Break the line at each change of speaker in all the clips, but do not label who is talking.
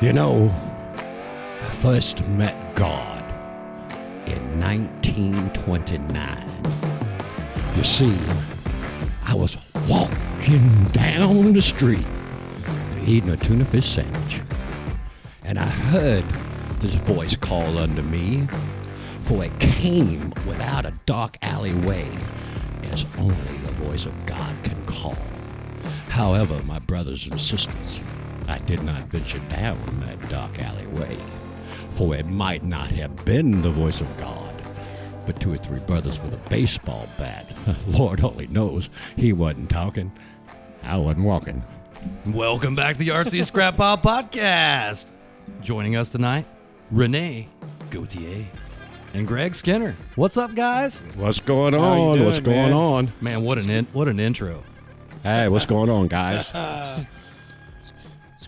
You know, I first met God in 1929. You see, I was walking down the street eating a tuna fish sandwich, and I heard this voice call unto me, for it came without a dark alleyway, as only the voice of God can call. However, my brothers and sisters, I did not venture down that dark alleyway, for it might not have been the voice of God, but two or three brothers with a baseball bat. Lord only knows he wasn't talking. I wasn't walking.
Welcome back to the RC Scrap Pile Podcast. Joining us tonight, Renee Gautier and Greg Skinner. What's up, guys?
What's going
How you
on? what's
doing, man?
going on?
Man, what an in, what an intro.
Hey, what's going on, guys?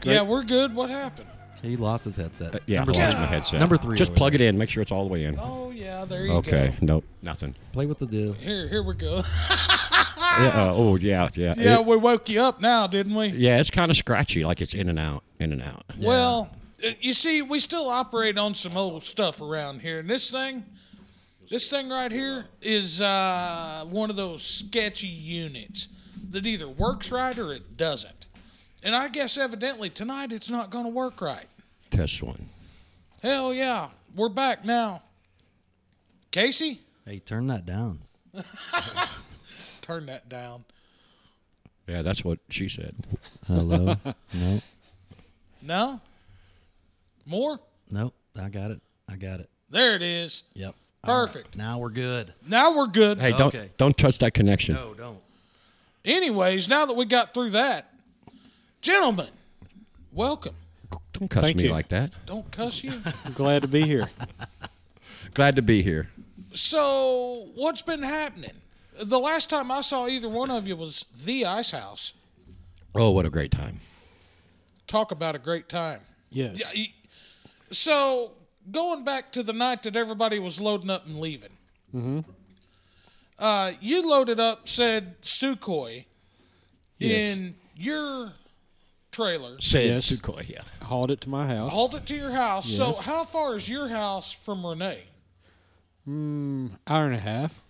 Yeah, we're good. What happened?
He lost his headset.
Uh, Yeah,
number
I
three.
lost my headset.
Number three
Just
over
plug it in. Make sure it's all the way in.
Oh yeah, there you
okay. Nope. Nothing.
Play with the deal.
go. Here, here we go.
Yeah, uh, oh yeah. Yeah.
yeah,
It-
we woke you up now, didn't we?
yeah. It's kind of scratchy. Like it's in and out. In and out.
Well, uh, you see, we still operate on some old stuff around here, and this thing, this thing right here, is uh, one of those sketchy units that either works right or it doesn't. And I guess evidently tonight it's not going to work right.
Test one.
Hell yeah, we're back now. Casey,
Hey, turn that down.
turn that down.
Yeah, that's what she said.
Hello. no.
No, more.
Nope. I got it. I got it.
There it is.
Yep. All right.
Perfect.
Now we're good.
Now we're good.
Hey, don't
Okay.
don't touch that connection.
No, don't.
Anyways, now that we got through that, gentlemen, welcome.
Don't cuss
Thank
me
you.
like that.
Don't cuss you.
I'm glad to be here.
Glad to be here.
so, what's been happening? The last time I saw either one of you was the Ice House.
Oh, what a great time.
Talk about a great time.
Yes.
Yeah, y- So, going back to the night that everybody was loading up and leaving, mm-hmm. uh, you loaded up said Sukhoi
Yes.
in your trailer.
Said
Yes.
Sukhoi. Yeah.
Hauled it to my house.
Hold it to your house. So,
Yes.
how far is your house from Renee?
Hour and a half.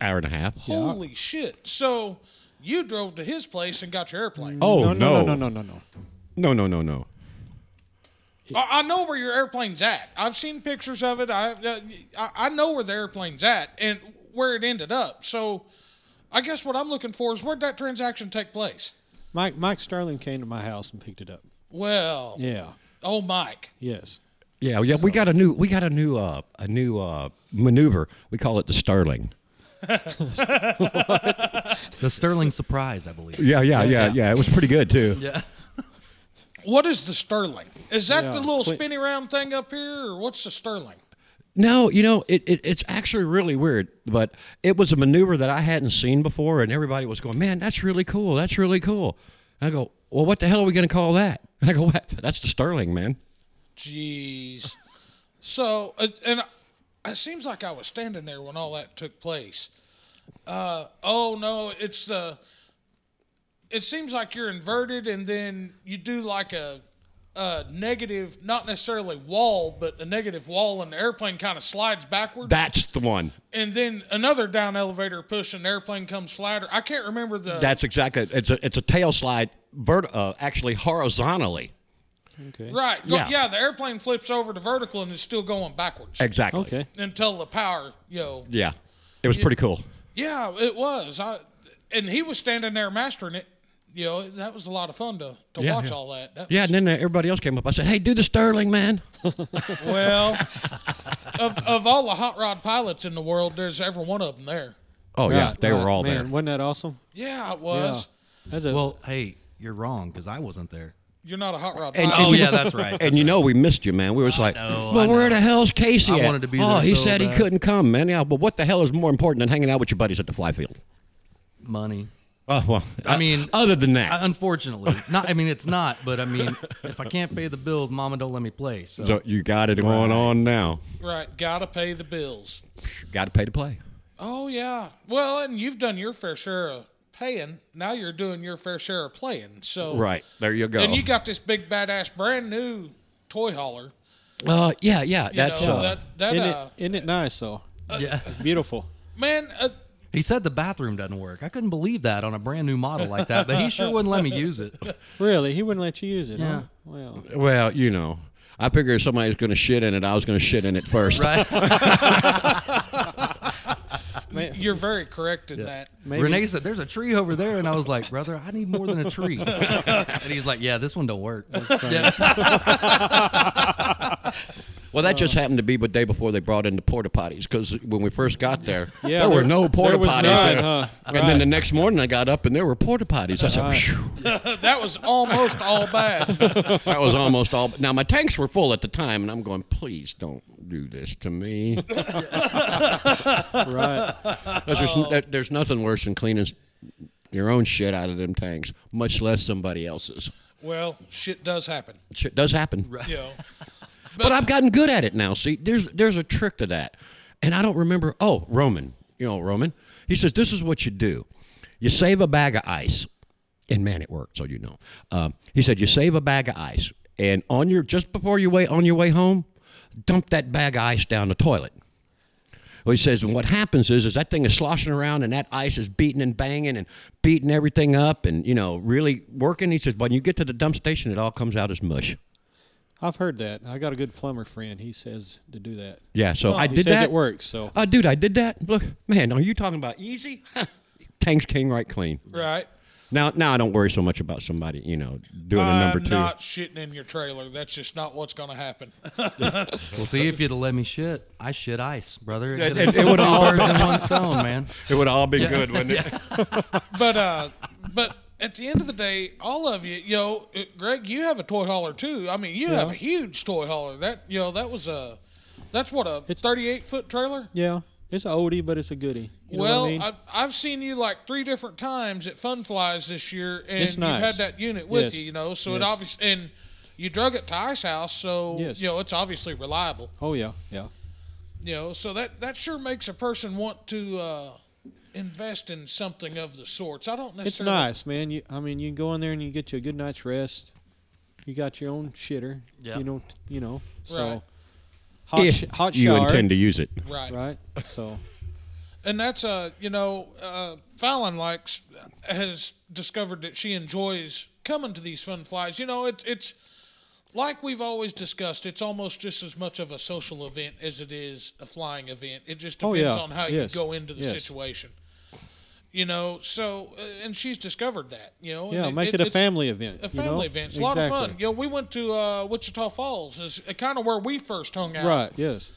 Hour and a half.
Holy shit. So, you drove to his place and got your airplane.
Oh no
no, no, no, no, no, no.
no no no no.
Mm-hmm.
I, I know where your airplane's at. I've seen pictures of it. I, uh, I I know where the airplane's at and where it ended up. So, I guess what I'm looking for is where'd that transaction take place?
Mike Mike Sterling came to my house and picked it up.
Well,
Yeah.
oh, Mike.
Yes.
Yeah, yeah, we got a new we got a new uh a new uh maneuver. We call it the Sterling.
The Sterling surprise, I believe.
Yeah, yeah, yeah, yeah. It was pretty good too.
Yeah.
What is the Sterling? Is that
Yeah,
the little
cle-
spinny round thing up here, or what's the Sterling?
No, you know, it, it it's actually really weird, but it was a maneuver that I hadn't seen before and everybody was going, "Man, that's really cool. That's really cool." And I go, "Well, what the hell are we going to call that?" And I go, "What? That's the Sterling, man."
Jeez. So, uh, and it seems like I was standing there when all that took place. Uh, oh no, it's the. It seems like you're inverted, and then you do like a, a negative, not necessarily wall, but a negative wall, and the airplane kind of slides backwards.
That's the one.
and then another down elevator push, and the airplane comes flatter. I can't remember the.
That's exactly. It's a it's a tail slide vert uh, actually horizontally.
Okay.
right. Go,
yeah.
yeah. the airplane flips over to vertical, and it's still going backwards
Exactly.
Okay.
until the power, you know,
Yeah. It was pretty cool.
Yeah, it was. I and he was standing there mastering it. You know, that was a lot of fun to, to
Yeah,
watch
yeah.
all that. That
Yeah, and then uh, everybody else came up. I said, "Hey, do the Sterling, man."
was- Well, of of all the hot rod pilots in the world, there's every one of them there.
Oh yeah,
Right,
they
right.
were all
Man,
there.
Wasn't that awesome?
Yeah, it was.
Yeah. That's a,
Well, hey, you're wrong because I wasn't there.
You're not a hot rod
And-
pilot.
Oh yeah, that's right.
And you know we missed you, man. We was like,
know, I
"Well, where
know.
the hell's Casey
I
at?"
wanted to be
oh,
there
he
so
said he
bad.
couldn't come, man. Yeah, but what the hell is more important than hanging out with your buddies at the fly field?
Money.
Oh well,
I
uh,
mean-
other than that,
I, unfortunately, not. I mean, it's not. But I mean, if I can't pay the bills, Mama don't let me play. So,
so you got it going on now.
Right, gotta pay the bills.
Got to pay to play.
Oh yeah. Well, and you've done your fair share of paying. Now you're doing your fair share of playing. So
Right there, you go.
And you got this big badass brand new toy hauler.
Uh, yeah, yeah.
You
That's
know,
uh,
that that
Isn't
uh,
it, isn't it nice though?
yeah.
Beautiful.
man. Uh,
He said the bathroom doesn't work. I couldn't believe that on a brand new model like that, but he sure wouldn't let me use it.
Really, he wouldn't let you use it.
Yeah.
Huh? Well,
well, you know. I figure if somebody's going to shit in it, I was going to shit in it first.
Right?
you're very correct in that.
maybe
Renee said, "There's a tree over there," and I was like, "Brother, I need more than a tree." and he's like, "Yeah, this one don't work." Yeah.
Well, that just happened to be the day before they brought in the porta potties because when we first got there,
Yeah,
there, were
there-
no
there
porta
was
potties
none,
there.
huh?
And then
Right.
the next morning, I got up and there were porta potties. I said, "Phew."
That was almost all bad.
That was almost all. Now my tanks were full at the time, and I'm going, please don't do this to me.
right.
'Cause there's, that- there's nothing worse than cleaning s- your own shit out of them tanks, much less somebody else's.
well, shit does happen.
Shit does happen.
You know,
But I've gotten good at it now. See, there's there's a trick to that, and I don't remember. Oh, Roman, you know Roman. He says this is what you do: you save a bag of ice, and man, it worked. So you know, um, he said you save a bag of ice, and on your just before your way on your way home, dump that bag of ice down the toilet. Well, he says, and what happens is, is that thing is sloshing around, and that ice is beating and banging and beating everything up, and you know, really working. He says, when you get to the dump station, it all comes out as mush.
I've heard that. I got a good plumber friend. He says to do that.
Yeah, so I
Oh, he
did
says
that.
it works. So
Oh, dude, I did that. Look, man, are you talking about easy? Tanks came right clean.
right?
Now, now I don't worry so much about somebody, you know, doing
Uh,
a number
I'm
two.
not shitting in your trailer. That's just not what's going to happen.
Well, see if you'd have let me shit. I shit ice, brother. It,
it- it would've all
been one stone, man.
It would all been good, wouldn't it?
but uh, but at the end of the day, all of you, you know, uh, Greg, you have a toy hauler too. I mean, you have a huge toy hauler. That you know, that was a, that's what a thirty-eight foot trailer.
yeah, it's an oldie, but it's a goodie. You know what
well,
I mean?
I I've seen you like three different times at Fun Flies this year, and
It's nice.
you've had that unit with
Yes.
you, you know. So it
Yes.
obviously and you drug it to Ice House, so
Yes.
you know it's obviously reliable.
oh yeah, yeah.
You know, so that that sure makes a person want to uh, invest in something of the sorts. I don't necessarily.
It's nice, man. You, I mean, you can go in there and you get you a good night's rest. You got your own shitter.
Yeah.
You don't, you know. So
Right.
hot,
If
sh- hot
you
shower.
intend to use it.
right?
right? So
and that's uh you know uh fallon likes has discovered that she enjoys coming to these fun flies you know it, it's like we've always discussed it's almost just as much of a social event as it is a flying event it just
Oh,
depends
yeah.
on how
Yes.
you go into the
Yes.
situation you know so uh, and she's discovered that you know and
yeah, make it, a
it's
family event.
a
you know?
family event. It's a lot of fun. You know, we went to uh, Wichita Falls, is kind of where we first hung out.
Right? Yes.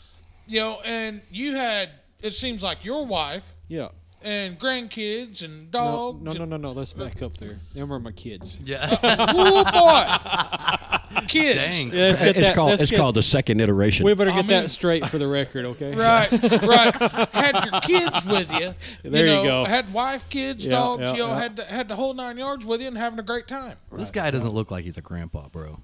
You know, and you had, it seems like your wife
Yeah.
and grandkids and
No,
dogs.
no, no, no, no. Let's back up there. Them are my kids.
Yeah.
Oh boy, kids.
Dang.
Yeah, let's get
it's
that-
called
let's
it's
get-
called the second iteration.
We better get
mean-
that straight for the record, okay?
Right, right. Had your kids with you.
There you
know,
go.
Had wife, kids,
Yeah,
dogs.
yeah,
you know,
yeah.
had the, had the whole nine yards with you and having a great time.
This guy doesn't look like he's a grandpa, bro.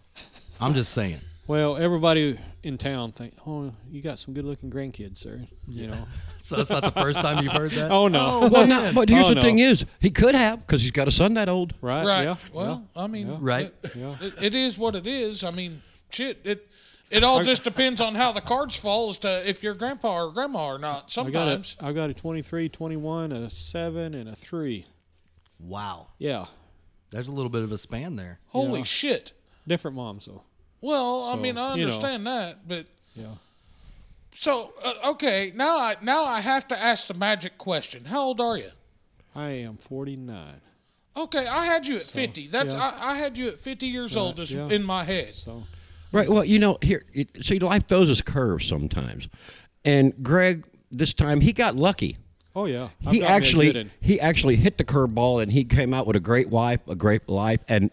I'm just saying.
Well, everybody in town think, oh, you got some good-looking grandkids, sir. You know.
So that's not the first time you've heard that.
Oh no.
well, no, but here's
Oh,
the
no.
thing: is he could have because he's got a son that old.
Right.
Right.
Uh, Yeah.
well, I mean,
Right.
It,
Yeah.
it- it is what it is. I mean, shit. It it all just depends on how the cards fall as to if you're grandpa or grandma or not.
I got
Sometimes.
a, I got a 23, 21, a 7, and a 3.
Wow.
Yeah.
There's a little bit of a span there.
Holy
Yeah.
shit.
Different moms, though.
Well, I
So,
mean, I
you know.
understand that, but.
Yeah.
So uh, okay, now I now I have to ask the magic question. How old are you?
I am 49.
Okay, I had you at fifty. That's
yeah.
I, I had you at fifty years old is
yeah.
in my head.
So,
Right. Well, you know, here, it, see, life throws us curves sometimes, and Greg this time he got lucky.
oh, yeah. I've
he
gotten me a good
actually
un.
he actually hit the curveball and he came out with a great wife, a great life, and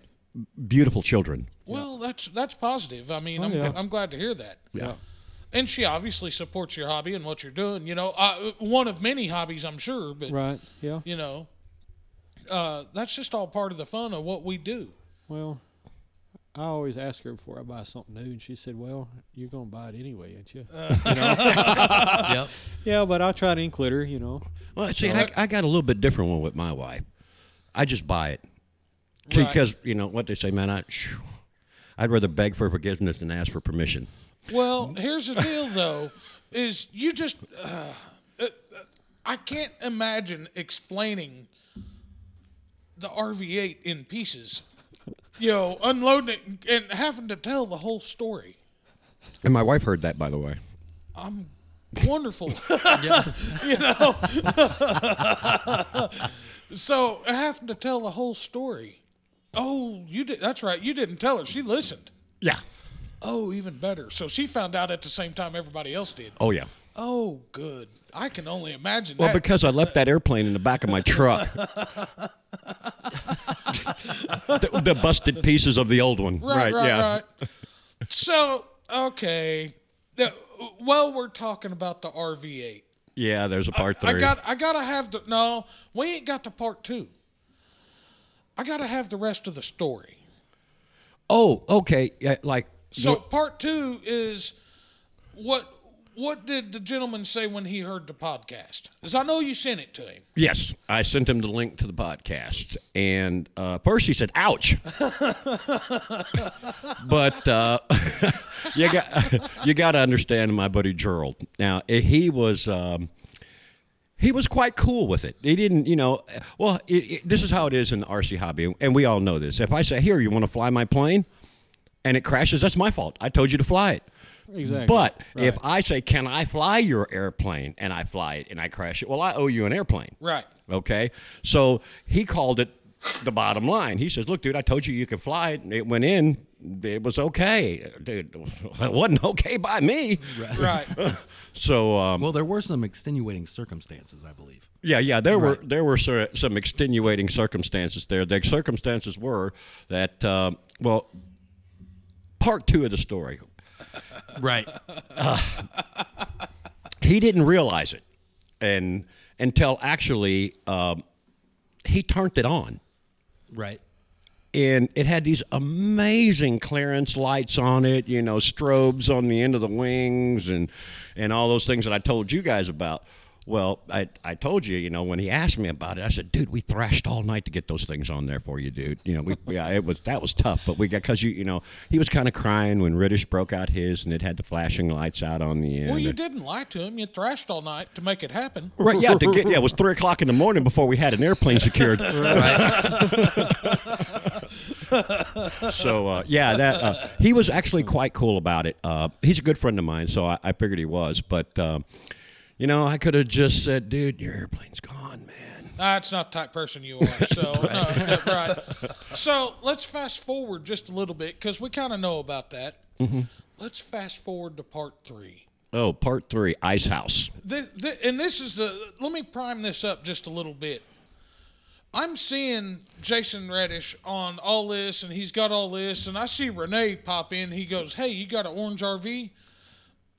beautiful children.
Well, that's that's positive. I mean, I'm,
Oh, yeah.
I'm glad to hear that.
Yeah.
And she obviously supports your hobby and what you're doing. You know, uh, one of many hobbies, I'm sure. But
Right. Yeah.
you know, uh, that's just all part of the fun of what we do.
Well, I always ask her before I buy something new, and she said, well, you're going to buy it anyway, ain't you?
Uh.
Yep.
yeah, but I try to include her, you know.
Well, see, I, I got a little bit different one with my wife. I just buy it because you know what they say, man. I, phew, I'd rather beg for forgiveness than ask for permission.
Well, here's the deal, though, is you just uh, uh, I can't imagine explaining the RV8 in pieces. You know, unloading it and having to tell the whole story.
And my wife heard that, by the way.
Wonderful, you know. so having to tell the whole story. Oh, you did. That's right. You didn't tell her. She listened.
Yeah.
Oh, even better. So she found out at the same time everybody else did.
Oh yeah.
Oh, good. I can only imagine
Well,
that.
because I left that airplane in the back of my truck. the, the busted pieces of the old one.
right, right,
yeah.
right. So, okay. Now, Well, we're talking about the RV8.
Yeah, there's a part three.
I got, I gotta have the. No, we ain't got to part two. I gotta have the rest of the story.
oh, okay. Yeah, like
So,
what-
part two is what? What did the gentleman say when he heard the podcast? Because I know you sent it to him.
yes, I sent him the link to the podcast, and uh, first he said, "Ouch," but uh, you got you got to understand my buddy Gerald. Now eh, he was. Um, he was quite cool with it. He didn't, you know. eh, Well, it, it, this is how it is in the RC hobby, and we all know this. If I say, "Here, you want to fly my plane," and it crashes, that's my fault. I told you to fly it.
Exactly.
But if
Right.
I say, "Can I fly your airplane?" and I fly it and I crash it, well, I owe you an airplane.
Right.
Okay. So he called it the bottom line. He says, "Look, dude, I told you you could fly it. and It went in. It was okay, dude. It wasn't okay by me."
Right.
So um,
Well, there were some extenuating circumstances, I believe.
yeah, yeah, there were there were sor- some extenuating circumstances there. The circumstances were that um, well, part two of the story.
Right.
he didn't realize it and until actually um, he turned it on
Right.
and it had these amazing clearance lights on it you know strobes on the end of the wings and and all those things that i told you guys about well i i told you you know when he asked me about it i said dude we thrashed all night to get those things on there for you dude you know we yeah it was that was tough but we got because you you know he was kind of crying when riddish broke out his and it had the flashing lights out on the end
Well, you
And-
didn't lie to him. You thrashed all night to make it happen.
Right, yeah, to get yeah, it was three o'clock in the morning before we had an airplane secured. so uh, yeah, that uh, he was actually quite cool about it. Uh, he's a good friend of mine, so I, I figured he was. But um, you know, I could have just said, "Dude, your airplane's gone, man."
That's Ah, not the type of person you are. So no, no, right. So let's fast forward just a little bit because we kind of know about that. Let's fast forward to part three.
Oh, part three, Ice House.
Th th and this is the. Let me prime this up just a little bit. I'm seeing Jason Reddish on all this, and he's got all this, and I see Renee pop in. He goes, "Hey, you got an orange RV?"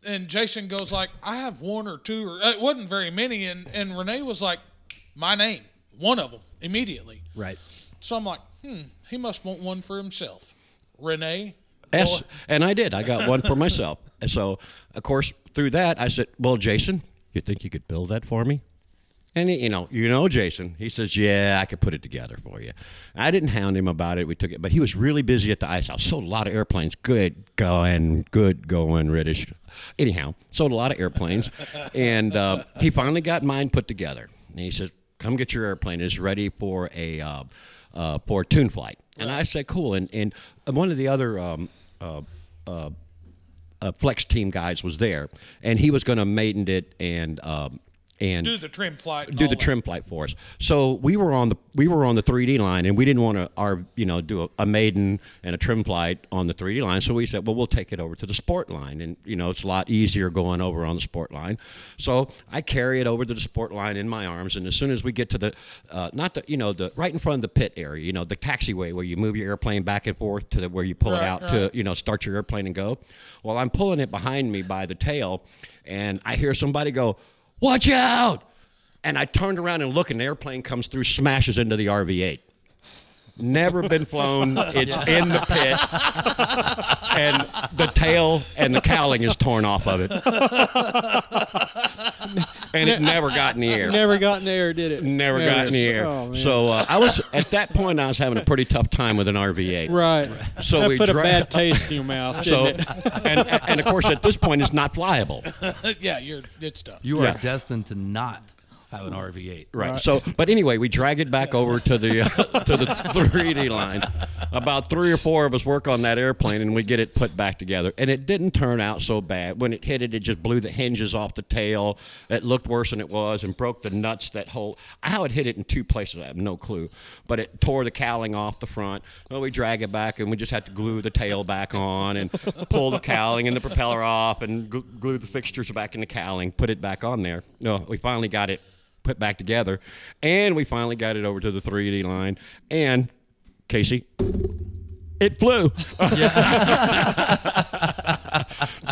And Jason goes like, "I have one or two, or uh, it wasn't very many." And and Renee was like, "My name, one of them, immediately."
Right.
So I'm like, hmm, he must want one for himself. Renee,
S, and I did. I got one for myself. And So, of course, through that, I said, "Well, Jason, you think you could build that for me?" And he, you know, you know, Jason. He says, "Yeah, I could put it together for you." I didn't hound him about it. We took it, but he was really busy at the ice house. Sold a lot of airplanes. Good going, good going, Reddish. Anyhow, sold a lot of airplanes, and uh, he finally got mine put together. And he says, "Come get your airplane. It's ready for a uh, uh, for a tune flight." And I said, "Cool." And and one of the other um, uh, uh, uh, flex team guys was there, and he was going to maiden it and um, and
do the trim flight. and
do
all
the
that.
trim flight for us. So we were on the we were on the 3D line, and we didn't want to our you know do a, a maiden and a trim flight on the 3D line. So we said, well, we'll take it over to the sport line, and you know it's a lot easier going over on the sport line. So I carry it over to the sport line in my arms, and as soon as we get to the uh, not the you know the right in front of the pit area, you know the taxiway where you move your airplane back and forth to the, where you pull it
Right,
out to
right.
you know start your airplane and go. Well, I'm pulling it behind me by the tail, and I hear somebody go. Watch out! And I turned around and look, and the airplane comes through, smashes into the RV 8. never been flown. It's in the pit, and the tail and the cowling is torn off of it, and it never got in the air.
Never got in the air, did it?
Never got in the air.
Oh, man.
so uh, I was at that point. I was having a pretty tough time with an RV8.
right.
So
that
we
put
dra-
a bad taste in your mouth.
So,
didn't it?
and, and of course, at this point, it's not flyable.
yeah, you're it's done.
You are
Yeah.
destined to not have an RV8.
Right. So, but anyway, we drag it back over to the uh, to the 3D line. About three or four of us work on that airplane, and we get it put back together. And it didn't turn out so bad. When it hit it, it just blew the hinges off the tail. It looked worse than it was, and broke the nuts. That whole how it hit it in two places, I have no clue. But it tore the cowling off the front. Well, we drag it back, and we just had to glue the tail back on, and pull the cowling and the propeller off, and gl- glue the fixtures back in the cowling, put it back on there. No, we finally got it put back together. And we finally got it over to the 3D line. And Casey, it flew.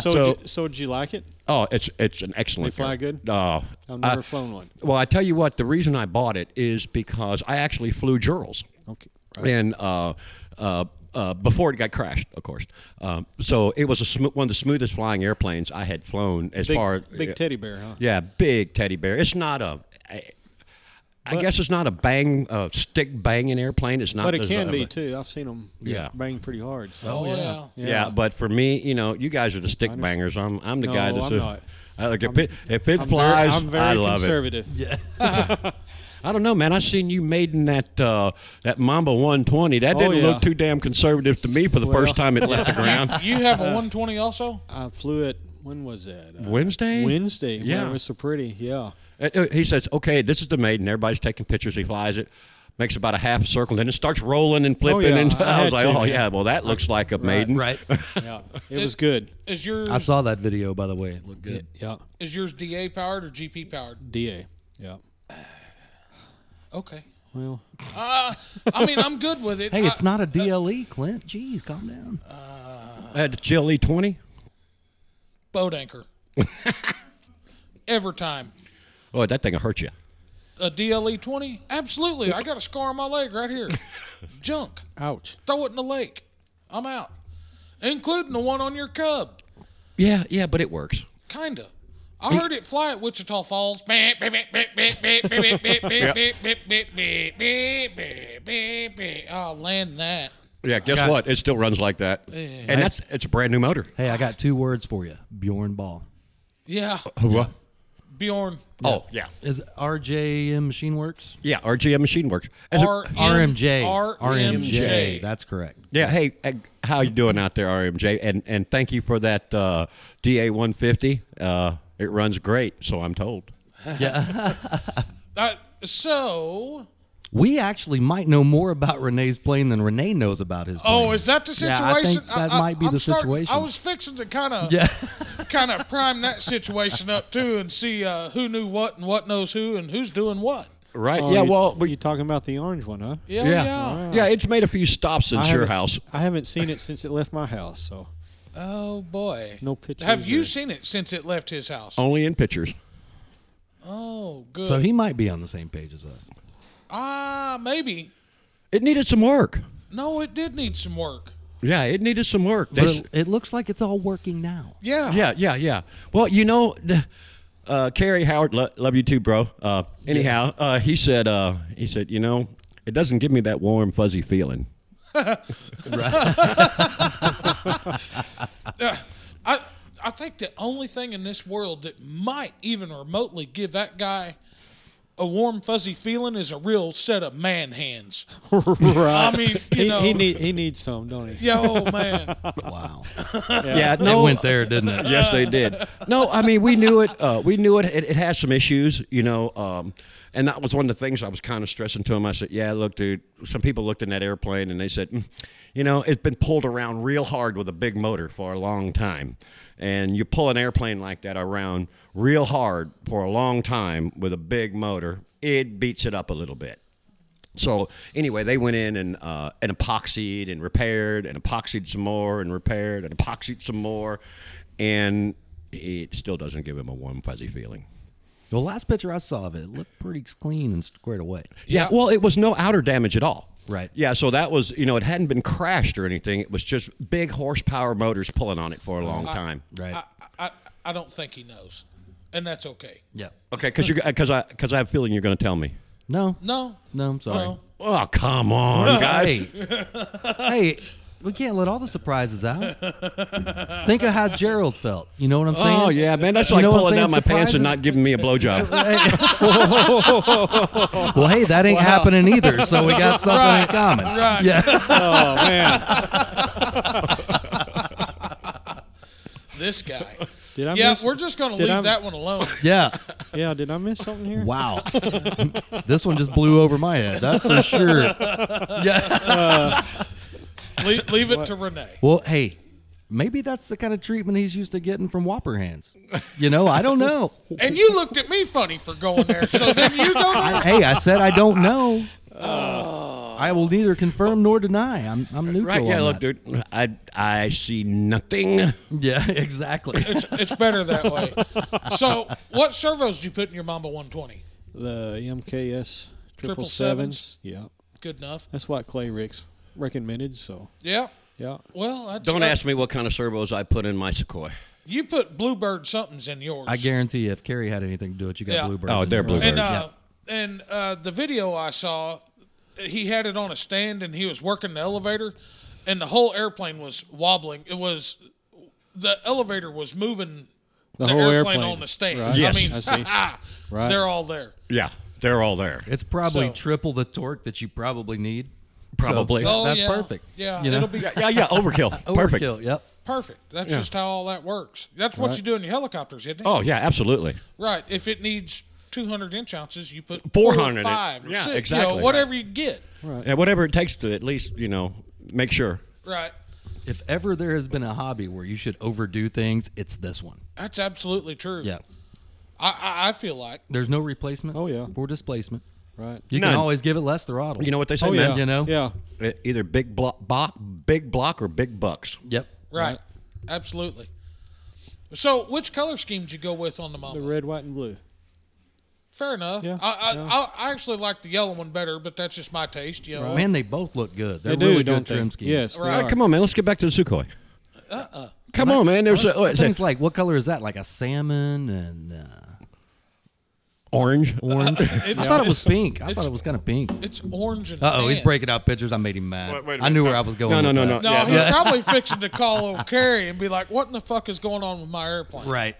So,
So-
did you, so did you like it?
oh, it's it's an excellent.
They fly good?
Oh,
I've never
I-
flown one.
well, I tell you what, the reason I bought it is because I actually flew Jurals.
Okay.
and uh, uh, uh, before it got crashed, of course. Um, so it was a sm- one of the smoothest flying airplanes I had flown as
Big,
far
big
yeah,
teddy bear, huh?
Yeah, big teddy bear. It's not a. I, I guess it's not a bang, uh, stick banging airplane. It's not.
But it can
designed-
be too. I've seen them
Yeah.
bang pretty hard.
Oh, yeah.
Yeah. but for me, you know, you guys are the stick bangers. I'm, I'm the guy
No,
that's.
I'm
a-
not.
I- like if it, if it
I'm
flies,
very, I'm very
I love it.
conservative.
I don't know, man. I seen you maiden that uh, that Mamba 120. That
Oh,
didn't
yeah.
look too damn conservative to me for the first time it left the ground.
You have a 120 also?
I flew it. When was that? Uh,
Wednesday.
Wednesday. Yeah,
Yeah.
it was so pretty. Yeah.
And, uh, He says, "Okay, this is the maiden." Everybody's taking pictures. He flies it, makes about a half circle, then it starts rolling and flipping.
Oh, yeah,
And
I
I, was
had
like,
to,
"Oh
yeah.
yeah, well that looks like a maiden."
Right.
Yeah. It was good.
Is your
I saw that video, by the way. It looked good.
Yeah.
is yours DA powered or GP powered?
DA. Yeah.
Okay.
Well,
I mean, I'm good with it.
Hey, it's
I-
not a DLE, Clint. Jeez, calm down.
I had the Jill E twenty.
boat anchor. Every time.
Oh, that thing will hurt you.
A DLE 20? Absolutely. I got a scar on my leg right here. Junk.
ouch.
Throw it in the lake. I'm out. Including the one on your cub.
Yeah, yeah, but it works.
Kinda. I heard it fly at Wichita Falls. Beep, beep, beep, beep, beep, beep, beep, beep, beep, beep, beep, beep, beep, beep, beep, beep, beep, beep. I'll land that.
Yeah, guess
Got-
what? It still runs like that, and that's it's a brand new motor.
Hey, I got two words for you Bjorn Ball.
Yeah.
What?
Bjorn.
Oh yeah,
Is RJM Machine Works?
yeah. RGM Machine Works. As a-
R-
RMJ.
RMJ.
That's correct.
yeah. Hey, uh, how you doing out there, RMJ? And and thank you for that uh, DA one fifty. Uh, it runs great, so I'm told.
Uh, so,
We actually might know more about Renee's plane than Renee knows about his plane.
oh, is that the
Yeah,
situation?
I think that might be the
starting-
situation.
I was fixing to kind of
Yeah.
kind of prime that situation up too, and see uh, who knew what and what knows who and who's doing what.
Right?
Oh,
yeah.
you-
Well, we
you talking about the orange one, huh?
Yeah,
Yeah.
yeah.
Yeah, it's made a few stops since
I
your
haven't-
house.
I haven't seen it since it left my house, so
Oh boy.
no pictures.
Have you
or-
seen it since it left his house?
Only in pictures.
Oh, good.
So he might be on the same page as us.
ah, maybe.
It needed some work.
No, it did need some work.
Yeah, it needed some work. They
But
s-
it, it looks like it's all working now.
Yeah.
yeah, yeah, yeah. Well, you know, the, uh, Carrie Howard, lo- love you too, bro. Uh, anyhow, uh, he said, uh, he said, you know, it doesn't give me that warm fuzzy feeling.
Uh, I I think the only thing in this world that might even remotely give that guy a warm fuzzy feeling is a real set of man hands.
right.
I mean, you
he,
know,
he need he needs some, don't he?
yo man,
Wow.
Yeah,
It
no,
went there, didn't it?
yes, they did. No, I mean we knew it. Uh, we knew it. It, it has some issues, you know. Um, and that was one of the things I was kind of stressing to him. I said, "Yeah, look, dude. Some people looked in that airplane and they said, "Mm, you know, it's been pulled around real hard with a big motor for a long time, and you pull an airplane like that around real hard for a long time with a big motor, it beats it up a little bit." So anyway, they went in and uh, and epoxied and repaired and epoxied some more and repaired and epoxied some more, and it still doesn't give him a warm fuzzy feeling.
The last picture I saw of it, it looked pretty clean and squared away.
Yeah. Well, it was no outer damage at all.
Right.
Yeah. So that was, you know, it hadn't been crashed or anything. It was just big horsepower motors pulling on it for a
Uh,
long time.
Right.
I, I, I don't think he knows, and that's okay.
yeah.
Okay. Because you because I because I have a feeling you're going to tell me.
No.
No,
No, I'm sorry.
no.
Oh come on, guys.
Hey. hey, we can't let all the surprises out. Think of how Gerald felt. You know what I'm saying?
Oh yeah, man. That's
You
like
know what I'm
pulling down
saying?
my pants
Surprises?
and not giving me a blowjob.
well, hey, that ain't happening either. So we got something in common.
Right.
Yeah.
Oh man,
This guy.
did I?
yeah,
miss,
we're just gonna
did
leave
I-
that one alone.
Yeah.
Yeah, did I miss something here?
Wow. this one just blew over my head. That's for sure. Yeah.
leave leave it to Renee.
Well, hey, maybe that's the kind of treatment he's used to getting from Whopper hands. You know, I don't know.
And you looked at me funny for going there, so then you go there.
hey, I said I don't know. I will neither confirm nor deny. I'm I'm neutral.
Right. Yeah.
on
Look,
that.
dude. I I see nothing.
Yeah, exactly.
It's, it's better that way. So, what servos do you put in your Mamba 120?
The MKS triple
Triple
sevens.
sevens?
Yeah,
Good enough.
that's what Clay Ricks recommended. So
Yeah.
yeah,
Well, that's
Don't
that-
ask me what kind of servos I put in my Sequoia.
You put Bluebird somethings in yours.
I guarantee you, if Carrie had anything to do with it, you got
Yeah.
bluebirds.
Oh, they're bluebirds.
And uh, and uh, the video I saw, he had it on a stand and he was working the elevator, and the whole airplane was wobbling. It was the elevator was moving
The whole airplane.
on the stand.
Right.
Yes.
I mean,
I see. Right.
they're all there.
Yeah. They're all there.
It's probably
So-
triple the torque that you probably need.
Probably.
So,
Oh,
that's
yeah.
perfect.
Yeah,
you know?
it'll be
Yeah. Yeah. Overkill. Perfect.
Overkill, Yep.
perfect. That's just how all that works. That's what you do in your helicopters, isn't it?
Oh yeah. Absolutely.
Right. If it needs 200 inch ounces, you put
400
400, five, or
Yeah,
six, you know,
exactly.
whatever you get.
And whatever it takes to at least you know make sure.
Right.
If ever there has been a hobby where you should overdo things, it's this one.
That's absolutely true.
Yeah.
I, I, I feel like
There's no replacement.
Oh, yeah.
Or displacement.
right.
You
None.
can always give it less throttle.
You know what they say,
oh yeah,
man.
you know?
Yeah,
E- Either big block, block, big block, or big bucks.
Yep.
right. Absolutely. So, which color scheme did you go with on the Mamba?
the red, white, and blue.
Fair enough.
Yeah,
I, I,
yeah.
I I actually like the yellow one better, but that's just my taste. You know,
Man, they both look good. They're
They do,
really
don't
good trim
they?
schemes.
Yes,
Right,
All
they
right,
are.
come on, man. Let's get back to the Sukhoi. Uh-uh. Come on, man. There's a, oh, it's a-
Things like what color is that? Like a salmon and uh,
orange.
orange. I thought it was pink. I thought it was kind of pink.
it's orange and
Uh oh, he's
tan.
breaking out pictures. I made him mad.
Wait- wait a
I knew
minute.
where I was going.
No, no,
with
no,
that.
no.
No,
Yeah,
he's
yeah.
probably fixing to call old Carrie and be like, "What in the fuck is going on with my airplane?"
Right.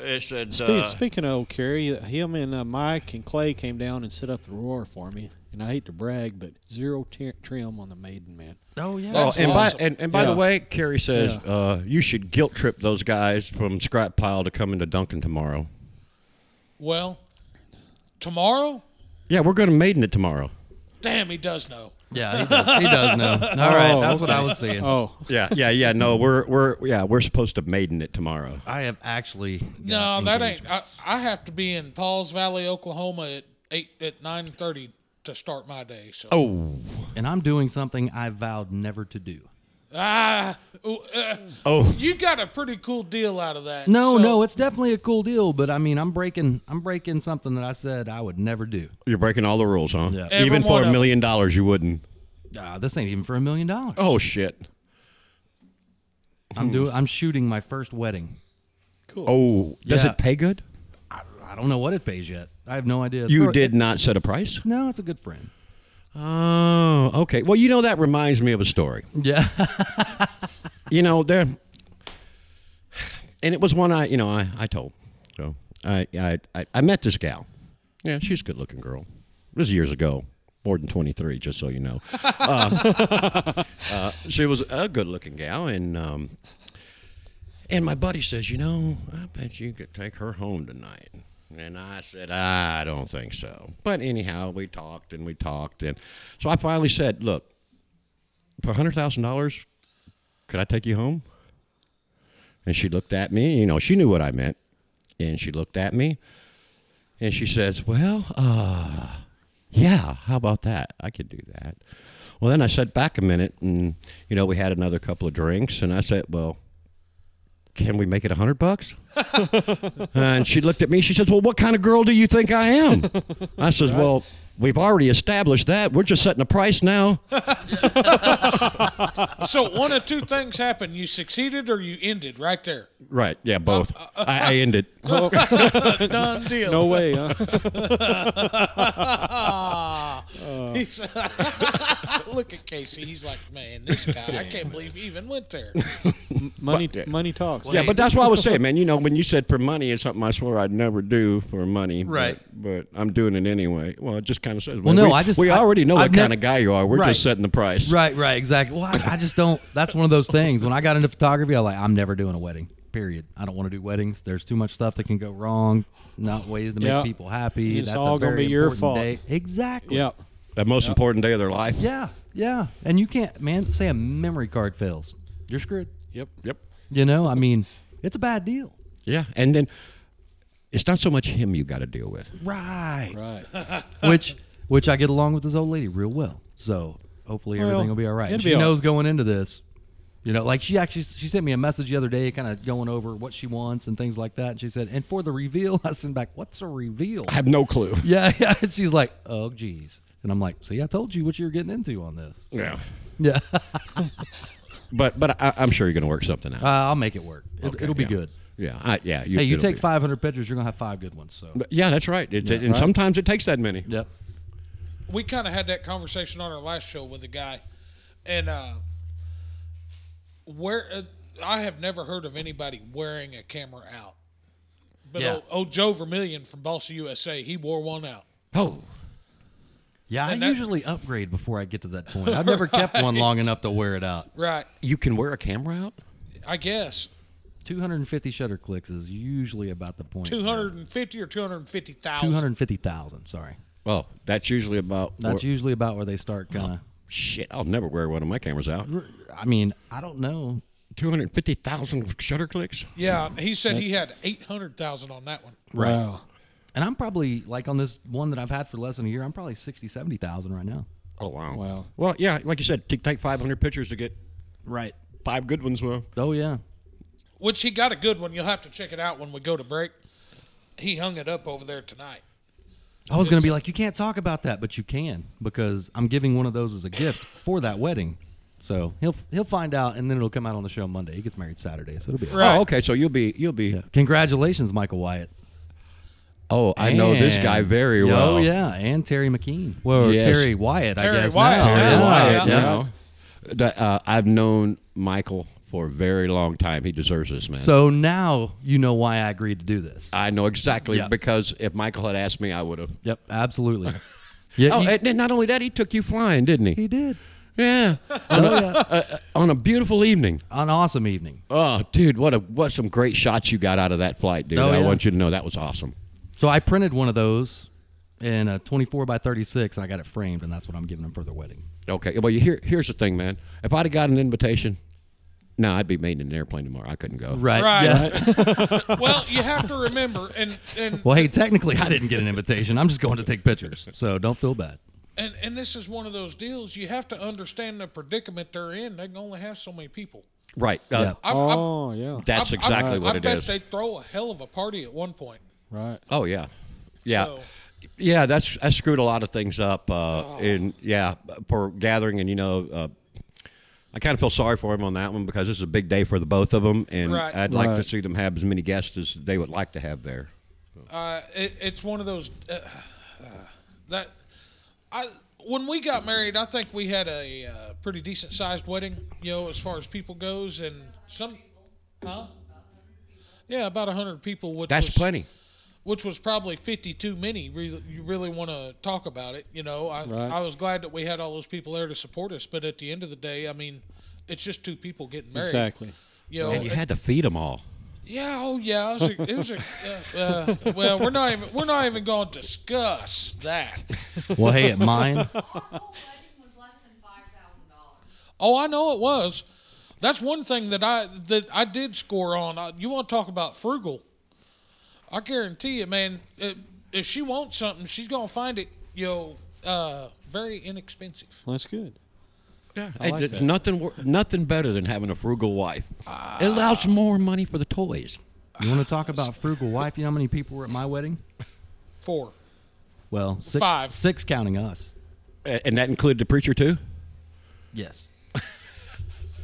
Uh, It said,
Speak- Speaking of old Kerry, him and uh, Mike and Clay came down and set up the roar for me. And I hate to brag, but zero t- trim on the maiden, man.
Oh yeah.
oh,
That's
and by
awesome.
and, and by
Yeah.
the way, Carrie says
Yeah.
uh, you should guilt trip those guys from Scrap Pile to come into Duncan tomorrow.
Well, tomorrow.
Yeah, we're going to Maiden it tomorrow.
Damn, he does know.
Yeah, he does. He does know. All right,
Oh,
that's what
okay.
I was saying.
Oh,
Yeah, yeah, yeah. No, we're we're yeah, we're supposed to Maiden it tomorrow.
I have actually.
No,
got
that ain't. I,
engagements.
I have to be in Paul's Valley, Oklahoma at eight at nine thirty to start my day. So
Oh,
and I'm doing something I vowed never to do.
ah, ooh, uh,
oh,
you got a pretty cool deal out of that.
No,
so-
no, it's definitely a cool deal, but I mean, I'm breaking, I'm breaking something that I said I would never do.
you're breaking all the rules, huh?
Yeah.
Every
Even for
one
a
of-
million dollars, you wouldn't.
Uh, this ain't even for a million dollars.
Oh shit.
Hmm.
I'm doing, I'm shooting my first wedding.
Oh, does
Yeah.
it pay good?
I don't know what it pays yet. I have no idea.
You
Throw-
did
it-
not set a price.
no, it's a good friend.
Oh, okay. Well, you know that reminds me of a story.
Yeah.
You know there, and it was one I you know I, I told. So I, I I I met this gal. Yeah, she's a good looking girl. This is years ago, more than twenty three. Just so you know, uh, uh, she was a good looking gal, and um, and my buddy says, you know, I bet you could take her home tonight. And I said, I don't think so. But anyhow, we talked and we talked, and so I finally said, look, for hundred thousand dollars, could I take you home? And she looked at me, you know, she knew what I meant. And she looked at me and she says, Well, uh, yeah, how about that? I could do that. Well, then I sat back a minute and, you know, we had another couple of drinks. And I said, Well, can we make it a hundred bucks? and she looked at me. She says, well, what kind of girl do you think I am? I says, well, we've already established that. We're just setting a price now.
So one of two things happened: you succeeded or you ended right there.
Right. Yeah, both. I, I ended.
Done deal.
No way, huh?
Ah. He's- look at Casey. He's like, man, this guy. I can't believe he even went there.
Money, money talks.
Yeah, but that's what I was saying, man. You know, when you said for money, it's something I swore I'd never do for money. but-
Right.
But, I'm doing it anyway. Well, it just kind of says.
Well, no,
we,
I just-
we
I-
already know
I've
what
nev-
kind of guy you are. We're
Right.
just setting the price.
Right, right, exactly. Well, I, I just don't. That's one of those things. When I got into photography, I like I'm never doing a wedding. Period. I don't want to do weddings. There's too much stuff that can go wrong. Not ways to make
Yeah.
people happy.
It's
That's
all
a
gonna
very
be your
important
fault.
Day. Exactly.
Yeah.
The most important day of their life.
Yeah. Yeah. And you can't, man. Say a memory card fails, you're screwed.
Yep.
Yep.
You know, I mean, it's a bad deal.
Yeah. And then it's not so much him you got to deal with.
Right.
Right.
Which, which I get along with this old lady real well. So hopefully
Well,
everything will be all right. And
it'll
she
be all-
knows going into this. You know, like she actually she sent me a message the other day, kind of going over what she wants and things like that. And she said, "And for the reveal," I sent back, "What's a reveal?"
I have no clue.
yeah, yeah. And she's like, "Oh, geez." And I'm like, "See, I told you what you were getting into on this."
Yeah.
Yeah, uh,
But but I, I'm sure you're going to work something out.
Uh, I'll make it work. It,
Okay,
it'll be
yeah.
good.
Yeah. I, yeah.
Hey, you
it'll
take
be-
500 pictures, you're gonna have five good ones. So,
But Yeah, that's right. It, and
right.
sometimes it takes that many.
yep.
we kind of had that conversation on our last show with a guy, and uh, where uh, I have never heard of anybody wearing a camera out, but
Yeah.
old, old Joe Vermillion from Balsa USA, he wore one out.
Oh.
Yeah, I
And that-
usually upgrade before I get to that point. I've never kept one long enough to wear it out.
Right,
You can wear a camera out?
I guess
250 shutter clicks is usually about the point.
two hundred and fifty or two hundred and fifty thousand.
250,000, sorry.
Well, Oh, that's usually about.
That's
or-
usually about where they start kind
Shit, I'll never wear one of my cameras out.
of. I mean, I don't know.
250,000 shutter clicks?
Yeah, he said he had eight hundred thousand on that one.
Wow.
And I'm probably, like on this one that I've had for less than a year, I'm probably 60, 70,000 right now.
Oh, wow.
Wow.
Well, yeah, like you said, to take 500 pictures to get
Right.
five good ones. Well,
Oh, yeah.
Which he got a good one. You'll have to check it out when we go to break. He hung it up over there tonight.
I was going to be like, you can't talk about that, but you can because I'm giving one of those as a gift for that wedding. So he'll he'll find out, and then it'll come out on the show Monday. He gets married Saturday, so it'll be all right.
Right.
oh, okay. So you'll be, you'll be.
Congratulations, Michael Wyatt.
Oh, I know this
And-
guy very well.
Oh yeah, and Terry McKean. Well,
Yes.
Terry Wyatt,
Terry
I guess.
Wyatt,
now.
Terry
yeah.
Wyatt,
yeah.
Now, that, uh, I've known Michael for a very long time. He deserves this, man.
So now you know why I agreed to do this.
I know exactly
Yeah.
because if Michael had asked me, I would have.
Yep, absolutely. Yeah,
Oh,
he,
and then not only that, he took you flying, didn't he?
he Oh, did.
Yeah. on, a, uh, uh, on a beautiful evening.
An awesome evening.
Oh, dude, what a what some great shots you got out of that flight, dude.
Oh,
I
yeah.
want you to know that was awesome.
So I printed one of those in a 24 by 36, and I got it framed, and that's what I'm giving them for their wedding.
Okay. Well, you here, here's the thing, man. If I'd have got an invitation, no, I'd be made in an airplane tomorrow. I couldn't go.
Right.
Right.
Yeah.
Well, you have to remember, and and
Well, hey, technically I didn't get an invitation. I'm just going to take pictures, so don't feel bad.
And and this is one of those deals you have to understand the predicament they're in. They can only have so many people.
Right. Uh,
yeah.
I, I,
Oh, yeah.
That's
I- I-
exactly what
I
it
bet
is.
they throw a hell of a party at one point.
Right.
oh yeah, yeah,
So-
yeah. That's I screwed a lot of things up.
Oh.
Uh, in yeah, for gathering and you know. Uh, I kind of feel sorry for him on that one because this is a big day for the both of them, and
Right.
I'd like to
Right.
see them have as many guests as they would like to have there.
Uh, it, it's one of those uh, uh, that I when we got married, I think we had a uh, pretty decent sized wedding, you know, as far as people goes, and some, huh? Yeah, about hundred people. Which
That's
was,
plenty.
which was probably 50 too many. Really, you really want to talk about it, you know? I,
Right.
I was glad that we had all those people there to support us, but at the end of the day, I mean, it's just two people getting married.
Exactly.
You know,
And you had to feed them all.
yeah, oh yeah, it was a, it was a uh, uh, well, we're not even we're not even going to discuss that.
Well, hey, at mine,
Our whole wedding was less than five thousand dollars.
Oh, I know it was. That's one thing that I that I did score on. I, you want to talk about frugal? I guarantee you, man. If, if she wants something, she's gonna find it. You know, uh, very inexpensive.
Well, that's good.
Yeah,
I
it-
like
it's
that.
nothing wor- nothing better than having a frugal wife. it allows more money for the toys.
You want to talk about frugal wife? You know how many people were at my wedding?
Four.
Well, six,
Five.
six counting us.
A- And that included the preacher too.
Yes.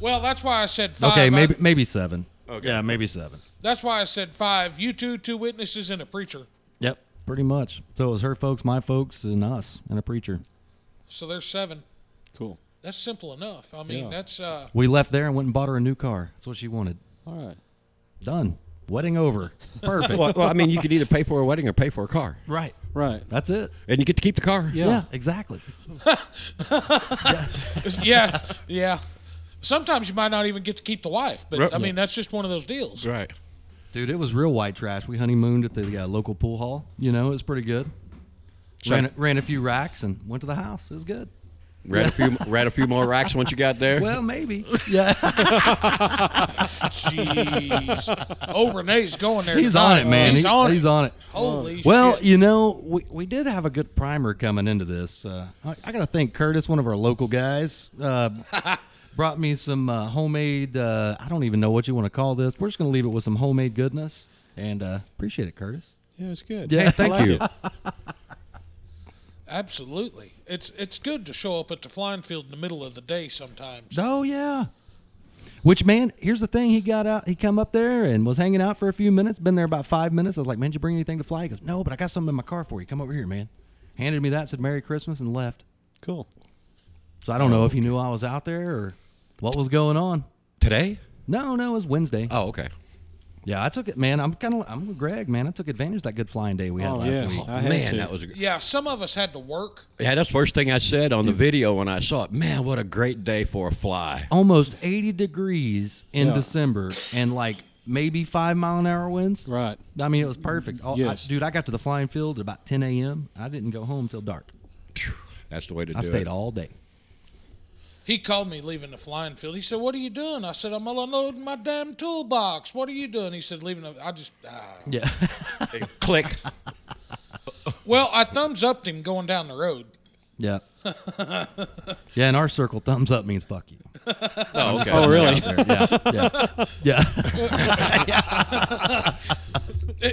Well, that's why I said five.
okay,
I-
maybe maybe seven. Okay. Yeah, maybe seven.
that's why I said five. You two, two witnesses, and a preacher.
Yep. Pretty much. So it was her folks, my folks, and us, and a preacher.
So there's seven.
Cool.
That's simple enough. I mean,
Yeah.
that's uh,
We left there and went and bought her a new car. That's what she wanted.
All right.
Done. Wedding over. Perfect.
well, well, I mean, you could either pay for a wedding or pay for a car,
right.
Right.
That's it.
and you get to keep the car.
Yeah.
Yeah, exactly.
yeah, yeah. Sometimes you might not even get to keep the wife, but
Right.
I mean, that's just one of those deals.
Right.
Dude, it was real white trash. We honeymooned at the uh, local pool hall. You know, it was pretty good. Ran, a- ran a few racks and went to the house. It was good.
Read a few. read a few more racks once you got there.
Well, maybe. Yeah.
Jeez. oh, Renee's going there.
he's on
tonight.
it, man.
He's
He-
on it.
on it.
Holy
Well,
shit.
you know, we, we did have a good primer coming into this. Uh, I, I got to thank Curtis, one of our local guys, uh, brought me some uh, homemade, uh, I don't even know what you want to call this. We're just going to leave it with some homemade goodness. And uh, appreciate it, Curtis.
Yeah, it's good.
yeah,
I
thank
like
you.
it.
Absolutely. It's it's good to show up at the flying field in the middle of the day sometimes.
Oh yeah. Which man? Here's the thing. He got out. He come up there and was hanging out for a few minutes. Been there about five minutes. I was like, "Man, did you bring anything to fly?" He goes, "No, but I got something in my car for you. Come over here, man." Handed me that. Said "Merry Christmas" and left.
Cool.
So I don't know if he knew I was out there or what was going on.
Today?
No, no, it was Wednesday.
Oh, okay.
Yeah, I took it, man. I'm kind of. I'm with Greg, man. I took advantage of that good flying day we had
Oh,
last
yeah.
week.
I had
Man,
to.
that was a,
Yeah, some of us had to work.
yeah. That's the first thing I said on the video when I saw it. Man, what a great day for a fly.
Almost 80 degrees in
Yeah.
December and like maybe five mile an hour winds.
Right.
I mean, it was perfect. All,
Yes.
I, dude, I got to the flying field at about 10 a.m. I didn't go home till dark.
That's the way to
I
do
stayed
it.
all day.
He called me leaving the flying field. He said, "What are you doing?" I said, "I'm unloading my damn toolbox." What are you doing? He said, "Leaving." The, I just. ah.
Yeah.
Click.
Well, I thumbs upped him going down the road.
yeah. yeah, in our circle, thumbs up means fuck you.
Oh, okay.
Oh, really?
Yeah. Yeah. Yeah.
It-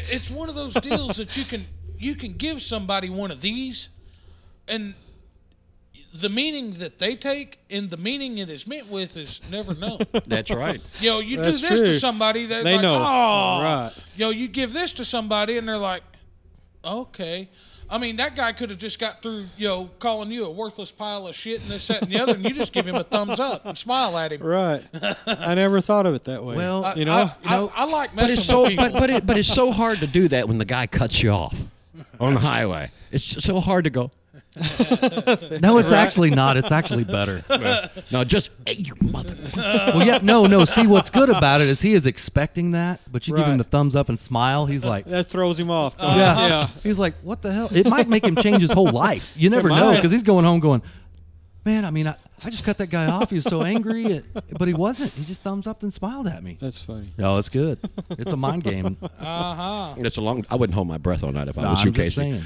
It's one of those deals that you can you can give somebody one of these, and the meaning that they take and the meaning it is meant with is never known.
That's right.
You know, you
That's
do this to
true.
somebody, they're
They
like,
know.
oh,
Right.
You know, you give this to somebody, and they're like, okay. I mean, that guy could have just got through, you know, calling you a worthless pile of shit and this, that, and the other, and you just give him a thumbs up and smile at him.
Right. I never thought of it that way.
Well,
you know,
I,
you know
I, I like
But
messing
it's so
with people.
but, but it but it's so hard to do that when the guy cuts you off on the highway. It's just so hard to go.
No, it's actually not. It's actually better.
No, just hey, you mother.
Well, yeah, no, no. See, what's good about it is he is expecting that, but you give him
Right.
the thumbs up and smile. He's like,
that throws him off. don't it?
Uh-huh.
yeah.
yeah.
He's like, what the hell? It might make him change his whole life. You never know
might.
because he's going home going, man, I mean, I, I just cut that guy off. He was so angry, and- but he wasn't. He just thumbs up and smiled at me.
That's funny.
No, it's good. It's a mind game.
Uh-huh.
That's a long. I wouldn't hold my breath on that if I
Nah,
was you,
I'm just
Casey.
saying.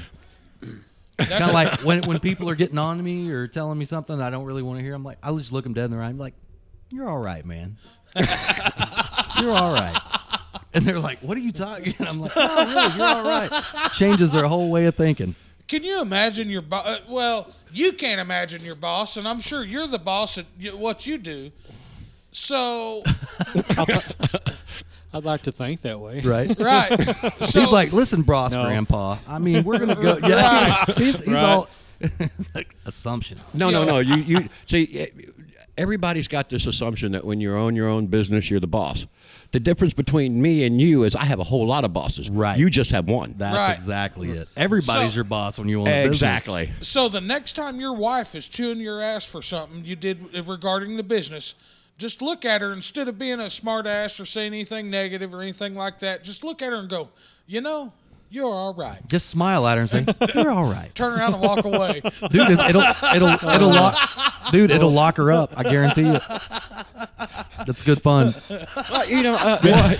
It's kind of like when, when people are getting on to me or telling me something I don't really want to hear. I'm like, I'll just look them dead in the eye. I'm like, you're all right, man. you're all right. And they're like, what are you talking? And I'm like, no, really, you're all right. Changes their whole way of thinking.
Can you imagine your boss? Well, you can't imagine your boss, and I'm sure you're the boss at y- what you do. So,
I'd like to think that way.
Right.
right. So,
he's like, listen, Bros,
No.
Grandpa. I mean, we're gonna go. Yeah, he's, he's all assumptions.
No, no,
Yeah.
no. You you see, eh, everybody's got this assumption that when you own your own business, you're the boss. The difference between me and you is I have a whole lot of bosses.
Right.
You just have one.
That's
Right.
exactly it. Everybody's
So-
your boss when you own a business.
exactly.
so the next time your wife is chewing your ass for something you did regarding the business, just look at her instead of being a smart ass or saying anything negative or anything like that. Just look at her and go, you know, you're all right.
Just smile at her and say, "You're all right,
Turn around and walk away.
dude." This, it'll it'll it'll lock, dude. It'll lock her up. I guarantee it. That's good fun.
Uh, you know, uh, well,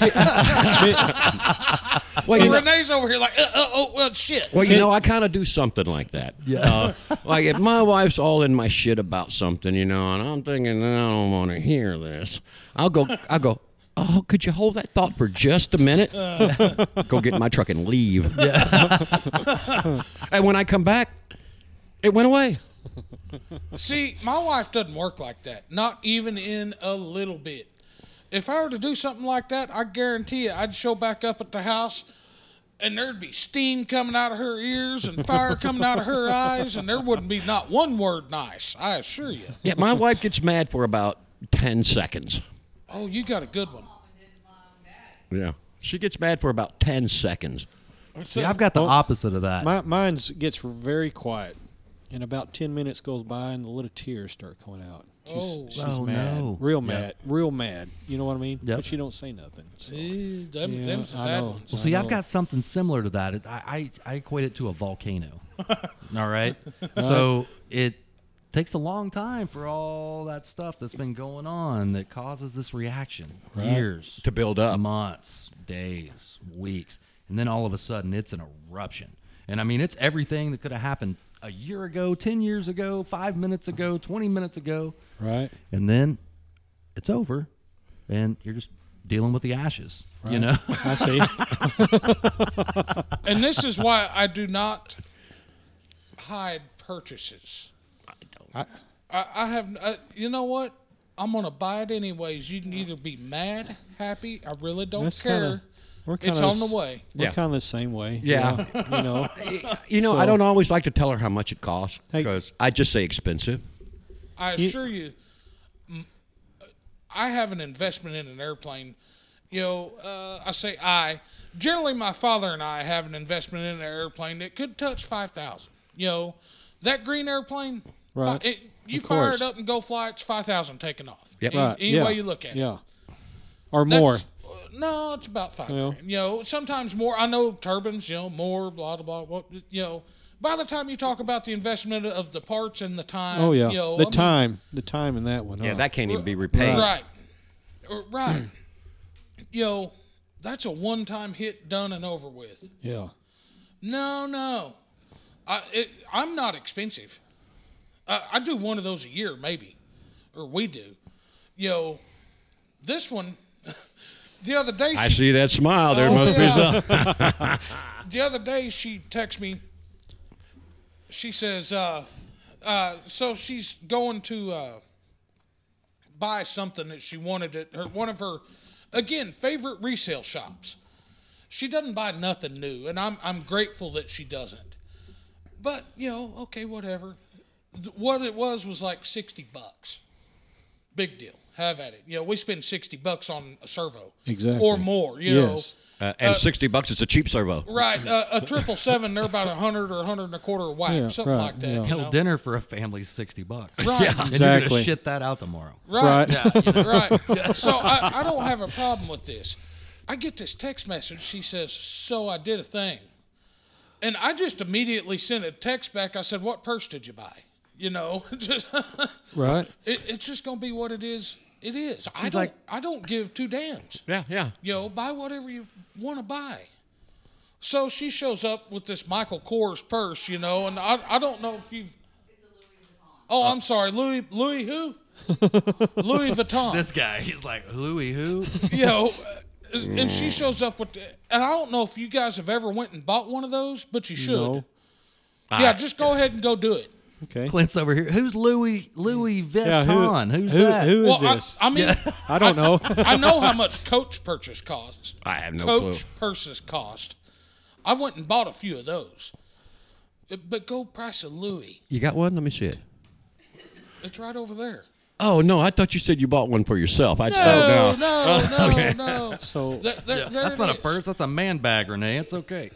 well, you
And
know,
Renee's over here like, uh, uh, oh, well, shit.
well, you know, I kind of do something like that.
Yeah.
Uh, like if my wife's all in my shit about something, you know, and I'm thinking I don't want to hear this, I'll go. I'll go. Oh, could you hold that thought for just a minute? go get in my truck and leave. and when I come back, it went away.
See, my wife doesn't work like that. Not even in a little bit. If I were to do something like that, I guarantee you I'd show back up at the house and there'd be steam coming out of her ears and fire coming out of her eyes and there wouldn't be not one word nice, I assure you.
Yeah, my wife gets mad for about ten seconds.
Oh, you got a good one.
Yeah, she gets mad for about ten seconds.
See, I've got the opposite of that.
My, mine's gets very quiet, and about ten minutes goes by, and the little tears start coming out. She's,
Oh.
she's
Oh,
mad,
no.
real
Yeah.
mad, real mad. You know what I mean?
Yep.
But she don't say nothing. so.
Eh, them-
Yeah,
them's the
I
bad
know.
ones.
Well, see, I've
know.
got something similar to that. It, I, I I equate it to a volcano. all right, so it takes a long time for all that stuff that's been going on that causes this reaction. Years
To build up.
months, days, weeks, and then all of a sudden it's an eruption. And I mean, it's everything that could have happened a year ago, ten years ago, five minutes ago, twenty minutes ago,
Right.
and then it's over, and you're just dealing with the ashes. You know.
I see.
And this is why I do not hide purchases.
I,
I, I have, uh, you know what? I'm gonna buy it anyways. You can either be mad, happy. I really don't
That's
care.
kinda- we're
It's
kinda
on the
s-
way.
We're
Yeah.
kind of the same way.
Yeah.
You know. you know.
You know, I
So-
don't always like to tell her how much it costs
Hey-
because I just say expensive.
I assure you, m- I have an investment in an airplane. You know, uh, I say I. Generally, my father and I have an investment in an airplane that could touch five thousand. You know, that green airplane. fi-
Right.
It, you
Of
fire
course.
it up and go fly. It's five thousand taking off.
Yep.
Any,
Right.
any
yeah.
way you look at it.
Yeah. Or
That's-
more.
uh, No, it's about five.
Yeah.
grand. You know, sometimes more. I know turbines. You know, more. Blah blah blah. What you know. By the time you talk about the investment of the parts and the time.
Oh yeah.
You know,
the
I mean,
time. the time in that one.
Yeah,
huh?
that can't even be repaid.
Right. Uh, Right. you know, that's a one-time hit, done and over with.
Yeah.
No, no. I it, I'm not expensive. I, I do one of those a year, maybe, or we do. You know, this one. The other day,
I
she
see that smile. There
Oh,
must
yeah.
be some.
the other day she texts me she says uh, uh, so she's going to uh, buy something that she wanted at her one of her again favorite resale shops she doesn't buy nothing new and i'm, I'm grateful that she doesn't but you know okay whatever Th- what it was was like 60 bucks big deal have at it you know we spend 60 bucks on a servo
Exactly.
or more you
Yes.
know
Uh, and 60 bucks is a cheap servo.
Right, uh, a triple seven, they're about a hundred or a hundred and a quarter a whack,
Yeah,
something
right,
like that.
yeah.
you
Hell,
know?
dinner for a family's sixty bucks.
Right,
And you're
Exactly.
gonna shit that out tomorrow.
right,
Right.
right. So I, I don't have a problem with this. I get this text message. She says, "So I did a thing," and I just immediately sent a text back. I said, "What purse did you buy?" You know, just
Right.
it, it's just gonna be what it is. It is. I
She's
don't.
like-
I don't give two damns.
Yeah, yeah.
you know, buy whatever you want to buy. So she shows up with this Michael Kors purse, you know, and I, I don't know if you've. Oh, I'm sorry, Louis Louis who? Louis Vuitton.
This guy, he's like Louis who?
You know, uh, and she shows up with, the, and I don't know if you guys have ever went and bought one of those, but you should.
No.
Yeah, just go ahead and go do it.
Okay.
Clint's over here. Who's Louis Louis
Yeah, who-
Vuitton? Who's
who-
that?
Who is
well, I,
this?
I mean,
I don't know.
I know how much coach purchase costs.
I have no
coach
clue.
purses cost. I went and bought a few of those. Uh, But go price a Louis.
You got one? Let me see it.
It's right over there.
Oh, no. I thought you said you bought one for yourself. I
No,
oh, no.
no, no, no.
So-
There- there- there
That's
it
not a
is.
purse. That's a man bag, Renee. It's okay.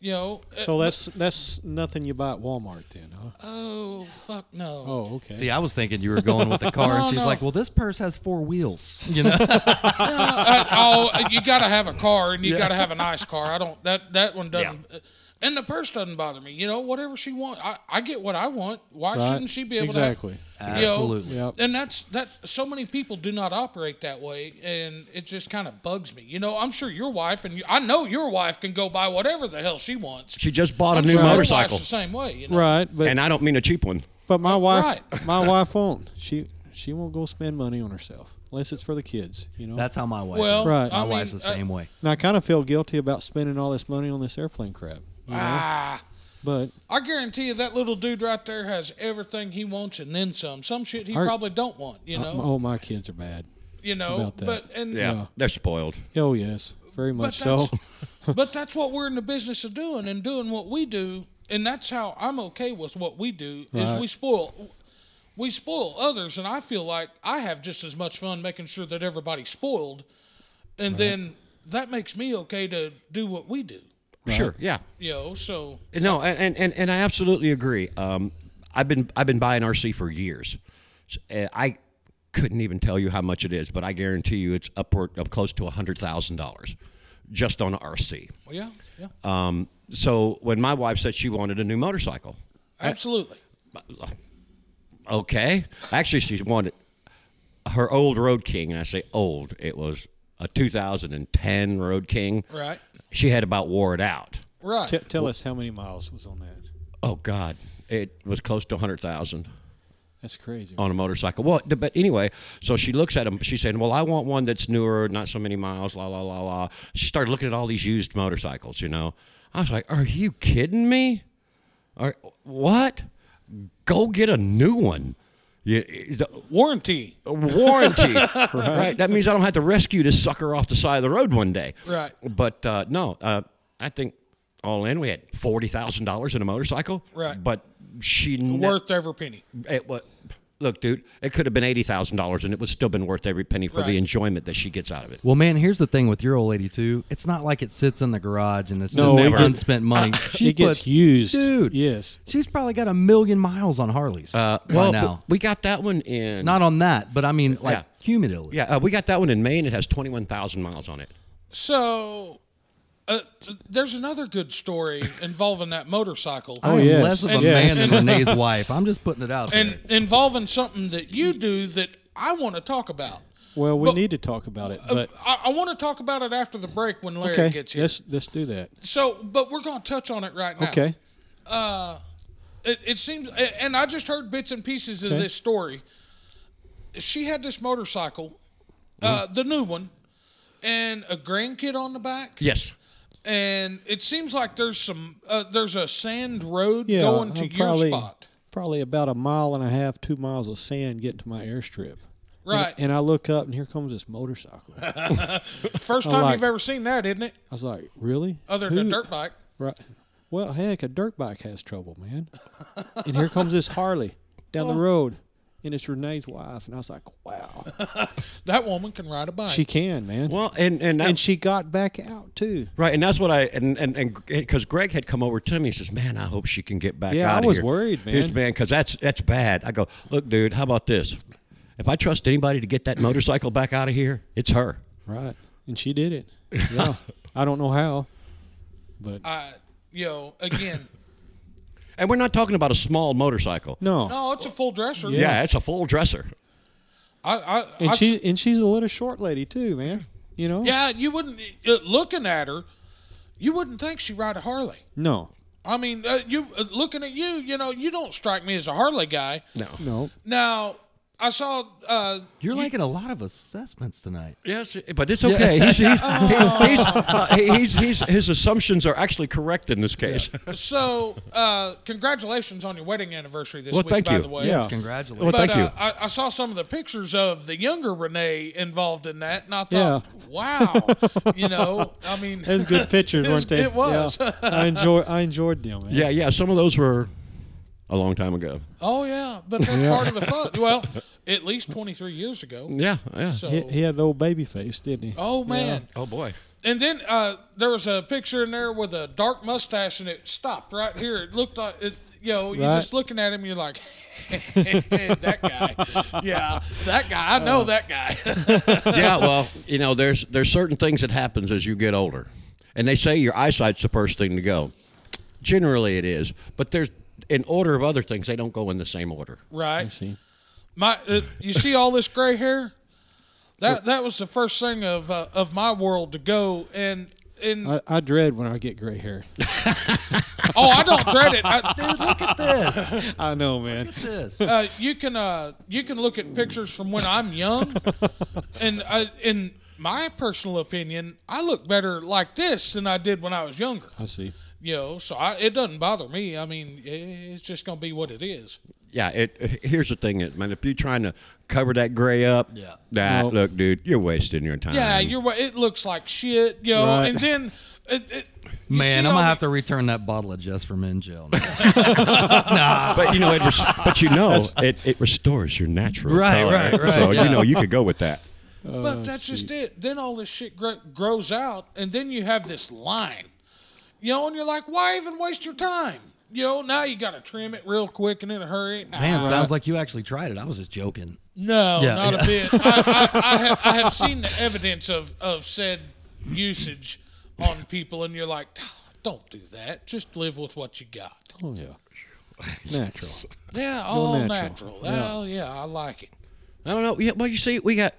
You know. uh,
so that's that's nothing you buy at Walmart then, huh?
oh fuck no.
Oh, okay.
See, I was thinking you were going with the car, and
No,
she's
no.
like, "Well, this purse has four wheels." You know,
Uh, oh, you gotta have a car, and you gotta have a nice car. I don't. That that one doesn't.
Yeah.
uh, And the purse doesn't bother me. You know, whatever she wants, I, I get what I want. Why
Right.
shouldn't she be able
exactly.
to? you know,
Absolutely.
Yep.
And that's that. So many people do not operate that way, and it just kind of bugs me. You know, I'm sure your wife and you, I know your wife can go buy whatever the hell she wants.
She just bought
I'm
a new
sure your wife's
motorcycle,
the same way. You know?
Right, but
and I don't mean a cheap one.
but my wife,
Right.
my wife won't. She she won't go spend money on herself unless it's for the kids. You know.
That's how my wife.
Well,
is.
Right.
my
I mean,
wife's the
uh,
same way.
and I kind of feel guilty about spending all this money on this airplane crap. You know?
Ah.
but
I guarantee you that little dude right there has everything he wants and then some. Some shit he
Our-
probably don't want, you
uh,
know.
oh, my kids are bad.
you know,
about that.
but and
Yeah, they're spoiled.
Oh yes, very much so.
that's- but that's what we're in the business of doing and doing what we do, and that's how I'm okay with what we do is
Right.
we spoil we spoil others and I feel like I have just as much fun making sure that everybody's spoiled and then that makes me okay to do what we do.
Sure. Yeah.
You know, so
No, and- and, and, and I absolutely agree. Um, I've been I've been buying RC for years. S- uh, I couldn't even tell you how much it is, but I guarantee you it's upward of close to hundred thousand dollars just on a RC.
well, yeah, yeah.
Um, so when my wife said she wanted a new motorcycle,
absolutely.
okay. Actually, she wanted her old Road King, and I say old. It was a 2010 Road King.
Right.
She had about wore it out.
Right.
T- tell us how many miles was on that.
Oh God, it was close to hundred thousand.
That's crazy.
Oh,
on a motorcycle. Well, th- but anyway, so she looks at him. She's saying, "Well, I want one that's newer, not so many miles." La la la la. She started looking at all these used motorcycles. You know, I was like, "Are you kidding me? Are what? Go get a new one." You, the
Warranty.
warranty, right. That means I don't have to rescue this sucker off the side of the road one day,
Right.
But uh, no, uh, I think all in we had forty thousand dollars in a motorcycle,
Right.
But she never
Worth every penny.
it was look dude it could have been $80000 and it would still been worth every penny for
Right.
the enjoyment that she gets out of it
Well, man, here's the thing with your old lady too. It's not like it sits in the garage and it's
No,
just
it gets-
unspent money. She
it gets
puts-
used.
dude.
Yes.
She's probably got a million miles on Harleys uh, by
well
now.
we got that one in
not on that, but I mean, like
Yeah.
cumulatively.
yeah uh, we got that one in maine it has 21000 miles on it
So, uh, th- there's another good story involving that motorcycle,
I am
Oh, yes.
less of a
And-
man
yes.
than Renee's wife. I'm just putting it out there.
and involving something that you do that I want to talk about.
Well, we
But-
need to talk about it, but
I, I want to talk about it after the break when Larry
okay,
uh, gets here.
let's let's do that.
So, but we're going to touch on it right now.
Okay.
It, it seems, a- and I just heard bits and pieces of
Okay.
this story. She had this motorcycle, uh,
Mm-hmm.
the new one, and a grandkid on the back.
yes
and it seems like there's some uh, there's a sand road
Yeah,
going
I'm
to
probably,
your spot
Probably about a mile and a half, two miles of sand getting to my airstrip.
right
And I look up, and here comes this motorcycle. I
first time
like-
you've ever seen that isn't it
was like, really?
other
Who-
than a dirt bike
Right. Well, heck, a dirt bike has trouble, man. and here comes this Harley down
Oh.
the road, and it's Renee's wife. And I was like, wow,
that woman can ride a bike
she can, man.
well and and, that,
and she got back out too.
right and that's what i and and and because greg had come over to me and says man i hope she can get back
Yeah, I
out of
was
here."
worried,
Here's
man.
the man because that's that's bad i go look dude how about this if i trust anybody to get that motorcycle back out of here it's her
Right. And she did it. Yeah. I don't know how, but
I, you know again
and we're not talking about a small motorcycle
no.
no it's a full dresser
yeah it's a full dresser
i i,
And
I
she and she's a little short lady too, man. You know?
yeah you wouldn't uh, looking at her you wouldn't think she ride a harley
No.
i mean uh, you uh, looking at you you know you don't strike me as a harley guy
no
No.
now i saw uh
You're liking a lot of assessments tonight.
Yes, eh, but it's okay. He's, he's, he's, uh, he's, he's, his assumptions are actually correct in this case.
so uh congratulations on your wedding anniversary this
Well,
week
thank
by
you.
the way
Yeah.
Congratulations.
Well,
But
thank you.
uh, I, I saw some of the pictures of the younger Renee involved in that, and I thought, wow, you know, I mean,
That's good pictures,
It was-
weren't they?
it was.
Yeah. I enjoy I enjoyed them, man.
Yeah, yeah. Some of those were a long time ago.
oh yeah, but that's part of the fun. Well, at least 23 years ago.
Yeah, yeah.
So,
He, he had the old baby face, didn't he?
oh man,
oh boy.
and then uh, there was a picture in there with a dark mustache, and it stopped right here. It looked like it. You know, you're
Right.
just looking at him, you're like, that guy. Yeah, that guy. I know
Uh.
that guy.
Yeah, well, you know, there's there's certain things that happens as you get older, and they say your eyesight's the first thing to go. Generally, it is, but there's in order of other things, they don't go in the same order.
right?
I see.
My, uh, you see all this gray hair? That that was the first thing of uh, of my world to go, and and
I, I dread when I get gray hair.
oh, I don't dread it. I,
Dude, look at this.
I know, man.
This.
uh, you can uh, you can look at pictures from when I'm young, and I, in my personal opinion, I look better like this than I did when I was younger.
I see.
You know, so I, it doesn't bother me. I mean, i- it's just gonna be what it is.
Yeah, it, uh, here's the thing, is, man. If you're trying to cover that gray up,
Yeah.
nah,
Nope.
look, dude, you're wasting your time.
Um,
Yeah, you're right. It looks like shit, you know.
Right.
And then, it, it, you
Man,
see
I'm
all
gonna
the-
have to return that bottle of Just for Men gel. now.
but you know, it res- but you know, it, it restores your natural
Right,
color.
right, right,
So
yeah.
you know, you could go with that.
But that's
Oh,
just it. Then all this shit gr- grows out, and then you have this line, you know, and you're like, why even waste your time? You know, now you got to trim it real quick and in a hurry. Nah,
Man, sounds like you actually tried it. I was just joking.
no,
Yeah,
not
yeah.
a bit. I, I, I, have, I have seen the evidence of, of said usage on people, and you're like, don't do that. Just live with what you got.
Oh yeah. Natural.
Yeah, all
natural.
natural. Well, yeah, I like it.
I don't know. Yeah, well, you see, we got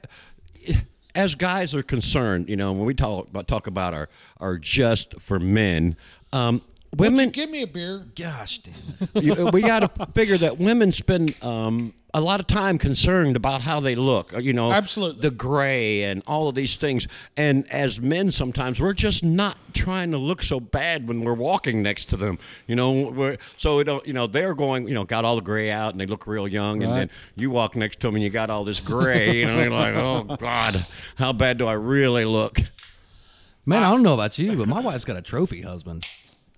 as guys are concerned, you know, when we talk about talk about our our just for men, um,
Would you
women,
give me a beer.
Gosh damn.
you- uh, we got to figure that women spend um, a lot of time concerned about how they look. uh, You know,
Absolutely.
the gray and all of these things. And as men, sometimes we're just not trying to look so bad when we're walking next to them. You know, we're, so we don't. You know, they're going. You know, got all the gray out and they look real young. And then
Right.
you walk next to them and you got all this gray. you know, you're like, oh God, how bad do I really look?
Man, I don't know about you, but my wife's got a trophy husband.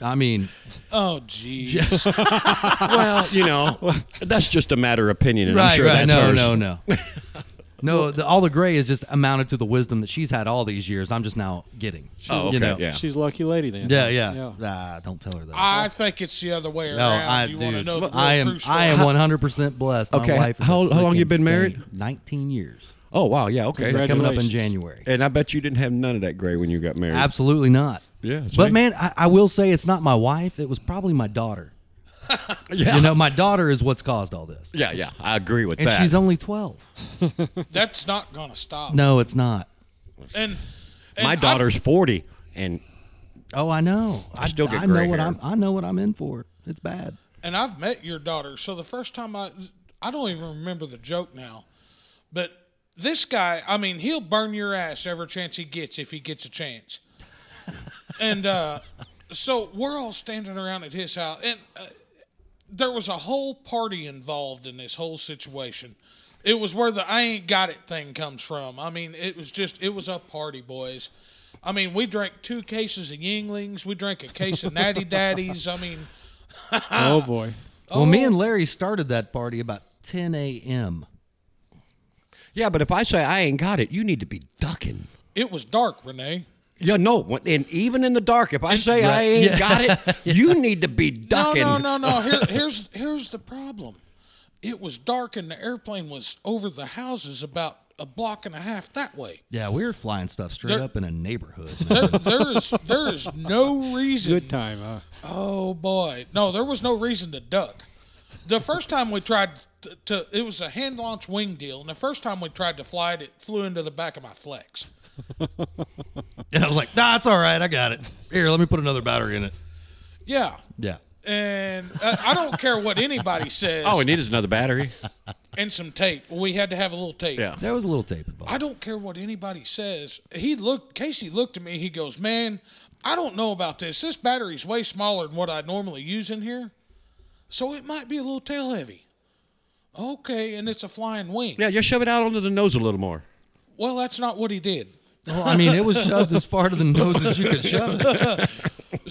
I mean,
Oh, geez.
Well, you know, that's just a matter of opinion, and I'm
right,
sure
right.
that's
No,
hers.
no, no, no, the, all the gray is just amounted to the wisdom that she's had all these years. I'm just now getting.
Oh,
You
okay,
know.
yeah.
She's a lucky lady then.
Yeah, yeah. Ah, don't tell her that.
I think it's the other way around.
no, I,
you
dude,
want to know the real
I
true
am.
story?
I am 100 percent blessed. My
Okay,
wife is a
how- how long you
freaking
been married?
saint. 19 years.
Oh wow, yeah, okay.
Congrats.
Coming up in
Congratulations.
January.
And I bet you didn't have none of that gray when you got married.
Absolutely not.
Yeah, that's
But
right.
man, I, I will say it's not my wife. It was probably my daughter. You know, my daughter is what's caused all this.
yeah, yeah, I agree with
And
that.
she's only 12.
That's not going to stop.
No, it's not.
And, and
My
I-
daughter's forty, and
Oh, I know. I
still get
I know
gray
what
hair.
I'm. I know what I'm in for. It's bad.
and I've met your daughter. So the first time I, I don't even remember the joke now, but this guy, I mean, he'll burn your ass every chance he gets if he gets a chance. and uh, so we're all standing around at his house, and uh, there was a whole party involved in this whole situation. It was where the I ain't got it thing comes from. I mean, it was just it was a party, boys. I mean, we drank two cases of Yinglings. We drank a case of Natty Daddies. I mean,
Oh boy.
Well, me and Larry started that party about 10 a.m.
yeah, but if I say I ain't got it, you need to be ducking.
It was dark, Renee.
Yeah, no, when- and even in the dark, if I say I ain't got it, you need to be ducking.
No, no, no, no. Here, here's here's the problem. It was dark, and the airplane was over the houses about a block and a half that way.
Yeah, we were flying stuff straight
There-
up in a neighborhood.
There, there is there is no reason.
Good time, huh?
Oh boy, no, there was no reason to duck. The first time we tried to, to it was a hand launch wing deal, and the first time we tried to fly it, it flew into the back of my flex.
and I was like, Nah, it's all right. I got it. Here, let me put another battery in it.
Yeah,
Yeah.
and uh, I don't care what anybody says.
All we need Oh, is another battery.
and some tape. We had to have a little tape.
Yeah.
There was a little tape involved.
I don't care what anybody says. He looked, Casey looked at me. He goes, Man, I don't know about this. This battery's way smaller than what I normally use in here. So it might be a little tail heavy. Okay, and it's a flying wing.
Yeah, just shove it out onto the nose a little more.
Well, that's not what he did.
Well, I mean, it was shoved as far to the nose as you could shove it.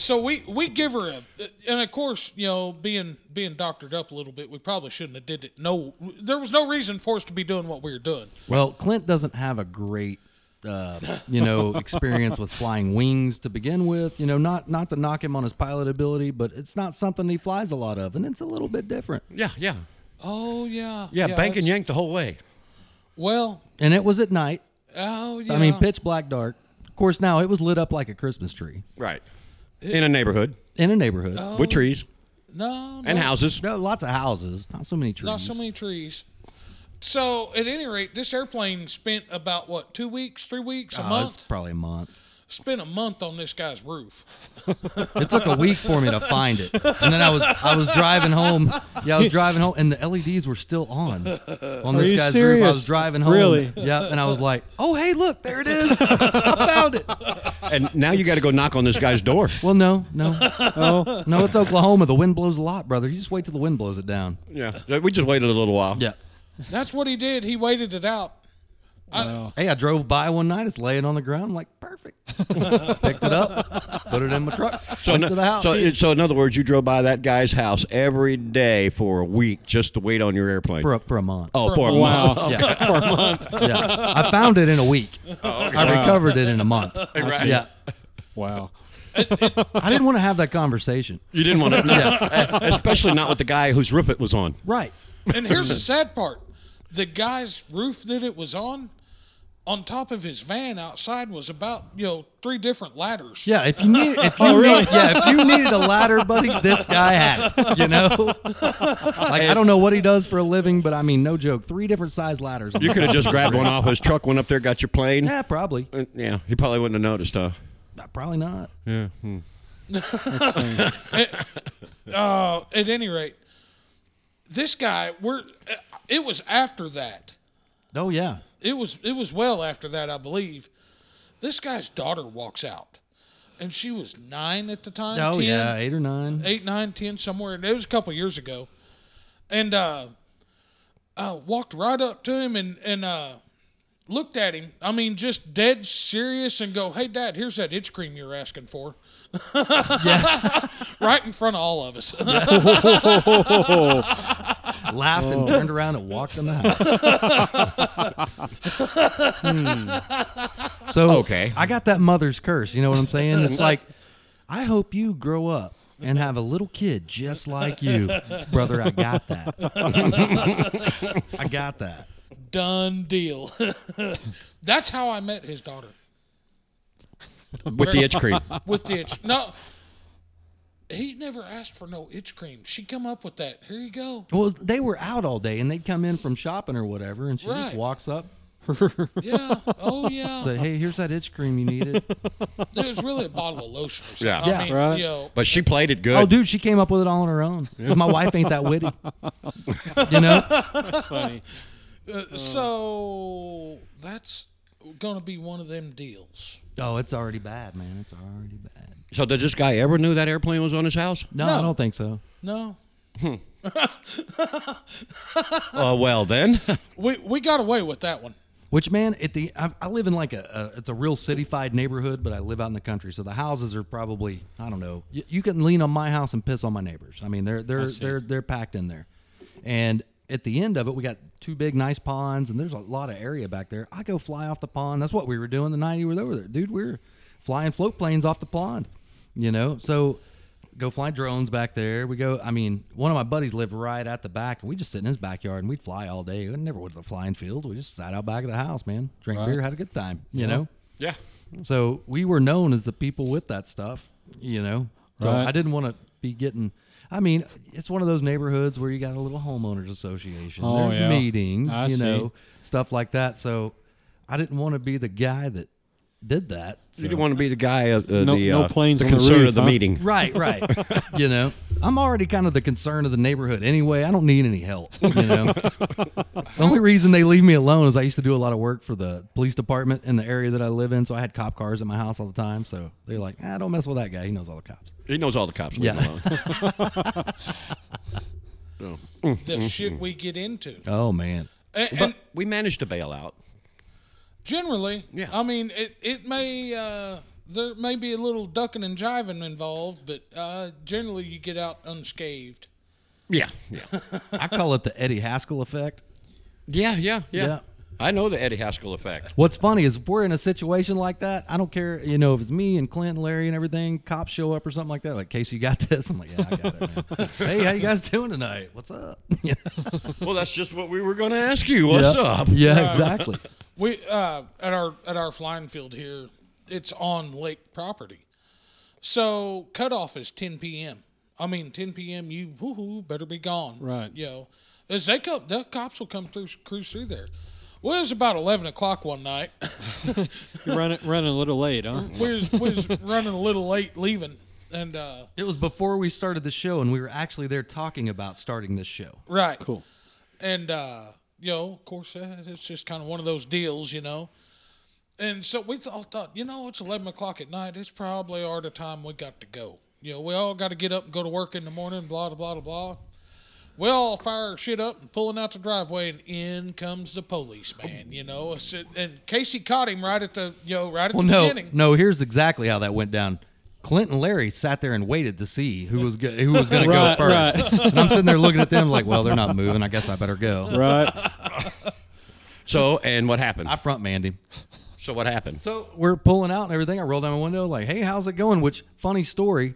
So we, we give her a, and of course, you know, being being doctored up a little bit, we probably shouldn't have did it. No, there was no reason for us to be doing what we were doing.
Well, Clint doesn't have a great, uh, you know, experience with flying wings to begin with. You know, not not to knock him on his pilot ability, but it's not something he flies a lot of, and it's a little bit different.
Yeah, yeah,
Oh yeah,
yeah. bank and
that's-
yank the whole way.
Well,
And it was at night.
oh yeah.
I mean, pitch black dark. Of course, now it was lit up like a Christmas tree.
Right. In a neighborhood.
in a neighborhood.
Oh.
with trees
No,
and
no,
houses.
No, lots of houses, not so many trees.
Not so many trees. So at any rate, this airplane spent about what two weeks, three weeks, a
Oh, it's
month.
probably a month.
Spent a month on this guy's roof.
It took a week for me to find it, and then I was I was driving home. Yeah, I was driving home, and the LEDs were still on on this guy's roof.
you
I
serious?
was driving home.
Really?
Yeah, and I was like, "Oh, hey, look, there it is! I found it."
And now you got to go knock on this guy's door.
Well, no, no,
Oh,
no. It's Oklahoma. The wind blows a lot, brother. You just wait till the wind blows it down.
Yeah, we just waited a little while.
Yeah.
That's what he did. He waited it out.
wow.
Hey, I drove by one night. It's laying on the ground. I'm like, perfect. Picked it up, put it in my truck,
So,
went
no-
to the house.
so, it- so in other words, you drove by that guy's house every day for a week just to wait on your airplane.
for a, for a month.
oh, for a month.
wow.
yeah. for a month. Oh, Yeah, I found it in a week. I recovered it in a month.
Right.
Yeah,
Wow.
I didn't want to have that conversation.
You didn't want to, no.
Yeah.
especially not with the guy whose roof it was on.
Right.
And here's the sad part: the guy's roof that it was on, on top of his van outside, was about you know three different ladders.
Yeah. If you need, if you need, yeah, if you needed a ladder, buddy, this guy had it. You know, like I don't know what he does for a living, but I mean, no joke, three different size ladders.
You could have just grabbed one off his truck, went up there, got your plane.
Yeah, probably.
Uh, Yeah, he probably wouldn't have noticed, huh?
Probably not.
Uh, at any rate, this guy, we're. uh, It was after that.
Oh yeah.
It was. It was well after that, I believe. This guy's daughter walks out, and she was nine at the time.
Oh
10,
yeah. Eight or nine.
eight, nine, ten, somewhere. It was a couple years ago, and uh, uh, walked right up to him and and uh, looked at him. I mean, just dead serious, and go, "Hey, Dad, here's that itch cream you're asking for." right in front of all of us.
Laughed and turned around and walked in the house. Hmm. So
Okay.
I got that mother's curse. You know what I'm saying? It's like, I hope you grow up and have a little kid just like you, brother. I got that. I got that.
Done deal. That's how I met his daughter
With the itch cream.
with the itch. No. He never asked for no itch cream. She come up with that. Here you go.
Well, they were out all day and they'd come in from shopping or whatever, and she just
Right.
walks up,
Yeah. Oh yeah.
said, "Hey, here's that itch cream you needed."
It was really a bottle of lotion or something.
Yeah.
I
Yeah.
mean,
Right.
you know,
But she played it good.
oh, dude, she came up with it all on her own. My wife ain't that witty, you know.
Funny.
Uh, so that's gonna be one of them deals.
Oh, it's already bad, man. It's already bad.
So did this guy ever knew that airplane was on his house?
No, I don't think so.
No,
Oh, well then.
we we got away with that one.
Which man? At the I, I live in like a, a it's a real cityfied neighborhood, but I live out in the country, so the houses are probably I don't know. You, you can lean on my house and piss on my neighbors. I mean, they're they're they're they're packed in there, and at the end of it, we got two big nice ponds, and there's a lot of area back there. I go fly off the pond. That's what we were doing the night you were over there, dude. We were flying float planes off the pond, you know. So go fly drones back there. We go. I mean, one of my buddies lived right at the back, and we just sit in his backyard and we'd fly all day. We never went to the flying field. We just sat out back of the house, man. Drink beer, had a good time. You know.
Yeah.
So we were known as the people with that stuff. You know. So
Right.
I didn't want to be getting. I mean, it's one of those neighborhoods where you got a little homeowners association.
Oh,
There's
yeah.
meetings,
I
you
see.
know, stuff like that. So I didn't want to be the guy that did that.
You didn't want to be the guy of uh,
No-
the,
no
uh,
planes
the
on the
concern
roof,
of the
huh?
meeting.
Right, right. you know, I'm already kind of the concern of the neighborhood anyway. I don't need any help. You know, the only reason they leave me alone is I used to do a lot of work for the police department in the area that I live in, so I had cop cars at my house all the time. So they're like, "Ah, don't mess with that guy. He knows all the cops."
He knows all the cops.
Yeah.
The shit we get into,
Oh man,
and, and
but we managed to bail out.
generally,
Yeah.
I mean, it it may uh, there may be a little ducking and jiving involved, but uh, generally you get out unscathed.
Yeah. Yeah.
I call it the Eddie Haskell effect.
Yeah. Yeah. Yeah.
Yeah.
I know the Eddie Haskell effect.
What's funny is if we're in a situation like that, I don't care, you know, if it's me and Clint and Larry and everything, cops show up or something like that, like, Casey, you got this? I'm like, yeah, I got it, man. hey, how you guys doing tonight? What's up? You know?
well, that's just what we were going to ask you. What's
yeah.
up?
Yeah, exactly.
We uh, at our at our flying field here, it's on lake property, So cutoff is 10 p.m. I mean 10 p.m. You woo-hoo, better be gone.
Right.
You know, as they come, the cops will come through, cruise through there. Well, it was about 11 o'clock one night.
You're running, running a little late, huh?
we was, we was running a little late leaving, and uh,
It was before we started the show, and we were actually there talking about starting this show.
right.
Cool.
And, uh, you know, of course, uh, it's just kind of one of those deals, you know. And so we all thought, you know, it's 11 o'clock at night. It's probably our the time we got to go. You know, we all got to get up and go to work in the morning, blah, blah, blah, blah. We all fire our shit up and pulling out the driveway, and in comes the policeman. You know, It's- and Casey caught him right at the, you know, right at
Well,
the
no,
beginning.
no. Here's exactly how that went down. Clint and Larry sat there and waited to see who was go- who was going
Right,
to go first. And I'm sitting there looking at them like, well, they're not moving. I guess I better go.
Right.
So, and what happened?
I front manned him.
so, what happened?
So we're pulling out and everything. I roll down my window, like, hey, how's it going? Which, funny story,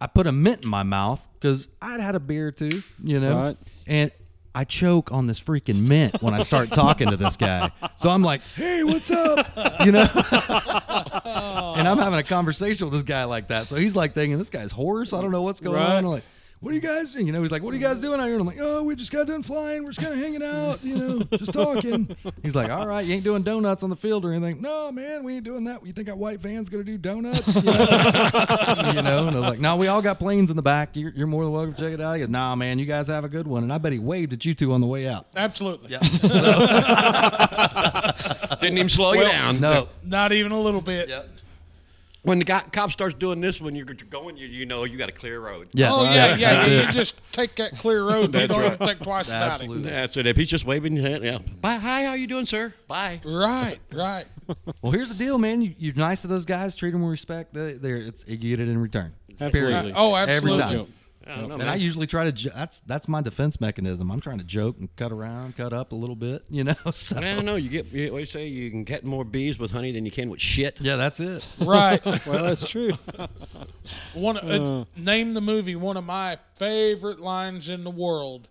I put a mint in my mouth because I'd had a beer too, you know?
Right.
And I choke on this freaking mint when I start talking to this guy. So I'm like, hey, what's up? You know? and I'm having a conversation with this guy like that. So he's like thinking, this guy's hoarse. I don't know what's going
Right.
on. I'm like, what are you guys doing? You know, he's like, what are you guys doing out here? And I'm like, oh, we just got done flying. We're just kind of hanging out, you know, just talking. He's like, all right, you ain't doing donuts on the field or anything. No, man, we ain't doing that. You think our white van's going to do donuts? You know, You know? and I'm like, no, we all got planes in the back. You're, you're more than welcome to check it out. He goes, nah, man, you guys have a good one. And I bet he waved at you two on the way out.
Absolutely.
Didn't even slow you down.
No.
Not even a little bit.
When the go- cop starts doing this, when you're going, you, you know you got a clear road.
Yeah.
Oh, yeah,
Right.
yeah.
That's
You
it.
just take that clear road. you
That's
don't have
right.
to think twice about
Absolutely.
That's it. If he's just waving his hand, yeah. Bye. Hi. How you doing, sir? Bye.
it. Right, right.
Well, here's the deal, man. You, you're nice to those guys. Treat them with respect. They, they're, it's, you get it in return.
Absolutely.
Oh,
Every
absolutely.
time.
I don't know,
And I
man.
usually try to. Jo- that's that's my defense mechanism. I'm trying to joke and cut around, cut up a little bit, you know. So
I don't know. You get you, what you say. You can get more bees with honey than you can with shit.
yeah, that's it.
Right.
Well, that's true.
One uh, name the movie one of my favorite lines in the world.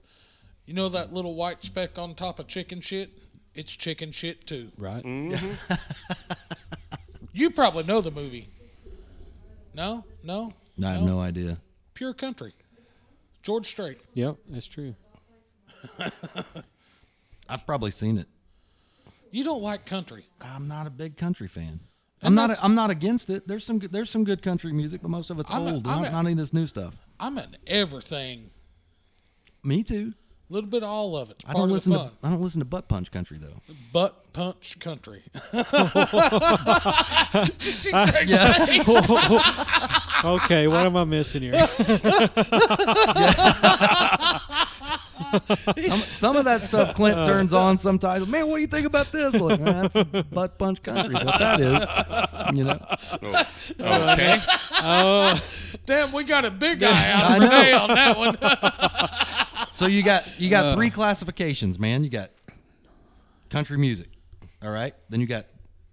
You know that little white speck on top of chicken shit? It's chicken shit too.
Right.
Mm-hmm.
You probably know the movie. No? No?
I have no idea.
Pure country. George Strait.
Yep, that's true.
I've probably seen it.
You don't like country.
I'm not a big country fan. I'm not. A, I'm not against it. There's some. good- There's some good country music, but most of it's
I'm a-
old.
I'm
not,
a-
not any of this new stuff.
I'm an everything.
Me too.
A little bit of all of it's
I
part
don't
of
listen
the
to.
fun.
I don't listen to butt punch country though.
Butt punch country. Did she break face?
Okay, what am I missing here?
Some, some of that stuff Clint turns on sometimes. Man, what do you think about this? Like, "Nah, that's butt punch country. is What that is, you know.
Okay.
Damn, we got a big guy out
I
of Renee
know.
on that one.
So you got you got three classifications, man. You got country music, all right. Then you got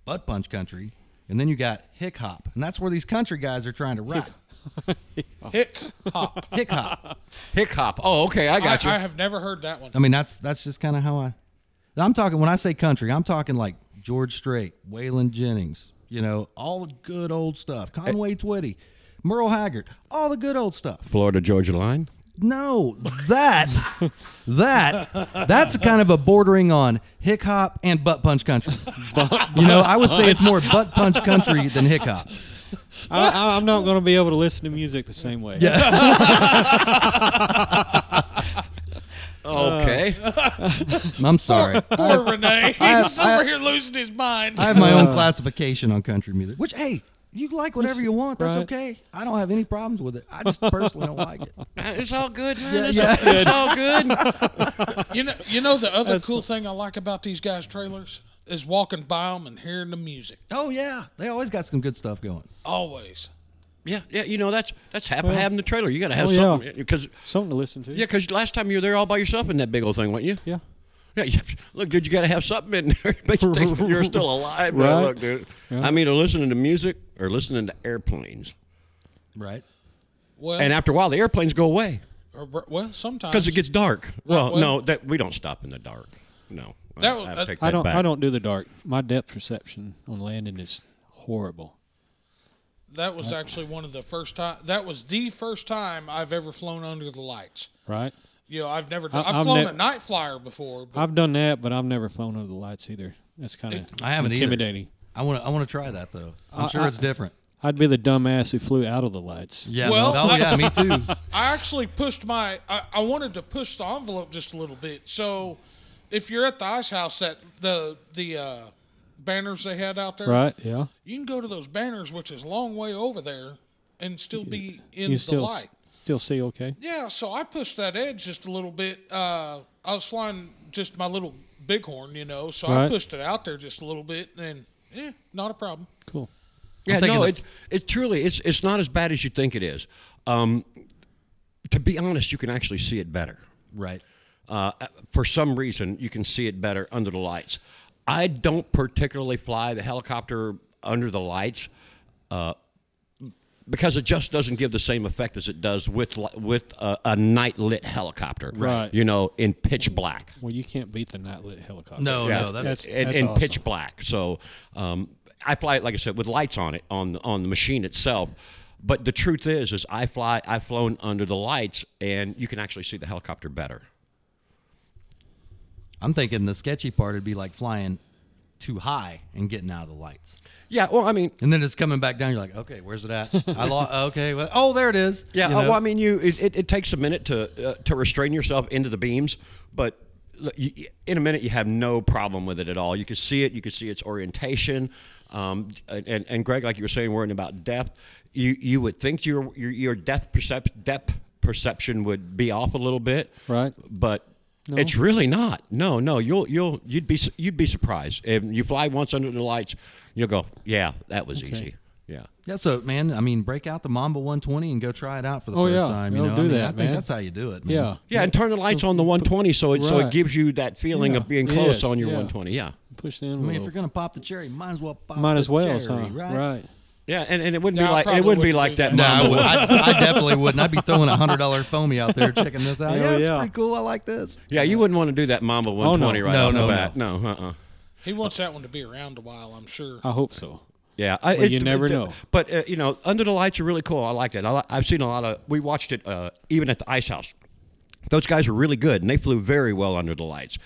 butt punch country, and then you got hip hop, and that's where these country guys are trying to rock.
Hick hop.
Hip hop.
Hick hop. Oh, okay. I got
I, I
you.
have never heard that one.
I mean, that's that's just kind of how I. I'm talking when I say country, I'm talking like George Strait, Waylon Jennings, you know, all the good old stuff. Conway Twitty, Merle Haggard, all the good old stuff.
Florida Georgia line.
No, that that that's kind of a bordering on hip hop and butt punch country. you know, I would say it's more butt punch country than hip hop.
I, I, I'm not going to be able to listen to music the same way.
Yeah,
Okay.
I'm sorry. I
Poor Renee.
have-
He's
I
over
have-
here losing his mind.
have my own classification on country music, which hey, you like whatever you want. That's
Right.
okay. I don't have any problems with it. I just personally don't like it.
it's all good, man.
Yeah,
it's,
yeah.
All, it's all good.
you know, you know the other cool thing I like about these guys' trailers is walking by them and hearing the music.
Oh yeah, they always got some good stuff going.
Always.
Yeah, yeah. You know that's that's half of having the trailer. You got to have
Oh, yeah.
something because
Something to listen to.
yeah, because last time you were there all by yourself in that big old thing, weren't you?
Yeah.
Yeah, you- look, dude, you got to have something in there. to Make you think you're still alive. man.
Right.
Look, dude. I'm either listening to music or listening to airplanes.
Right.
Well,
Uh.
And after a while, the airplanes go away
or, well, sometimes
because it gets
Uh,
dark. Well,
well-
no, that we don't stop in the dark. No, I-
That was-
I, take that
uh, I don't.
back.
I don't do the dark. My depth perception on landing is horrible.
That
uh,
was actually one of the first time. That was the first time I've ever flown under the lights.
right?
You know, I've never.
I-
I've
I've
flown
ne-
a night flyer before. But
I've done that, but I've never flown under the lights either. That's kind of
I haven't either.
intimidating.
I want to. I want to try that though. I'm
I-
sure
Uh, I-
it's different.
I'd be the dumbass who flew out of the lights.
Yeah.
Well,
no, oh
I-
yeah, me too.
I actually pushed my. I, I wanted to push the envelope just a little bit. So, if you're at the ice house, that the the uh, banners they had out there,
Right? Yeah.
You can go to those banners, which is a long way over there, and still be in
you
the
still
light.
still see okay?
Yeah, so I pushed that edge just a little bit. Uh, I was flying just my little bighorn, you know, so I
Right.
pushed it out there just a little bit, and eh, not a problem.
Cool.
Yeah,
thinking
no,
of-
it's it's truly it's it's not as bad as you think it is. Um, to be honest, you can actually see it better.
Right.
Uh, for some reason, you can see it better under the lights. I don't particularly fly the helicopter under the lights uh, because it just doesn't give the same effect as it does with li- with a, a night lit helicopter.
Right.
You know, in pitch black.
Well, you can't beat the night lit helicopter.
Oh, No,
Yeah,
no, that's,
that's-
and, and pitch black. So um, I fly it, like I said, with lights on it on on the machine itself. But the truth is, is I fly. I've flown under the lights, and you can actually see the helicopter better.
I'm thinking the sketchy part would be like flying too high and getting out of the lights,
Yeah. Well, I mean,
and then it's coming back down. You're like, okay, where's it at? I lost. Okay, well, oh, there it is.
yeah.
You
uh,
know?
Well, I mean, you it, it, it takes a minute to uh, to restrain yourself into the beams, but look, you, you- in a minute you have no problem with it at all. You can see it. You can see its orientation. Um, and and Greg, like you were saying, worrying about depth. You you would think your your, your depth percep- depth perception would be off a little bit,
Right.
Mm-hmm.
But it's really not. No, no. You'll you'll you'd be su- you'd be surprised. If you fly once under the lights, you'll go, yeah, that was easy. Yeah.
yeah. So, man, I mean, break out the Mamba 120 and go try it out for the
Oh,
first
yeah.
time. You
They'll
know, I
do
mean,
that,
I think
man.
that's how you do it. man.
Yeah.
Yeah, and turn the lights on the 120 so it so it
Right.
gives you that feeling
Yeah,
of being
it
close
is,
on your
yeah.
120. Yeah,
Push the
I
envelope.
mean, if you're gonna pop the cherry, might as well pop.
Might
the
as well,
cherry,
huh?
right?
yeah, and, and it wouldn't
Yeah, I
be like and
probably
it wouldn't be
wouldn't
like
do
that.
that.
No, I,
Mamba
would, I, I definitely wouldn't. I'd be throwing a hundred dollar foamy out there, checking this out.
Hell
yeah, it's
yeah.
pretty cool. I like this.
yeah, you wouldn't want to do that Mamba 120 right
No,
off
no,
the
no.
bat. No, uh-uh.
He wants that one to be around a while, I'm sure.
I hope so.
Yeah, I,
Well, you never know.
But uh, you know, under the lights are really cool. I like that. I, li- I've seen a lot of. We watched it uh, even at the Ice House. Those guys are really good, and they flew very well under the lights.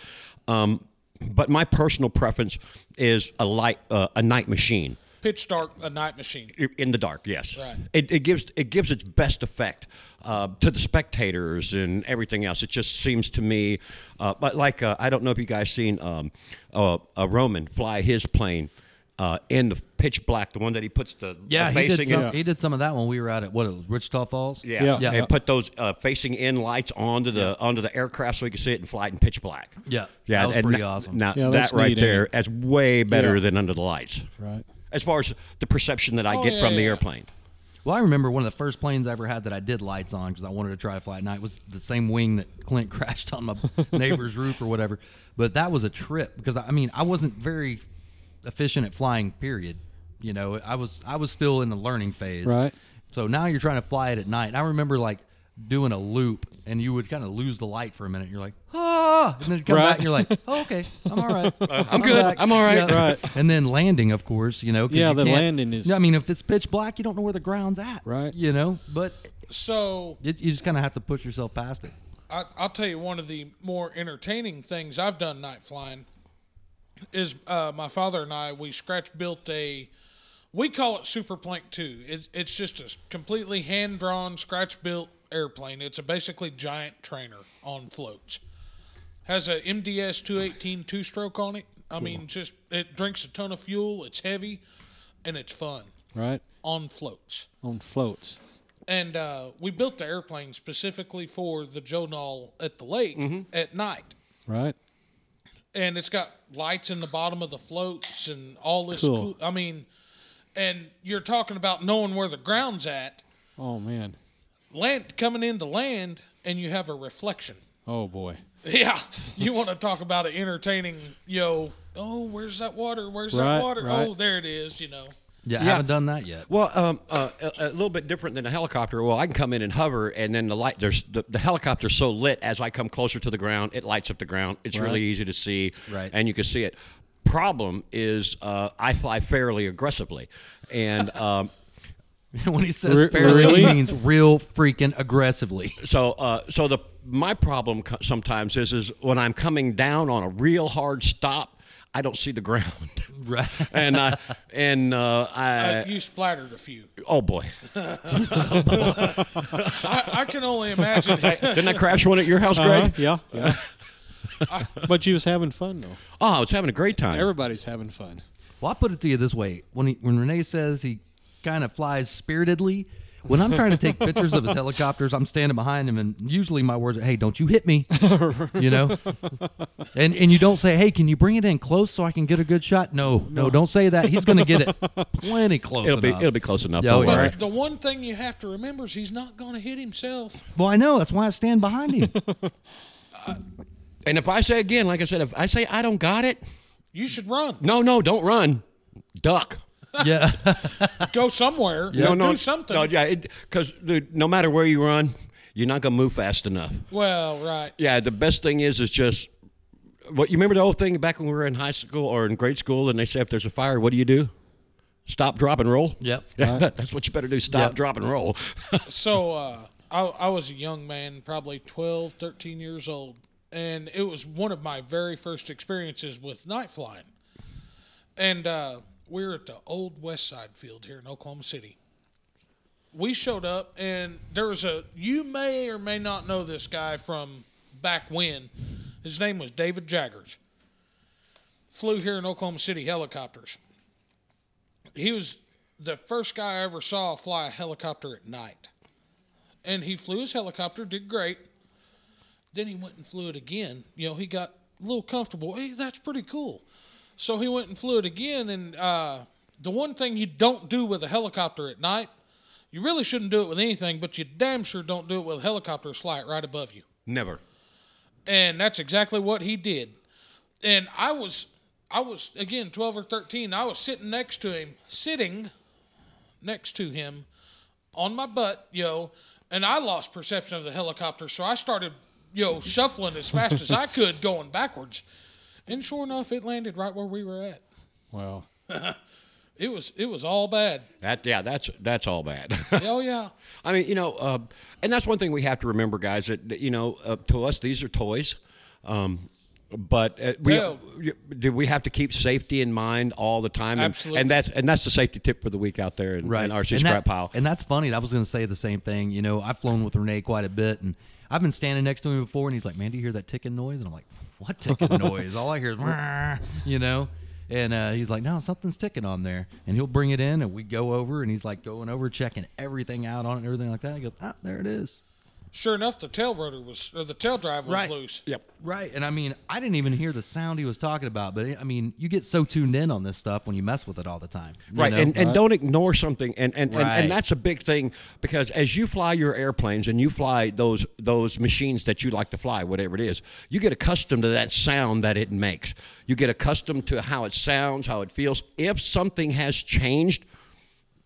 Um, but my personal preference is a light, uh, a night machine.
Pitch dark, a night machine.
in the dark. Yes,
Right.
It, it gives it gives its best effect uh, to the spectators and everything else. It just seems to me, uh, but like uh, I don't know if you guys seen um, uh, a Roman fly his plane uh, in the pitch black, the one that he puts the the
Yeah, he
facing
did, some,
in.
he did some of that when we were out at what it was Wichita Falls.
Yeah.
Yeah.
Yeah.
and put those uh, facing in lights onto the onto the aircraft so you can see it and fly it in pitch black.
Yeah.
yeah,
That was
and
pretty
n-
awesome.
Now
Yeah,
that
that's
right
neat,
there,
ain't it?
that's way better
Yeah.
than under the lights,
Right.
as far as the perception that I
Oh,
get
yeah,
from the
yeah.
airplane.
Well, I remember one of the first planes I ever had that I did lights on because I wanted to try to fly at night was the same wing that Clint crashed on my neighbor's roof or whatever. But that was a trip because I mean I wasn't very efficient at flying. Period. You know, I was I was still in the learning phase.
Right.
So now you're trying to fly it at night. And I remember like doing a loop and you would kind of lose the light for a minute. You're like, ah, and then come
Right.
back and you're like, oh, okay, I'm all right. I'm,
good. I'm all right.
Right.
And then landing, of course, you know. 'cause
Yeah,
you
the
can't-
landing is-
I mean, if it's pitch black, you don't know where the ground's at.
Right.
You know, but
So,
you, you just kind of have to push yourself past it.
I, I'll tell you one of the more entertaining things I've done night flying is uh, my father and I we scratch built a we call it Superplank Two. It, it's just a s- completely hand drawn scratch built airplane. It's a basically giant trainer on floats. Has a MDS 218 two stroke on it. I mean, just it drinks a ton of fuel. It's heavy, and it's fun
Right.
on floats
On floats.
and uh, we built the airplane specifically for the Joe Knoll at the lake
Mm-hmm.
at night.
Right.
And it's got lights in the bottom of the floats and all this
Cool.
cool. I mean, and you're talking about knowing where the ground's at,
Oh man.
land coming into land, and you have a reflection.
Oh boy.
Yeah, you want to talk about an entertaining, yo? Oh, where's that water? Where's
Right,
that water?
right.
Oh, there it is. You know.
Yeah, I
Yeah.
haven't done that yet.
Well, um, uh, a, a little bit different than a helicopter. Well, I can come in and hover, and then the light there's the, the helicopter's so lit as I come closer to the ground, it lights up the ground. It's
Right.
really easy to see,
Right.
And you can see it. Problem is, uh, I fly fairly aggressively, and um,
when he says
Re-
fairly, he
really?
means real freaking aggressively.
So, uh, so the my problem co- sometimes is is when I'm coming down on a real hard stop, I don't see the ground,
Right.
and I and uh, I
Uh, you splattered a few.
oh boy,
I, I can only imagine.
didn't I crash one at your house, Greg?
Uh-huh, yeah, yeah. but you was having fun though.
Oh, I was having a great time.
Everybody's having fun.
Well, I put it to you this way: when he, when Renee says he kind of flies spiritedly, when I'm trying to take pictures of his helicopters, I'm standing behind him, and usually my words are, "Hey, don't you hit me," you know, and and you don't say, "Hey, can you bring it in close so I can get a good shot?" No, no, don't say that. He's going to get it plenty close.
it'll be
enough.
it'll be close enough.
Yeah,
don't
oh, yeah.
worry.
But the one thing you have to remember is he's not going to hit himself.
Well, I know that's why I stand behind him.
And if I say again, like I said, if I say I don't got it,
You should run.
no, no, don't run, duck.
yeah,
Go somewhere.
No, no,
do something.
No, yeah, because no matter where you run, you're not gonna move fast enough.
Well, right.
Yeah, the best thing is is just what you remember the old thing back when we were in high school or in grade school, and they say if there's a fire, what do you do? Stop, drop, and roll.
Yep.
Yeah, that's what you better do. Stop,
Yep.
drop, and roll.
So uh, I, I was a young man, probably 12, 13 years old, and it was one of my very first experiences with night flying. And uh, we were at the old West Side Field here in Oklahoma City. We showed up, and there was a. You may or may not know this guy from back when. His name was David Jaggers. Flew here in Oklahoma City helicopters. He was the first guy I ever saw fly a helicopter at night and he flew his helicopter, did great. Then he went and flew it again. You know, he got a little comfortable. Hey, that's pretty cool. So he went and flew it again. And uh, the one thing you don't do with a helicopter at night, you really shouldn't do it with anything, but you damn sure don't do it with a helicopter is fly it right above you.
Never.
And that's exactly what he did. And I was, I was again twelve or thirteen. I was sitting next to him, sitting next to him on my butt, yo, and I lost perception of the helicopter, so I started, yo, shuffling as fast as I could, going backwards. And sure enough, it landed right where we were at.
Wow.
It was it was all bad.
That yeah, that's that's all bad.
Oh yeah.
I mean, you know, uh, and that's one thing we have to remember, guys. That that, you know, uh, to us these are toys, um, but uh, we
Yeah.
do we have to keep safety in mind all the time. And,
Absolutely.
And that's and that's the safety tip for the week out there in, in RC
And
scrap
that-
pile.
And that's funny. I was going to say the same thing. You know, I've flown with Renee quite a bit, and I've been standing next to him before, and he's like, "Man, do you hear that ticking noise?" And I'm like, "What ticking noise?" All I hear is, "Wah," you know. And uh, he's like, "No, something's ticking on there." And he'll bring it in, and we go over, and he's like going over, checking everything out on it, and everything like that. He goes, "Ah, there it is."
Sure enough, the tail rotor was or the tail drive was
Right.
loose.
yep.
Right. And I mean, I didn't even hear the sound he was talking about, but I mean, you get so tuned in on this stuff when you mess with it all the time. you
right
know?
and, and don't ignore something and and, and
Right.
and that's a big thing because as you fly your airplanes and you fly those those machines that you like to fly whatever it is you get accustomed to that sound that it makes you get accustomed to how it sounds how it feels if something has changed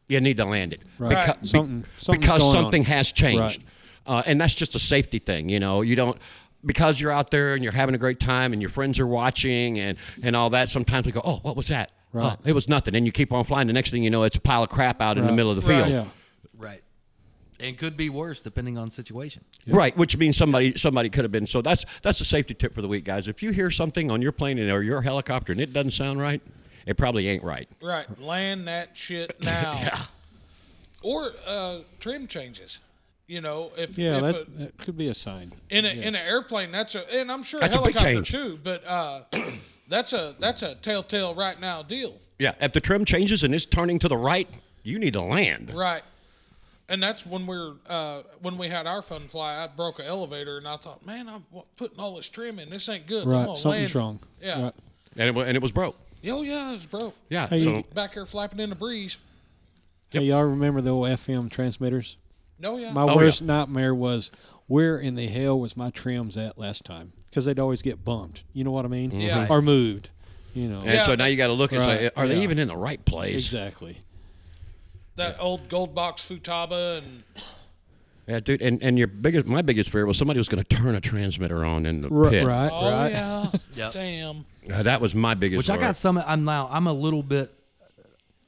you need to land it
Right.
Becau- be-
Something- something's
because
going on.
something has changed
Right.
uh, and that's just a safety thing you know you don't because you're out there and you're having a great time and your friends are watching and, and all that sometimes we go oh what was that
Right.
Oh, it was nothing and you keep on flying the next thing you know it's a pile of crap out in the
Right.
middle of the
Right.
field
Yeah.
right. And could be worse depending on situation.
Right, which means somebody somebody could have been. So that's that's a safety tip for the week, guys. If you hear something on your plane and- or your helicopter and it doesn't sound right, it probably ain't right.
Right. Land that shit now. Or uh, trim changes. You know, if
Yeah,
if
that,
a-
that could be a sign.
in a in
Yes.
an airplane that's a and i'm sure
That's
a
a big
helicopter
change.
too but uh that's a that's a telltale right now deal
Yeah, if the trim changes and it's turning to the right, you need to land.
right and that's when we're uh when we had our fun fly i broke an elevator and i thought man i'm wa- putting all this trim in this ain't good I'm
Right,
gonna
something's
land."
wrong.
yeah
Right.
And it, wa- and it was broke.
oh yeah it's broke
Yeah.
Hey,
so
back here flapping in the breeze
Hey, y'all remember the old FM transmitters?
no Oh, yeah
My
yeah.
worst nightmare was where in the hell was my trims at last time? Because they'd always get bumped. You know what I mean?
Yeah.
Or moved. You know.
and
Yeah.
so now you got to look and say,
Right,
are they
yeah.
even in the right place?
Exactly.
that old gold box futaba and
Yeah, dude. And, and your biggest, my biggest fear was somebody was going to turn a transmitter on in the
R-
pit.
Right.
oh
right.
yeah
Yep.
damn
Uh, that was my biggest.
Which I
worry.
got some. I'm now. I'm a little bit.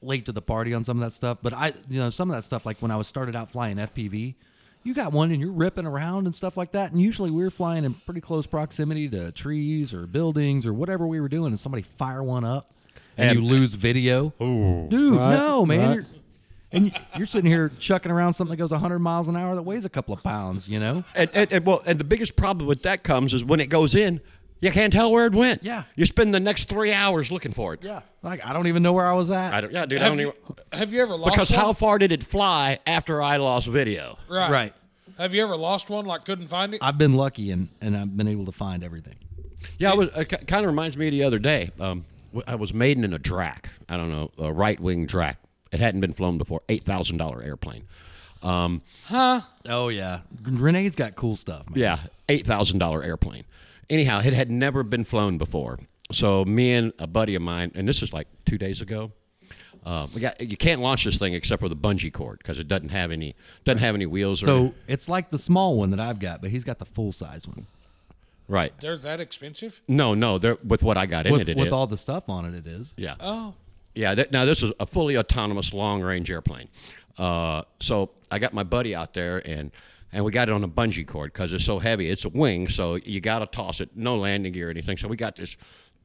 late to the party on some of that stuff, but I, you know, some of that stuff, like when I was started out flying FPV, you got one and you're ripping around and stuff like that. And usually we were flying in pretty close proximity to trees or buildings or whatever we were doing, and somebody fire one up and,
And-
you lose video.
Ooh.
Dude,
Right,
no, man.
right.
You're, and you- you're sitting here chucking around something that goes 100 miles an hour that weighs a couple of pounds, you know?
And, and, and well, and the biggest problem with that comes is when it goes in, you can't tell where it went.
Yeah.
You spend the next three hours looking for it.
Yeah. Like, I don't even know where I was at.
I don't. Yeah, dude. I
Have,
don't
you,
even.
have you ever lost
Because
one?
how far did it fly after I lost video?
Right.
Right.
Have you ever lost one like couldn't find it?
I've been lucky and, and I've been able to find everything.
Yeah, it was. It kind of reminds me of the other day. Um, w- I was maiden in a drac. I don't know a right wing drac. It hadn't been flown before. Eight thousand dollar airplane. Um,
Oh, yeah. Renee's got cool stuff, man.
Yeah, eight thousand dollar airplane. Anyhow, it had never been flown before. So me and a buddy of mine, and this is like two days ago. Uh, we got, you can't launch this thing except with a bungee cord because it doesn't have any doesn't have any wheels. Or
So it's like the small one that I've got, but he's got the full size one.
right?
They're that expensive?
No, no. they're- With what I got in
With,
it, it
with
is.
all the stuff on it, it is.
yeah.
Oh.
Yeah. Th- now this is a fully autonomous long range airplane. Uh, so I got my buddy out there and and we got it on a bungee cord because it's so heavy. It's a wing, so you got to toss it. No landing gear or anything. So we got this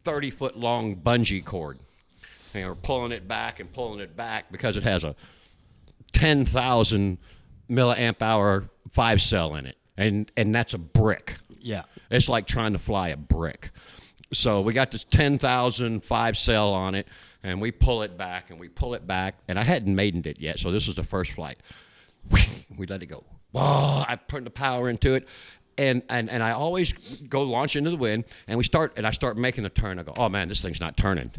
thirty foot long bungee cord, and we're pulling it back and pulling it back because it has a ten thousand milliamp hour five cell in it, and and that's a brick.
Yeah.
It's like trying to fly a brick. So we got this 10,000 five cell on it, and we pull it back and we pull it back. And I hadn't maidened it yet, so this was the first flight. We let it go. Whoa, I put the power into it. And, and, and I always go launch into the wind, and we start and I start making a turn. I go, oh man, this thing's not turning.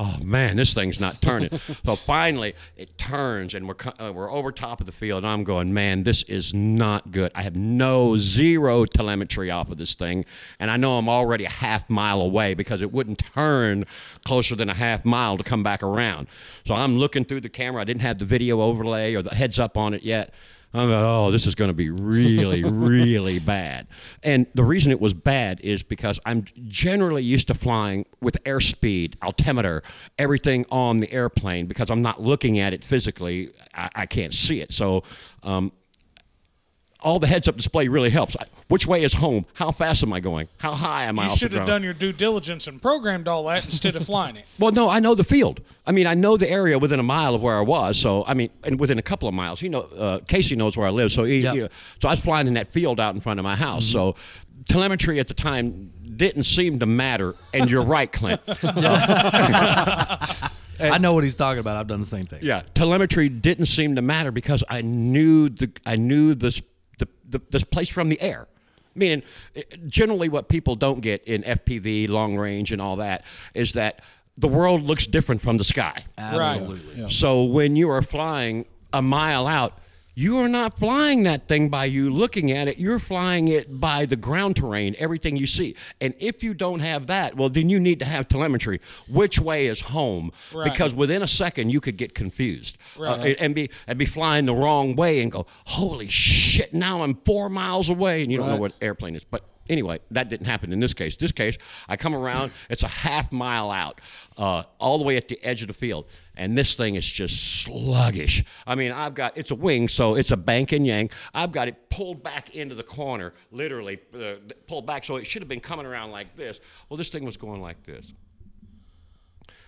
Oh man, this thing's not turning. so finally, it turns, and we're co- uh, we're over top of the field. And I'm going, man, this is not good. I have no zero telemetry off of this thing, and I know I'm already a half mile away because it wouldn't turn closer than a half mile to come back around. So I'm looking through the camera. I didn't have the video overlay or the heads up on it yet. I'm like, oh, this is going to be really, really bad. And the reason it was bad is because I'm generally used to flying with airspeed, altimeter, everything on the airplane because I'm not looking at it physically. I, I can't see it. So um, all the heads up display really helps. I, which way is home? How fast am I going? How high am I
You
off the
should have
ground?
done your due diligence and programmed all that instead of flying it.
Well, no, I know the field. I mean, I know the area within a mile of where I was. So, I mean, and within a couple of miles, you know, uh, Casey knows where I live. So, he,
Yeah.
he- so I was flying in that field out in front of my house. So, telemetry at the time didn't seem to matter. And you're right, Clint. Uh,
I know what he's talking about. I've done the same thing.
Yeah, telemetry didn't seem to matter because I knew the I knew this the, the this place from the air. Meaning, eh, generally, what people don't get in FPV, long range, and all that is that the world looks different from the sky.
Absolutely.
So when you are flying a mile out, you are not flying that thing by you looking at it. You're flying it by the ground terrain, everything you see. And if you don't have that, well, then you need to have telemetry. Which way is home?
Right.
Because within a second, you could get confused uh,
Right.
and be and be flying the wrong way and go, holy shit! Now I'm four miles away, and you don't know what airplane is. But anyway, that didn't happen in this case. This case, I come around, it's a half mile out, uh, all the way at the edge of the field, and this thing is just sluggish. I mean, I've got it's a wing, so it's a bank and yang. I've got it pulled back into the corner, literally uh, pulled back, so it should have been coming around like this. Well, this thing was going like this.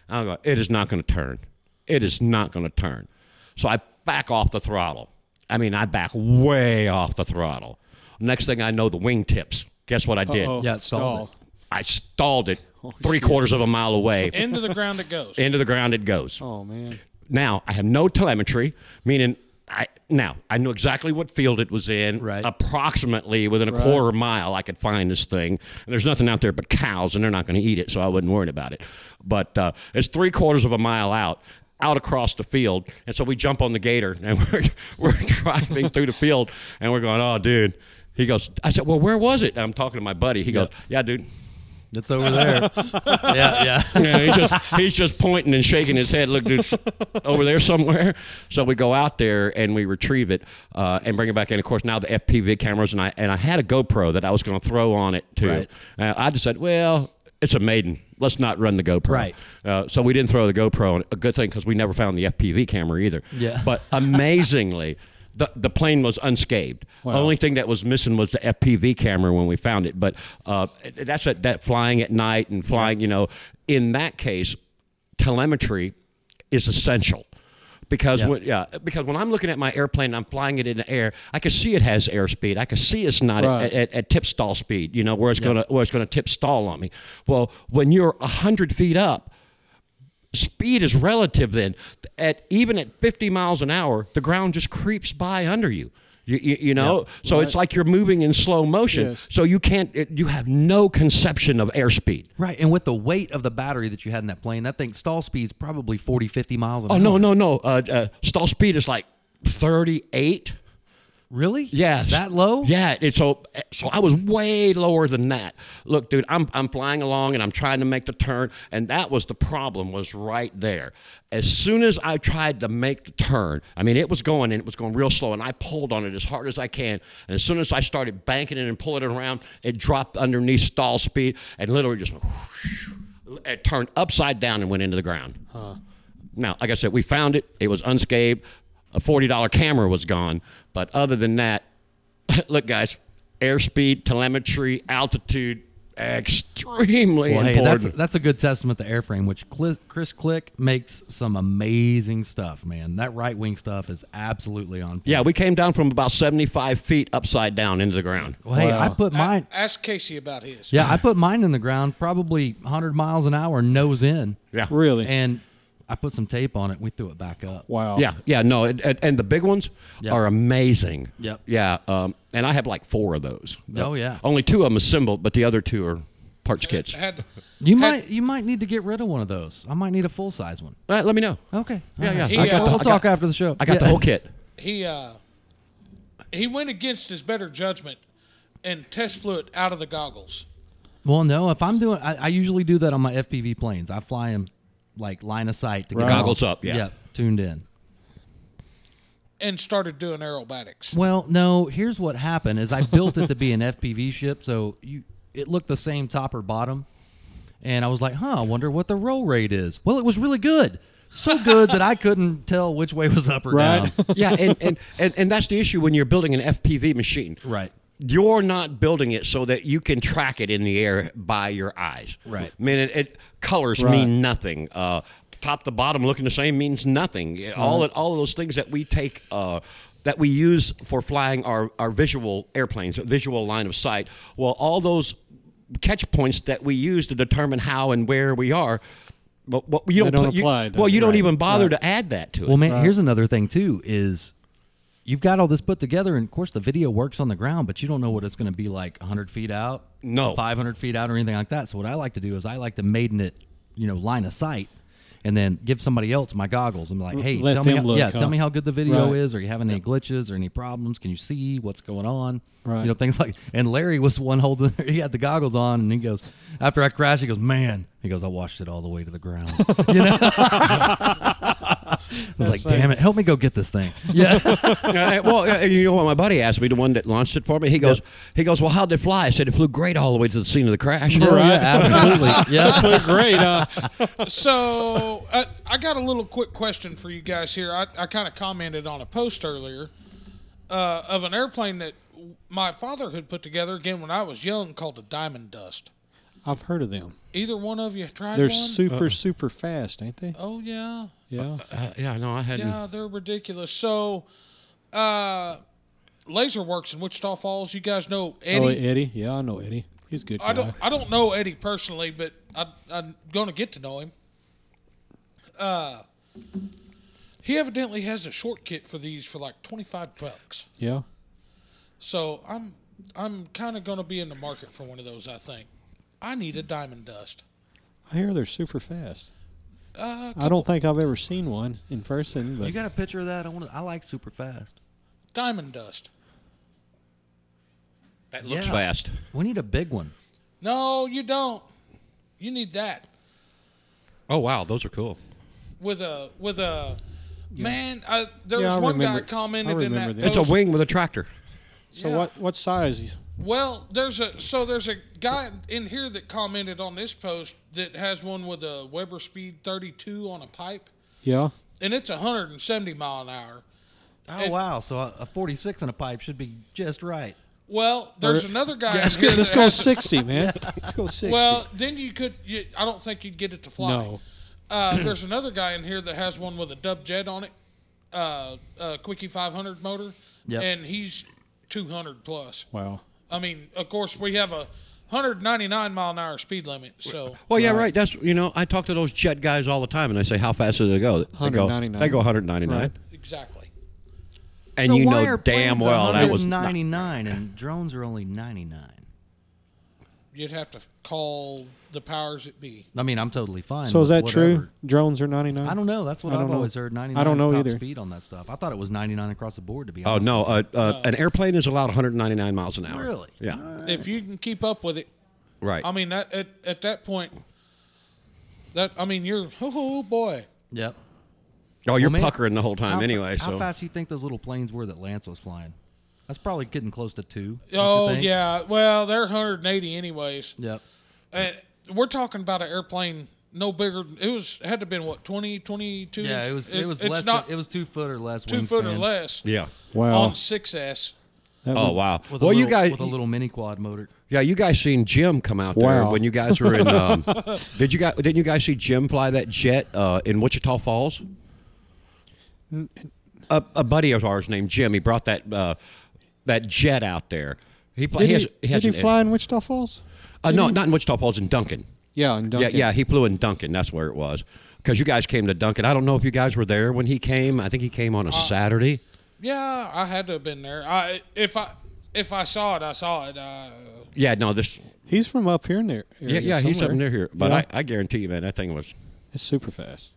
I'm going, it is not going to turn. It is not going to turn. So I back off the throttle. I mean, I back way off the throttle. Next thing I know, the wingtips. Guess what I did?
Oh,
Yeah, it's stalled.
stalled.
I stalled it three quarters of a mile away.
Into the ground it goes.
Into the ground it goes.
Oh man.
Now I have no telemetry, meaning I now I knew exactly what field it was in.
Right.
Approximately within a quarter mile, I could find this thing. And there's nothing out there but cows, and they're not going to eat it, so I wasn't worried about it. But uh, it's three quarters of a mile out. Out across the field, and so we jump on the gator, and we're, we're driving through the field, and we're going, "Oh, dude!" He goes, "I said, well, where was it?" And I'm talking to my buddy. He goes, "Yeah, dude,
It's over there. yeah, yeah.
yeah, he just he's just pointing and shaking his head. Look, dude, over there somewhere. So we go out there and we retrieve it uh, and bring it back in. Of course, now the FPV cameras and I and I had a GoPro that I was going to throw on it too.
Right.
Uh, I just said, well, it's a maiden. let's not run the GoPro.
Right.
Uh, so we didn't throw the GoPro. On. A good thing because we never found the FPV camera either.
Yeah.
But amazingly. The, the plane was unscathed. The Only thing that was missing was the FPV camera when we found it. But uh, that's what, that flying at night and flying, you know, in that case, telemetry is essential because
Yeah.
when yeah because when I'm looking at my airplane, I'm flying it in the air. I can see it has airspeed. I can see it's not at-
Right.
at, at, tip stall speed. You know where it's gonna where it's gonna tip stall on me. Well, when you're hundred feet up, speed is relative. Then at even at 50 miles an hour, the ground just creeps by under you. You, you, you know, so it's like you're moving in slow motion.
Yes.
So you can't, it, you have no conception of airspeed.
Right, and with the weight of the battery that you had in that plane, that thing stall speed's probably 40, 50 miles an
Oh
hour.
no, no, no! Uh, uh, stall speed is like 38.
Really?
Yeah,
That low?
Yeah, and so so I was way lower than that. Look, dude, I'm I'm flying along and I'm trying to make the turn, and that was the problem was right there. As soon as I tried to make the turn, I mean it was going and it was going real slow, and I pulled on it as hard as I can. And as soon as I started banking it and pulling it around, it dropped underneath stall speed and literally just whoosh, it turned upside down and went into the ground. Now, like I said, we found it. It was unscathed. A $40 camera was gone. But other than that, look, guys, airspeed, telemetry, altitude, extremely
Well, hey,
important.
that's that's a good testament to airframe, which Cli- Chris Click makes some amazing stuff, man. That right wing stuff is absolutely on. point.
yeah, we came down from about 75 feet upside down into the ground.
Well, hey, I
Wow.
put mine.
Ask Casey about his.
Yeah, I put mine in the ground, probably 100 miles an hour, nose in,
Yeah.
Really?
and I put some tape on it. and We threw it back up.
wow.
Yeah, yeah, no, and, and, and the big ones
Yeah.
are amazing.
Yep.
Yeah, um, and I have like four of those.
Oh, yeah.
Only two of them assembled, but the other two are parts kits.
Had,
You
had-
might you might need to get rid of one of those. I might need a full size one.
All right, let me know.
Okay.
Yeah,
all
yeah.
right.
I got
We'll,
the-
we'll
I
talk
got-
after the show.
I got the
Yeah.
whole kit.
he uh he went against his better judgment and test flew it out of the goggles.
Well, no, if I'm doing, I, I usually do that on my FPV planes. I fly them like line of sight to get
Right.
them
Goggles
all-
up, yeah.
tuned in.
and started doing aerobatics.
Well, no, here's what happened: is I built it to be an FPV ship, so you it looked the same top or bottom, and I was like, huh, I wonder what the roll rate is. Well, it was really good, so good that I couldn't tell which way was up or
Right.
down.
yeah, and, and, and, and that's the issue when you're building an FPV machine.
Right.
You're not building it so that you can track it in the air by your eyes.
Right.
I mean, it, it, colors
Right.
mean nothing. Uh, top to bottom looking the same means nothing. All of, all of those things that we take. Uh, that we use for flying our, our visual airplanes, visual line of sight. Well, all those catch points that we use to determine how and where we are, but, but you
They
don't,
don't
put- you-
apply, don't
well, you
they?
don't
Right.
even bother to add that to it.
Well, man, here's another thing too: is you've got all this put together, and of course the video works on the ground, but you don't know what it's going to be like 100 feet out,
No.
500 feet out, or anything like that. So what I like to do is I like to maiden it, you know, line of sight, and then give somebody else my goggles. I'm like, hey,
let
tell me,
them
how,
look,
yeah,
huh?
tell me how good the video
Right.
is. Are you having any glitches or any problems? Can you see what's going on?
Right.
You know, things like. And Larry was the one holding. He had the goggles on, and he goes after I crashed. He goes, man. He goes, I watched it all the way to the ground. you know. I was like, damn it, help me go get this thing. Yeah.
Uh, well, uh, you know what my buddy asked me, the one that launched it for me. He goes, he goes, well, how'd it fly? I said it flew great all the way to the scene of the crash.
Oh,
Right.
yeah, absolutely. Yeah.
Look great, uh, huh?
So I, I got a little quick question for you guys here. I, I kind of commented on a post earlier uh, of an airplane that my father had put together again when I was young called a Diamond Dust.
I've heard of them.
Either one of you tried
They're
one?
super, super fast, ain't they?
oh yeah,
Yeah.
Uh, yeah, no, I hadn't.
yeah, they're ridiculous. So, uh, LaserWorks in Wichita Falls. You guys know Eddie.
Oh, Eddie. Yeah, I know Eddie. He's a good.
I
guy.
don't I don't know Eddie personally, but I, I'm gonna get to know him. Uh, he evidently has a short kit for these for like twenty five bucks.
Yeah.
So I'm I'm kind of gonna be in the market for one of those. I think I need a diamond dust.
I hear they're super fast.
Uh,
I don't think I've ever seen one in person, but
You got a picture of that? I want. I like super fast.
diamond dust.
that looks
Yeah.
fast.
We need a big one.
No, you don't. You need that
Oh wow, those are cool.
with a with a man. I, there
Yeah,
was
I
one
remember-
guy
I
commented in
remember
that.
that.
It's a
post-
wing with a tractor.
so
yeah.
what? What size
Well, there's a so there's a guy in here that commented on this post that has one with a Weber Speed 32 on a pipe,
Yeah.
and it's 170 mile an hour.
Oh wow! So a, a 46 on a pipe should be just right.
Well, there's
Or-
another guy. in
Let's,
here
get, let's
that
go
has-
60, man. Let's go 60.
Well, then you could. You, I don't think you'd get it to fly.
No.
Uh, there's another guy in here that has one with a Dub Jet on it, uh, a Quickie 500 motor,
Yep.
and he's 200 plus.
wow.
I mean, of course, we have a 199 mile an hour speed limit, so
Well, yeah, right. That's you know, I talk to those jet guys all the time, and I say, "How fast does it go?" They go,
199.
They go 199,
Right.
exactly.
and
so
you
why
know
are
damn
planes
well that was not-
199 and drones are only 99.
You'd have to call the powers that be.
I mean, I'm totally fine.
So is
with
that true?
whatever.
Drones are 99?
I don't know. That's what
I
I've
don't know.
always heard. 99
I don't
is
know
top
either.
speed on that stuff. I thought it was 99 across the board. To be
Oh
honest.
no, uh, uh, an airplane is allowed 199 miles an hour.
Really?
Yeah.
If you can keep up with it,
right.
I mean, that, at at that point, that I mean, you're oh boy.
Yep.
oh, you're
Well, man,
puckering the whole time
how, fa-
Um, anyway.
how
so
fast do you think those little planes were that Lance was flying? That's probably getting close to two. don't you
Oh
think?
yeah, well they're 180 anyways.
Yep.
And we're talking about an airplane no bigger. It was had to been what 20, 22.
Yeah, it was. It, was
it's
less.
not
than, it was two foot or less.
two foot or
wingspan
less.
yeah.
Wow.
on 6S.
That
Oh
would-
wow.
With a
Well, you
little-
guys,
with a little mini quad motor.
yeah, you guys seen Jim come out there
Wow.
when you guys were in. Um, did you guys? Didn't you guys see Jim fly that jet uh, in Wichita Falls? A, a buddy of ours named Jim. He brought that uh, that jet out there. He, fl-
Did he,
has- has
did
an-
he fly in Wichita Falls?
Uh, no, not in Wichita Falls, in Duncan.
Yeah, in Duncan.
Yeah, yeah, he flew in Duncan. That's where it was. Because you guys came to Duncan. I don't know if you guys were there when he came. I think he came on a Saturday.
Yeah, I had to have been there. I if I if I saw it, I saw it. Uh,
Yeah, no, this.
He's from up here in there.
Yeah, yeah, he's up near here. But
Yeah.
I, I guarantee you, man, that thing was
It's super fast.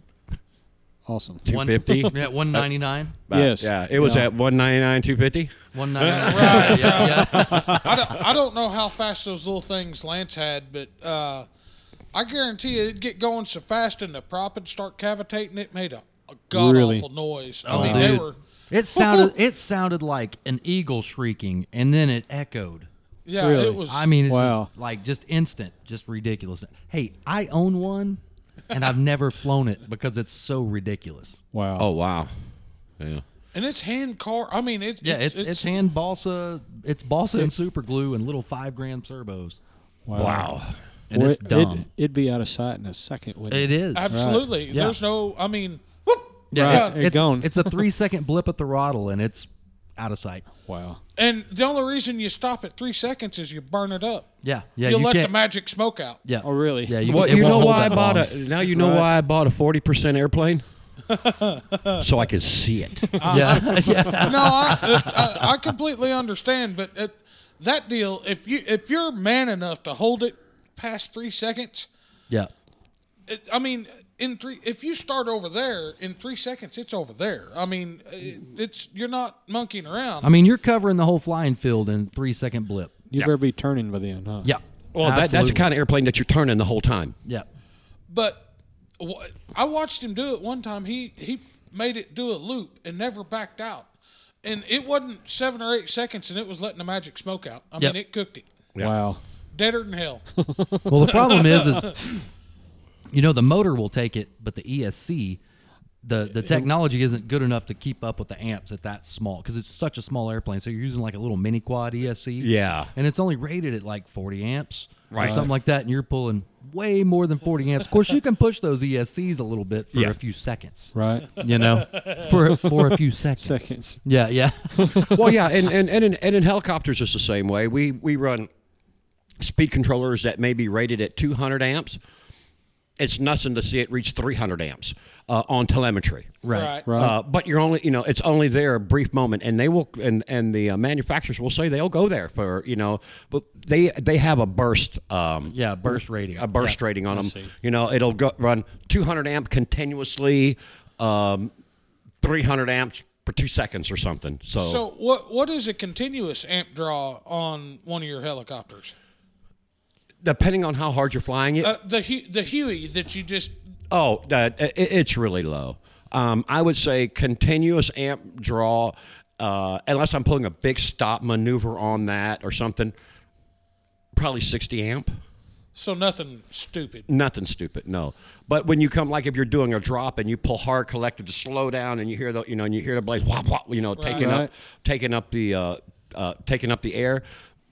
Awesome.
250.
One, yeah, one ninety nine.
about-
Yes.
Yeah, it was
Yeah.
at 199, 250.
One ninety nine. Yeah, yeah.
I don't, I don't know how fast those little things Lance had, but uh, I guarantee you, it'd get going so fast and the prop would start cavitating. It made a, a god
Really?
awful noise. I mean, they
Oh, dude.
were
It sounded. it sounded like an eagle shrieking, and then it echoed.
yeah,
Really?
it was.
I mean, it's
Wow.
just like just instant, just ridiculous. Hey, I own one, and I've never flown it because it's so ridiculous.
Wow.
Oh, wow. Yeah.
and it's hand car. I mean, it's
Yeah, it's it's, hand balsa. It's balsa and super glue and little five gram turbos,
Wow.
and
Well,
it's
it-
dumb.
It'd, it'd be out of sight in a second, wouldn't
It
it?
is.
absolutely.
Yeah.
There's no. I mean, whoop.
Yeah,
Right,
it's,
they're
it's,
gone.
it's a three second blip at the throttle, and it's out of sight.
Wow.
And the only reason you stop at three seconds is you burn it up.
Yeah, yeah.
You'll
you
let
can't,
the magic smoke out.
Yeah.
Oh, really?
Yeah.
Well,
it
you
won't
know
hold
why I
that
bought
long.
a now you know why I bought a forty percent airplane, so I could see it.
Yeah. yeah.
no, I, I, I completely understand, but it, that deal, if you if you're man enough to hold it past three seconds,
Yeah.
it, I mean, in three, if you start over there in three seconds, it's over there. I mean, it, it's you're not monkeying around.
I mean, you're covering the whole flying field in three second blip.
You better be turning by then, huh?
Yeah.
Well, that, that's the
Absolutely.
kind of airplane that you're turning the whole time.
Yeah.
but wh- I watched him do it one time. He he made it do a loop and never backed out, and it wasn't seven or eight seconds, and it was letting the magic smoke out. I
Yep.
mean, it cooked it
Wow.
deader than hell.
Well, the problem is, is you know, the motor will take it, but the ESC, the the technology isn't good enough to keep up with the amps at that small because it's such a small airplane. So you're using like a little mini quad ESC.
Yeah.
And it's only rated at like 40 amps or
Right.
something like that, and you're pulling way more than 40 amps. Of course, you can push those ESCs a little bit for
Yeah.
a few seconds.
Right.
You know, for for a few seconds.
Seconds.
Yeah, yeah.
well, yeah, and and, and, in, and in helicopters it's the same way. We we run speed controllers that may be rated at 200 amps. It's nothing to see it reach 300 amps uh, on telemetry.
Right.
Right.
Uh, but you're only, you know, it's only there a brief moment, and they will, and and the uh, manufacturers will say they'll go there for, you know, but they they have a burst, um,
Yeah, burst rating.
a burst rating on them. You know, it'll go, run 200 amp continuously, um, 300 amps per two seconds or something.
So what what is a continuous amp draw on one of your helicopters?
depending on how hard you're flying it,
Uh, the Hu- the Huey that you just
oh, uh, it, it's really low. Um, I would say continuous amp draw, uh, unless I'm pulling a big stop maneuver on that or something. probably 60 amp.
So nothing stupid.
Nothing stupid, no. But when you come, like if you're doing a drop and you pull hard collector to slow down, and you hear the, you know, and you hear the blades, whop, whop, you know, taking
Right.
up, taking up the, uh, uh, taking up the air,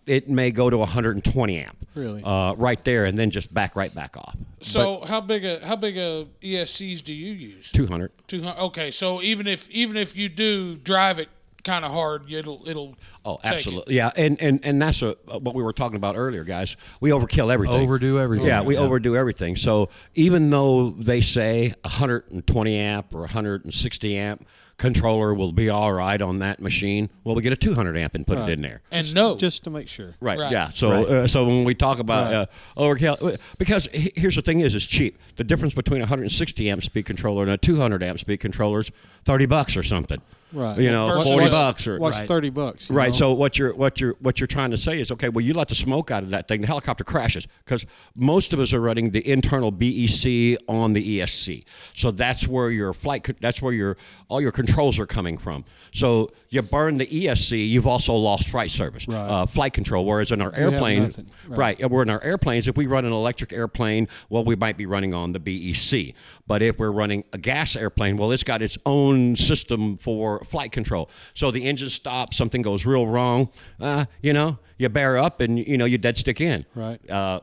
it may go to 120 amp,
Really?
uh, right there, and then just back right back off.
So how big a how big a ESCs do you use?
200.
Two hundred. Okay, so even if even if you do drive it kind of hard, you- it'll it'll.
Oh,
take it.
absolutely, yeah, and and and that's a, what we were talking about earlier, guys. We overkill everything.
Overdo everything.
Yeah, we
Yeah.
overdo everything. So even though they say 120 amp or 160 amp controller will be all right on that machine, well, we get a 200 amp and put it in there.
And no,
Just to make sure.
Right,
Right.
Yeah. So, Uh, so when we talk about uh, overkill, because he- here's the thing: is it's cheap. The difference between a 160 amp speed controller and a 200 amp speed controller is 30 bucks or something.
Right.
You know,
Versus-
40
What's-
bucks or
What's thirty bucks? you
Right.
know?
So what you're what you're what you're trying to say is okay. Well, you let the smoke out of that thing. The helicopter crashes because most of us are running the internal BEC on the ESC. So that's where your flight. co- That's where your all your controls are coming from. So you burn the ESC. You've also lost flight service,
Right.
uh, flight control. Whereas in our
have
airplane,
nothing. Right.
right. Right. We're in our airplanes. If we run an electric airplane, well, we might be running on the BEC. But if we're running a gas airplane, well, it's got its own system for flight control. So the engine stops, something goes real wrong. Uh, you know, you bear up, and you know you dead stick in.
Right.
Uh,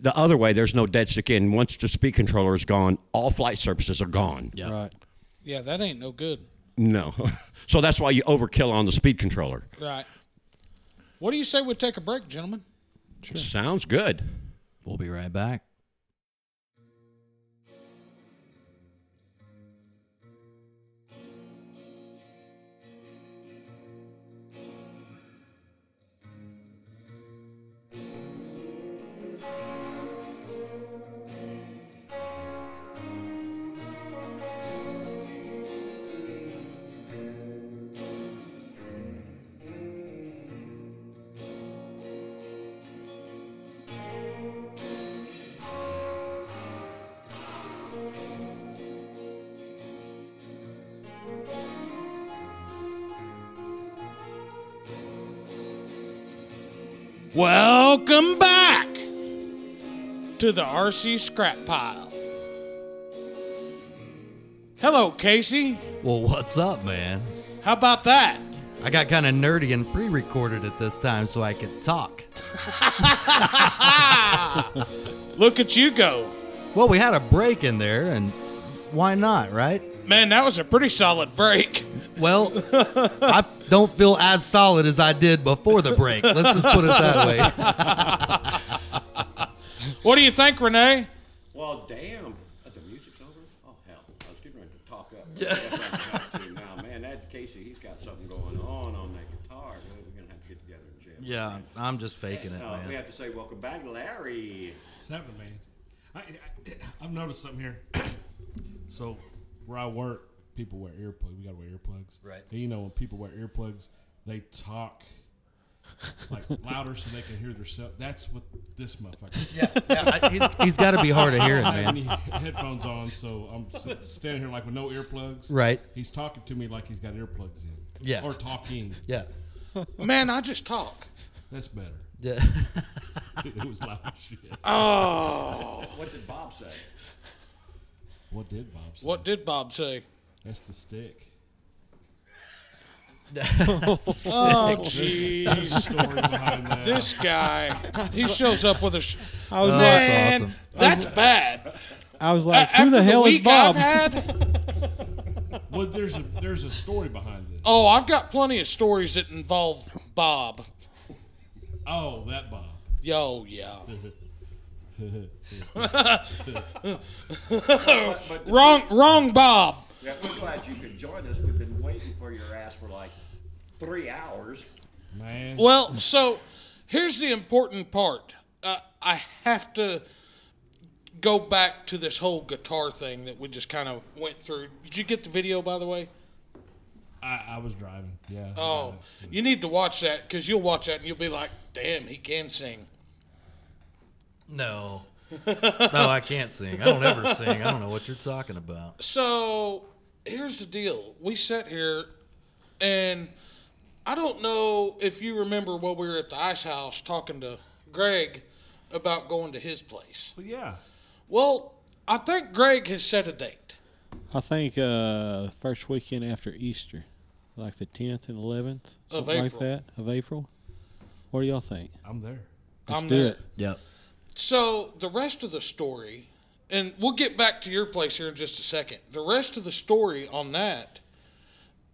the other way, there's no dead stick in. Once the speed controller is gone, all flight services are gone. Yeah.
Right.
yeah, that ain't no good.
No. so that's why you overkill on the speed controller.
Right. What do you say we take a break, gentlemen?
Sounds good.
We'll be right back.
Welcome back to the RC scrap pile. Hello, Casey.
Well, what's up, man?
How about that?
I got kind of nerdy and pre-recorded at this time so I could talk.
Look at you go.
Well, we had a break in there, and why not, right?
Man, that was a pretty solid break.
Well, I don't feel as solid as I did before the break. Let's just put it that way.
What do you think, Renee?
Well, Oh, damn. The music's over? Oh, hell. I was getting ready to talk up. That's what I'm about to. now, man, that Casey, he's got something going on on that guitar. dude. We're going to have to get together and jam.
Yeah, I'm just faking it,
Uh, we
man.
have to say welcome back, Larry.
It's happening, man. I, I, I've noticed something here. So, where I work, people wear earplugs. We gotta wear earplugs.
Right.
Then, you know, when people wear earplugs, they talk like louder so they can hear themselves. That's what this motherfucker. Yeah.
Yeah, I, he's, he's got to be hard of hearing,
I don't have
man.
any headphones on, so I'm s- standing here like with no earplugs.
Right.
He's talking to me like he's got earplugs in.
Yeah.
Or talking.
Yeah.
Man, I just talk.
That's better.
Yeah.
It was loud as shit.
Oh.
What did Bob say?
What did Bob say?
What did Bob say?
That's the stick.
Oh, jeez.
Story behind that.
This guy, he shows up with a. Sh-
I was like,
Man,
awesome.
that's bad.
I was like,
After
who the hell is
week I've
Bob?
had,
Well, there's a there's a story behind this.
Oh, I've got plenty of stories that involve Bob.
Oh, that Bob.
Yo, yeah.
But
Wrong, wrong, Bob.
yeah, we're glad you could join us. We've been waiting for your ass for like three hours.
Man,
Well, so here's the important part. Uh, I have to go back to this whole guitar thing that we just kind of went through. Did you get the video, by the way?
I, I was driving. Yeah.
Oh, you need to watch that because you'll watch that and you'll be like, damn, he can sing.
No. No, I can't sing. I don't ever sing. I don't know what you're talking about.
So here's the deal. We sat here, and I don't know if you remember when we were at the ice house talking to Greg about going to his place.
But yeah,
Well, I think Greg has set a date.
I think uh, first weekend after Easter, like the 10th and 11th,
Of
something like
April.
that, of April. What do y'all think?
I'm there.
Let's
I'm
do
there.
it.
Yep.
So the rest of the story, and we'll get back to your place here in just a second. The rest of the story on that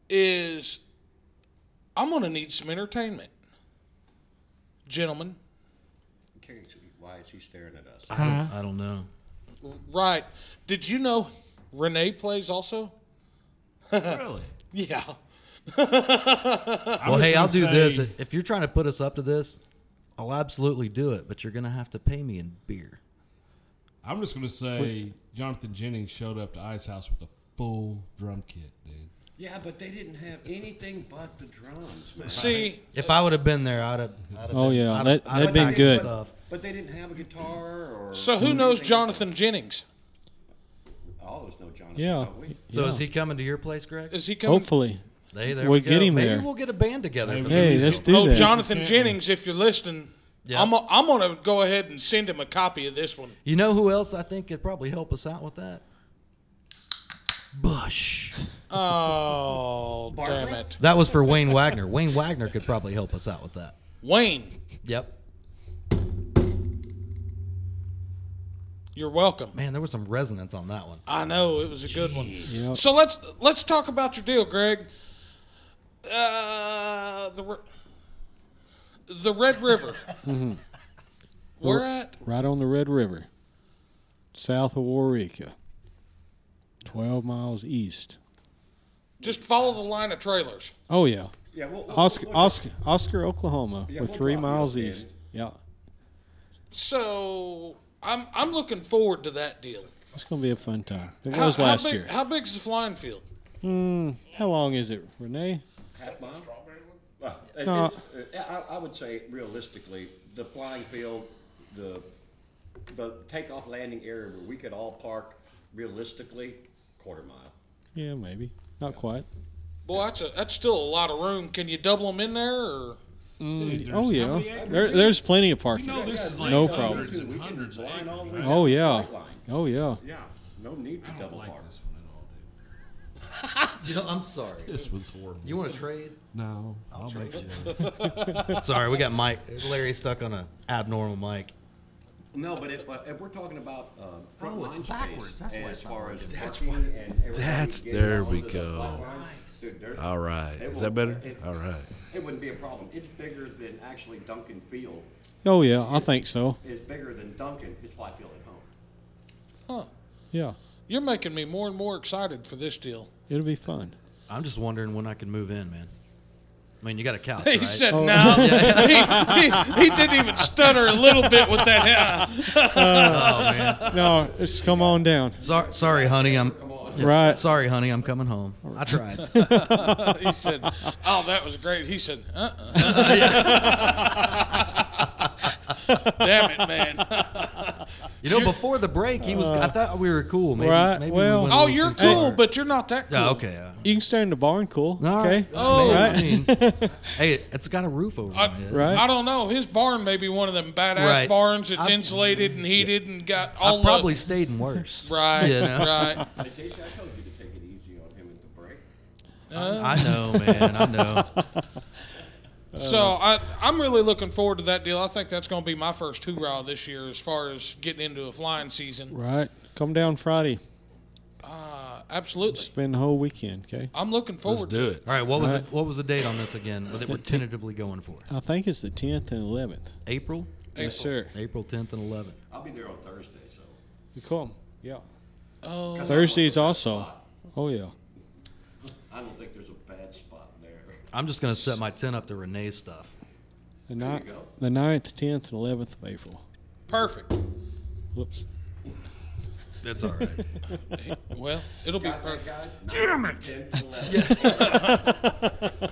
is I'm going to need some entertainment, gentlemen.
Curious, why is he staring at us?
I
Uh-huh.
don't, I don't know.
Right? Did you know Renee plays also?
Really?
Yeah.
Well, hey, I'll do this. If you're trying to put us up to this, I'll absolutely do it, but you're going to have to pay me in beer.
I'm just gonna say Jonathan Jennings showed up to Ice House with a full drum kit, dude.
Yeah, but they didn't have anything but the drums, man.
See,
If I would have been there, I'd have. I'd have
Oh,
been,
yeah,
I'd,
that-
I'd
that'd
have
been
got some
good.
Stuff.
But they didn't have a guitar or.
so who knows
anything.
Jonathan Jennings?
All of us know Jonathan.
Yeah.
don't Oh, we?
So
yeah.
is he coming to your place, Greg?
Is he coming?
Hopefully.
Hey, there
We'll
we go.
get him
Maybe
there.
we'll get a band together.
Maybe
for
we
this.
Hey,
he's
let's
getting-
do
Oh,
that.
Jonathan
Yeah.
Jennings, if you're listening,
Yeah.
I'm, I'm going to go ahead and send him a copy of this one.
You know who else I think could probably help us out with that? Bush.
Oh,
Barbara?
damn it.
That was for Wayne Wagner. Wayne Wagner could probably help us out with that.
Wayne,
Yep.
you're welcome.
Man, there was some resonance on that one.
I know it was a good one.
Yep.
So let's let's talk about your deal, Greg. Uh, the Re- the Red River.
Mm-hmm.
We're at
Right on the Red River, south of Warwica, 12 miles east.
just follow the line of trailers.
Oh, yeah.
Yeah, we'll, we'll,
Oscar,
we'll-
Oscar, Oscar Oklahoma.
Yeah,
we're
we'll
three
drop you
miles
off,
east. Yeah.
So I'm I'm looking forward to that deal.
It's going to be a fun time. It
How,
was
how
last
big-
year.
How big's the flying field?
Hmm, how long is it, Renee?
Pat Bomb? Well, it-
No.
it's- uh, I, I would say realistically, the flying field, the, the takeoff landing area where we could all park realistically, quarter mile.
Yeah, maybe. Not quite.
Boy, that's a, that's still a lot of room. Can you double them in there? Or
Dude, there's
Oh,
how
yeah.
many acres?
There, there's plenty of parking.
You know, this is like
No
hundreds
problem.
and hundreds of
Line
acres.
all the way
right?
down.
Oh, yeah.
Right line.
Oh, yeah.
Yeah, no need to
I don't
double
like
park.
this one at all, dude.
You know, I'm sorry.
This one's horrible.
You want to trade?
No, I'll, make you.
Sorry, we got Mike. Larry stuck on a abnormal mic.
No, but if, but if we're talking about uh, front
Oh,
line
it's backwards.
space,
That's why
and
it's
as
not
far as
working.
parking and everything,
That's-
getting
there
onto
we
the
go.
flat line, dude, there's-
All right.
it
Is
will-
that better?
It,
All right.
it wouldn't be a problem. It's bigger than actually Duncan Field.
Oh, yeah. I think so.
It's bigger than Duncan. It's flat field at home.
huh?
Yeah.
You're making me more and more excited for this deal.
It'll be fun.
I'm just wondering when I can move in, man. I mean, you got a couch,
He
right?
said
Oh.
no. he, he, he didn't even stutter a little bit with that.
oh
uh,
man.
No, just come on down.
Sorry, sorry, honey. I'm
Right.
sorry, honey. I'm coming home. I tried.
he said, "Oh, that was great." He said, "Uh, uh damn it, man."
You know, before the break, he was. I thought we were cool. Maybe,
right,
Maybe
well-
we went a
Uh, oh,
little
you're
too far.
cool, but you're not that cool.
Yeah, okay. Uh,
You can stay in the barn, cool.
all
okay.
right.
Oh. Uh,
Maybe, I mean, hey, it's got a roof over
I,
my head.
Right.
I don't know. His barn may be one of them badass
Right.
barns that's
I-
insulated and heated and got
I
all the-
probably stayed in worse.
right,
You know?
right.
Hey, Casey, I told you to take it easy on him at the break.
I know, man. I know.
So I, I'm really looking forward to that deal. I think that's going to be my first hoorah this year as far as getting into a flying season.
Right. Come down Friday.
Uh, absolutely,
Spend the whole weekend, okay?
I'm looking
Let's
forward to
do
it.
it.
All right. What was
All right.
it, what was the date on this again that we're tentatively going for?
I think it's the 10th and 11th.
April,
Yes, sir.
April 10th and 11th.
I'll be there on Thursday, so.
You come. Yeah.
Oh,
Thursdays also. Oh, yeah.
I don't think there's a bad spot there.
I'm just gonna set my tent up to Renee's stuff.
The,
you
ni-
go.
the 9th, 10th, and 11th of April.
perfect.
Whoops.
That's all right.
Well, it'll be
Got
perfect.
that, guys? Damn it!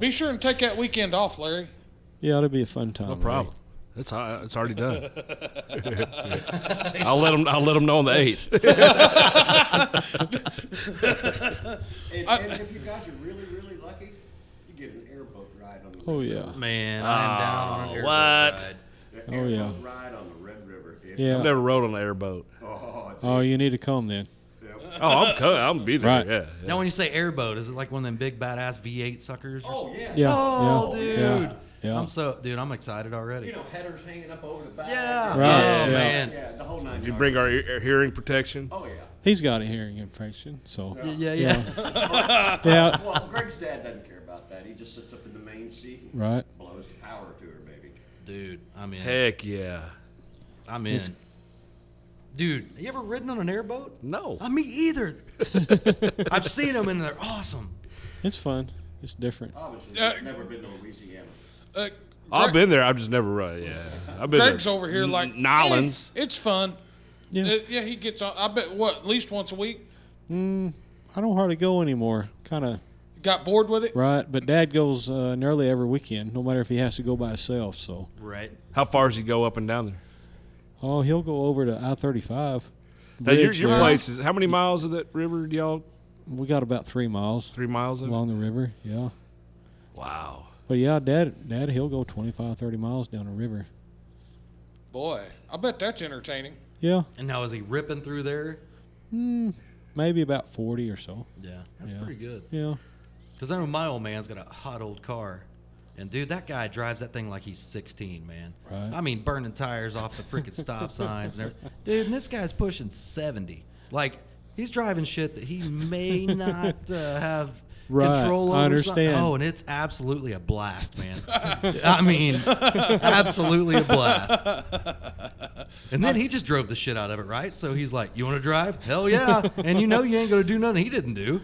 Be sure and take that weekend off, Larry.
Yeah, it'll be a fun time.
No problem. It's al- it's already done. I'll let them. I'll let 'em know on the eighth.
And, and if you guys are really, really lucky, you get an airboat ride on the
Oh,
river.
yeah.
Man, I am down on an airboat
what?
ride.
Yeah, that
Oh, yeah.
airboat ride on the Red River. It-
Yeah.
I've never rode on an airboat.
Oh,
Oh, you need to come then.
yeah.
Oh, I'm co- I'm be there.
Right.
Yeah. yeah.
Now, when you say airboat, is it like one of them big badass V8 suckers? Or
Oh,
something?
yeah.
Yeah.
Oh,
yeah,
dude.
Yeah. yeah.
I'm so, dude, I'm excited already.
You know, headers hanging up over the back.
yeah.
Right,
Oh,
yeah.
man.
Yeah, the whole nine
You
yards.
bring our ear- ear- hearing protection.
Oh, yeah.
He's got a hearing infection, so
Yeah, yeah.
yeah,
Well, Greg's dad doesn't care about that. He just sits up in the main seat and
right.
blows the power to her, baby.
Dude, I'm in.
Heck yeah.
I'm in. Dude, you ever ridden on an airboat?
No.
Uh, me either. I've seen them and they're awesome.
It's fun. It's different.
Obviously,
Uh,
he's never been to Louisiana.
Uh, Greg-
I've been there. I've just never rode. Yeah. I've been
Greg's
to
over here
N-
like
Nylons.
"Eh, it's fun.
Yeah.
Uh, yeah, he gets on. I bet what at least once a week.
I don't hardly go anymore. Kind of
Got bored with it.
right, but Dad goes uh, nearly every weekend, no matter if he has to go by himself. So,
Right.
How far does he go up and down there?
oh, he'll go over to I thirty five.
Now, your your place is how many miles of that river? Do y'all
We got about three miles
three miles of? it?
along the river. Yeah,
Wow.
but yeah, Dad, Dad, he'll go 25, 30 miles down the river.
Boy, I bet that's entertaining.
Yeah,
And now is he ripping through there?
maybe about forty or so.
Yeah. That's
Yeah.
pretty good.
Yeah,
Because I know my old man's got a hot old car. And dude, that guy drives that thing like he's 16, man.
Right.
I mean, burning tires off the freaking stop signs and everything. Dude, and this guy's pushing 70. Like, he's driving shit that he may not uh, have
Right,
control over.
I
some-
understand.
Oh, and it's absolutely a blast, man. I mean, absolutely a blast. And then he just drove the shit out of it, right? So he's like, You want to drive? Hell yeah. And you know you ain't going to do nothing he didn't do.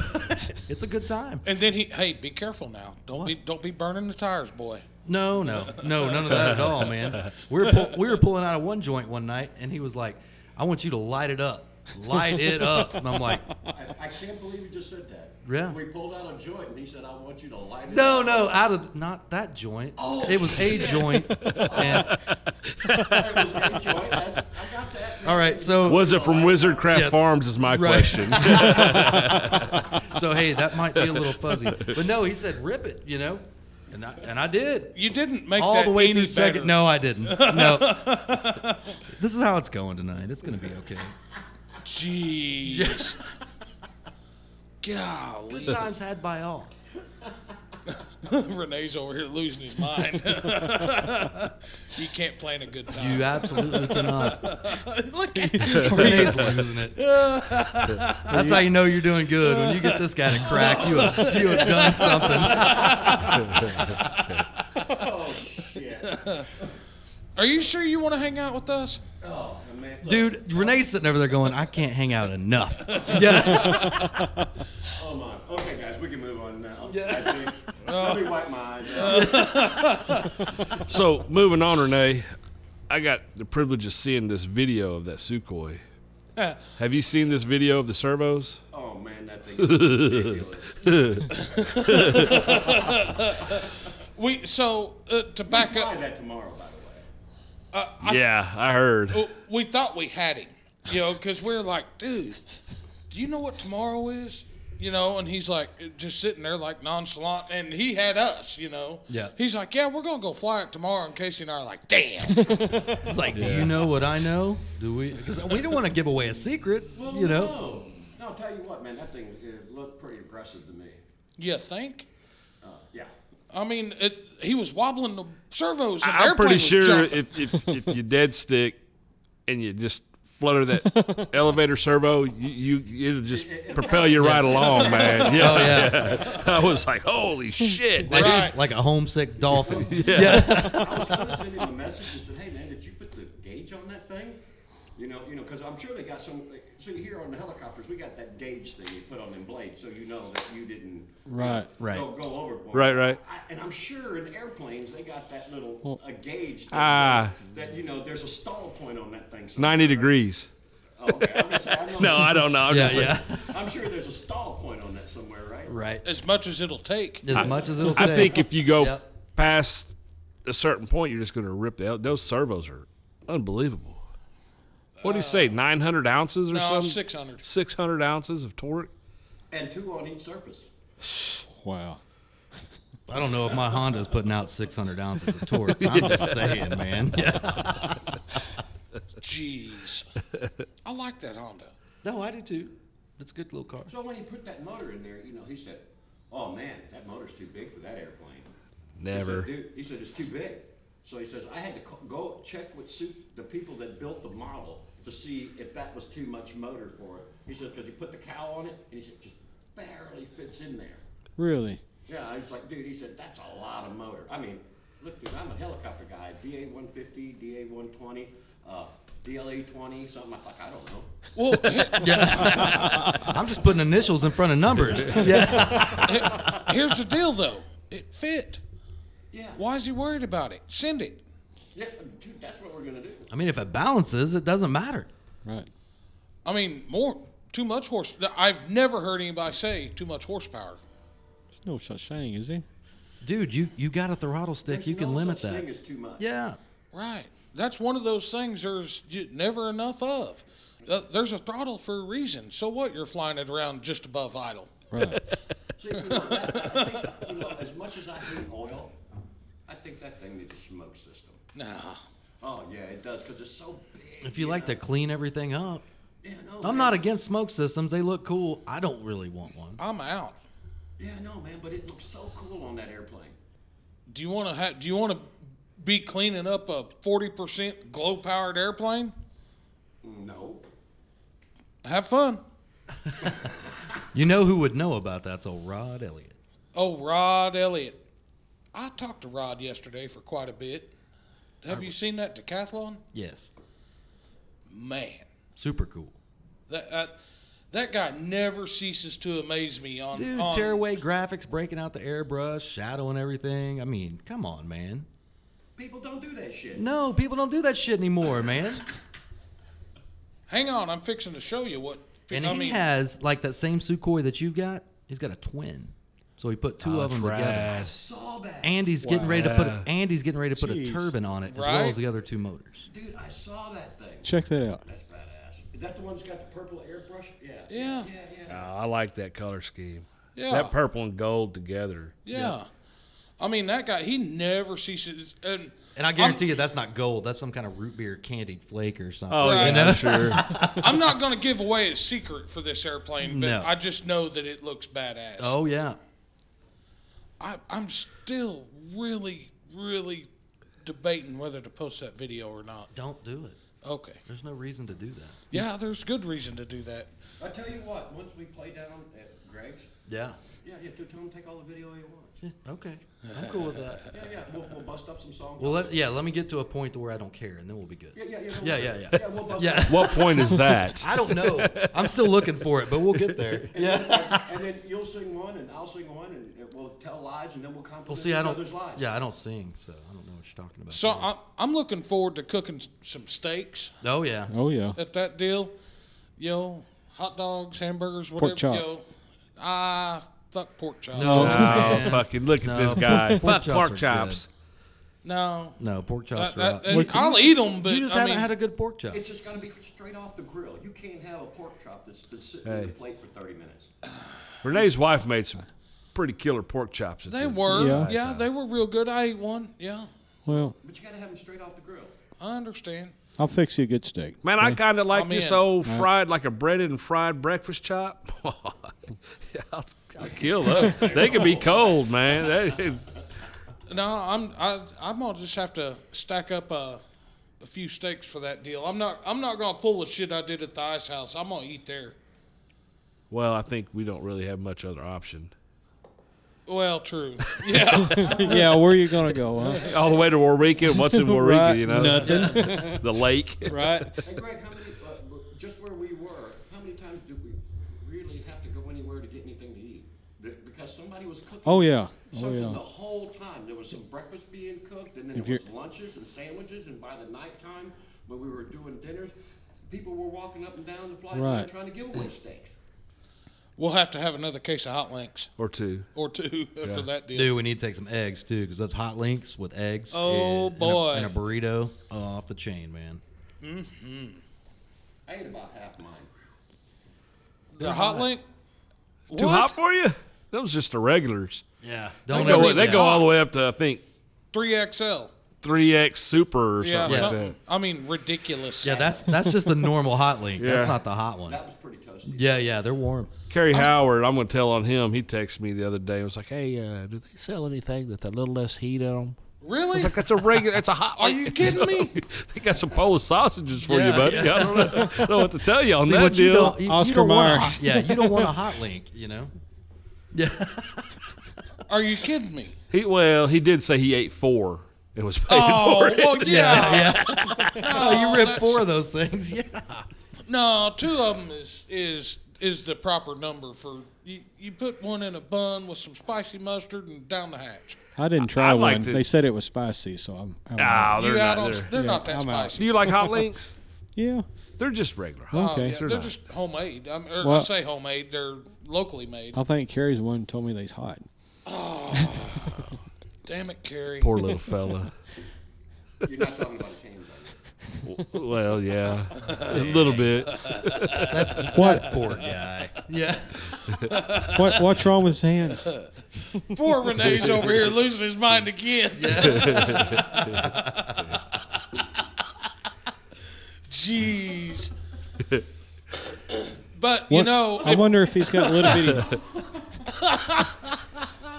So it's a good time.
And then he, hey, be careful now. Don't be don't be burning the tires, boy.
No, no, no, none of that at all, man. We were pull, we were pulling out of one joint one night, and he was like, "I want you to light it up, light it up," and I'm like,
I, I can't believe you just said that.
Yeah.
We pulled out a joint and he said, I want you to light it
"No,
up."
no, out of not that joint.
Oh,
it was a joint." And,
That was a joint. That's- I got that.
all right, so
Was it from Wizardcraft
Yeah.
Farms? Is my
Right.
question.
so hey, that might be a little fuzzy, but no, he said, "Rip it," you know, and I, and I did.
You didn't make
all
that
the way
any
through second.
better.
No, I didn't. No. this is how it's going tonight. It's gonna be okay.
Jeez. Golly.
Good times had by all.
Renee's over here losing his mind. he can't plan a good time.
You absolutely cannot.
Look at you.
Renee's losing it. That's how you know you're doing good. When you get this guy to crack, you have, you have done something.
Are you sure you want to hang out with us?
Oh, man. Look,
Dude, Renee's sitting over there going, I can't hang out enough. Yeah.
Oh, my. Okay, guys, we can move on now.
Yeah.
I think. Let me wipe my eyes out.
so moving on, Renee, I got the privilege of seeing this video of that Sukhoi.
Yeah.
Have you seen this video of the servos?
Oh, man, that thing is ridiculous.
We so uh, to back
Try
up.
that tomorrow, by the way.
yeah, I heard.
uh, We thought we had him, you know, because we are like, dude, do you know what tomorrow is? You know, and he's like, uh, just sitting there like nonchalant, and he had us, you know.
Yeah.
He's like, yeah, we're gonna go fly it tomorrow. And Casey and I are like, damn.
It's like, do you know what I know? Do we? Because we don't want to give away a secret, you know?
No, no, tell you what, man, that thing it looked pretty aggressive to me.
you think? Uh,
Yeah.
I mean, it, he was wobbling the servos. And the
I'm
airplane
pretty
was
sure
jumping.
if, if, if you dead stick and you just flutter that elevator servo, you, you it'll just propel you right along, man. Yeah,
Oh, yeah.
I was like, holy shit, dude.
Right.
Like a homesick dolphin.
I was going to send him a message and said, hey, man, did you put the gauge on that thing? You know, you know, because I'm sure they got some. So here on the helicopters, we got that gauge thing you put on them blades, so you know that you didn't
right.
Right.
go, go overboard.
Right, right.
I, and I'm sure in airplanes they got that little a gauge that,
Ah.
says that you know there's a stall point on that thing. So
90 degrees.
Okay, I'm, gonna say, I know
No, I don't know. I'm
Yeah,
just like,
yeah.
I'm sure there's a stall point on that somewhere, right?
Right.
as much as it'll take.
As much as it'll take.
I think if you go
Yep.
past a certain point, you're just going to rip the, those servos are unbelievable. What do you say, 900 ounces or
No,
something?
six hundred.
600 ounces of torque?
And two on each surface.
Wow.
I don't know if my Honda's putting out 600 ounces of torque. I'm just saying, man. Yeah.
Jeez. I like that Honda.
No, I do too. It's a good little car.
So when he put that motor in there, you know, he said, "Oh man, that motor's too big for that airplane."
Never.
He said, Dude, he said it's too big. So he says I had to co- go check with su- the people that built the model to see if that was too much motor for it. He said because he put the cow on it and he said just barely fits in there.
Really?
Yeah, I was like, dude, he said, that's a lot of motor. I mean, look, dude, I'm a helicopter guy. DA 150, DA 120, uh, DLA 20, something. I'm like, I don't know.
Well, he-
I'm just putting initials in front of numbers. Yeah.
here's the deal though. It fit.
Yeah.
Why is he worried about it? Send it.
Yeah, dude, that's what we're going to do.
I mean, if it balances, it doesn't matter.
Right.
I mean, more too much horse. I've never heard anybody say too much horsepower.
There's no such thing, is he?
Dude, you, you got a throttle stick.
There's
you can
no
limit
such Thing
that.
is too much.
Yeah.
Right. That's one of those things there's ju- never enough of. Uh, there's a throttle for a reason. So what? You're flying it around just above idle.
Right.
See, you know, that, I think, you know, as much as I hate oil, I think that thing needs a smoke system.
Nah.
Oh, yeah, it does because it's so big.
If you like to clean everything up,
Oh, Yeah, no,
I'm
man.
not against smoke systems. They look cool. I don't really want one.
I'm out.
Yeah, no, man, but it looks so cool on that airplane.
Do you want to ha- do you want to be cleaning up a 40% glow powered airplane?
No.
Have fun.
You know who would know about that's old Rod Elliott.
Oh, Rod Elliott. I talked to Rod yesterday for quite a bit. Have you seen that decathlon?
Yes.
Man,
Super cool.
that that, that guy never ceases to amaze me on
Dude,
on
tearaway graphics, breaking out the airbrush, shadowing everything. I mean, come on, man.
People don't do that shit.
No, people don't do that shit anymore, man.
Hang on, I'm fixing to show you what.
And
I
he
mean,
has like that same Sukhoi that you've got. He's got a twin, so he put
Oh,
two of them together.
Saw that.
And he's getting ready to put.
Wow.
A, and he's getting ready to put
Jeez.
a turbine on it as well
Right?
as the other two motors.
Dude, I saw that thing.
Check that out.
That's badass. Is that the one that's got the purple airbrush? Yeah.
Yeah.
Yeah,
Oh,
yeah.
I like that color scheme.
yeah,
That purple and gold together.
yeah. I mean, that guy, he never ceases. And
And I guarantee you, that's not gold. That's some kind of root beer candied flake or something.
Oh
Right.
yeah, I'm sure.
I'm not going to give away a secret for this airplane, but
No.
I just know that it looks badass.
Oh yeah.
I, I'm still really, really debating whether to post that video or not.
Don't do it.
Okay.
There's no reason to do that.
Yeah, there's good reason to do that.
I tell you what, once we play down at Greg's,
Yeah.
yeah, yeah, tell him to take all the video he wants.
Yeah, Okay. I'm cool with that.
Yeah, yeah, we'll, we'll bust up some songs.
Well, let, yeah. Let me get to a point to where I don't care, and then we'll be good.
yeah, yeah, yeah,
Yeah,
we'll-
yeah, yeah.
yeah, we'll bust
Yeah.
what point is that?
I don't know. I'm still looking for it, but we'll get there.
And then, and then you'll sing one, and I'll sing one, and and we'll tell lies, and then we'll compliment
Well, see, I
each
don't.
other's lies.
Yeah, I don't sing, so I don't know what you're talking about.
So I'm, I'm looking forward to cooking s- some steaks
oh yeah,
Oh yeah.
at that deal. You know, hot dogs, hamburgers, whatever.
chop.
You know, ah, fuck pork chops.
No.
Oh, fucking look at
No,
this guy.
pork
Fuck
chops are
pork
good.
chops.
No.
no pork chops
That-
are out.
that- that- I'll eat them, but
you just
I
haven't
mean,
had a good pork chop.
It's just got to be straight off the grill. You can't have a pork chop that's been sitting on
Hey.
your plate for 30 minutes.
Renee's wife made some pretty killer pork chops. at
they
the-
were. Yeah,
Yeah.
they were real good. I ate one. Yeah,
Well,
But you got to have them straight off the grill.
I understand.
I'll fix you a good steak.
Man, I kind of like
I'm
this
in.
old fried, like a breaded and fried breakfast chop. I'll, I'll kill them. they could be cold, man. They-
No, I'm I I'm gonna just have to stack up a, a few steaks for that deal. I'm not I'm not gonna pull the shit I did at the ice house. I'm gonna eat there.
well, I think we don't really have much other option.
Well, true. Yeah.
yeah, where are you gonna go? Huh?
All the way to Warwick. What's in Warwick?
Right,
you know,
nothing.
the lake.
right.
Hey Greg, how many, uh, w- just where we were, how many times did we really have to go anywhere to get anything to eat? Be- Because somebody was cooking.
Oh, yeah. Oh,
Something
yeah.
the whole time. There was some breakfast being cooked, and then
If
there
you're-
was lunches and sandwiches, and by the nighttime, when we were doing dinners, people were walking up and down the flight of
Right.
line trying to give away steaks.
we'll have to have another case of hot links
Or two.
or two for that deal.
Dude, we need to take some eggs too, because those hot links with eggs.
Oh,
and- and a-
boy.
and a, burrito oh, off the chain, man.
I ate about half mine.
The hot link.
Too hot for you? Those just the regulars.
Yeah.
They
Don't ever
go,
do
they
that.
go all the way up to I think
3XL.
3X Super or
Yeah,
something like
something-
that.
I mean, ridiculous.
Yeah, that's that's just the normal hot link.
Yeah.
That's not the hot one.
That was pretty toasty.
Yeah, yeah, they're warm.
Kerry Howard, I'm going to tell on him. He texted me the other day. I was like, "Hey, uh, do they sell anything that's a little less heat on them?" I
really.
was like, "That's a regular. That's a hot."
Are you kidding me?
they got some Polish sausages for you,
Yeah,
buddy. I don't know, I don't know what to tell you on that
what you
deal.
don't- you- you
Oscar
don't want a
Mayer.
hot- yeah, you don't want a hot link, you know? Yeah.
Are you kidding me?
He well, he did say he ate four and was paid
Oh
for it.
well, yeah.
Yeah.
No,
you rip
that's-
four of those things. Yeah.
No, two of them is is is the proper number for you. You put one in a bun with some spicy mustard and down the hatch.
I didn't try
I'd like
one.
to- Ah.
they said it was spicy, so I'm. I'm out.
No, they're
you out on
not
they're,
there.
not that
I'm out.
Do
spicy.
you like hot links?
Yeah.
They're just regular. hot-
Oh,
Okay.
yeah,
They're
they're
not.
just homemade. I'm, or I
Well-
say homemade. They're locally made.
I think Carrie's the one who told me they's hot.
Damn it, Carrie.
Poor little fella.
You're not talking about his hands.
well, yeah, a little bit.
What?
Poor guy. Yeah.
what? What's wrong with his hands?
Poor Renee's over here losing his mind again. Jeez. But you
What-
know,
I wonder if he's got little bitty.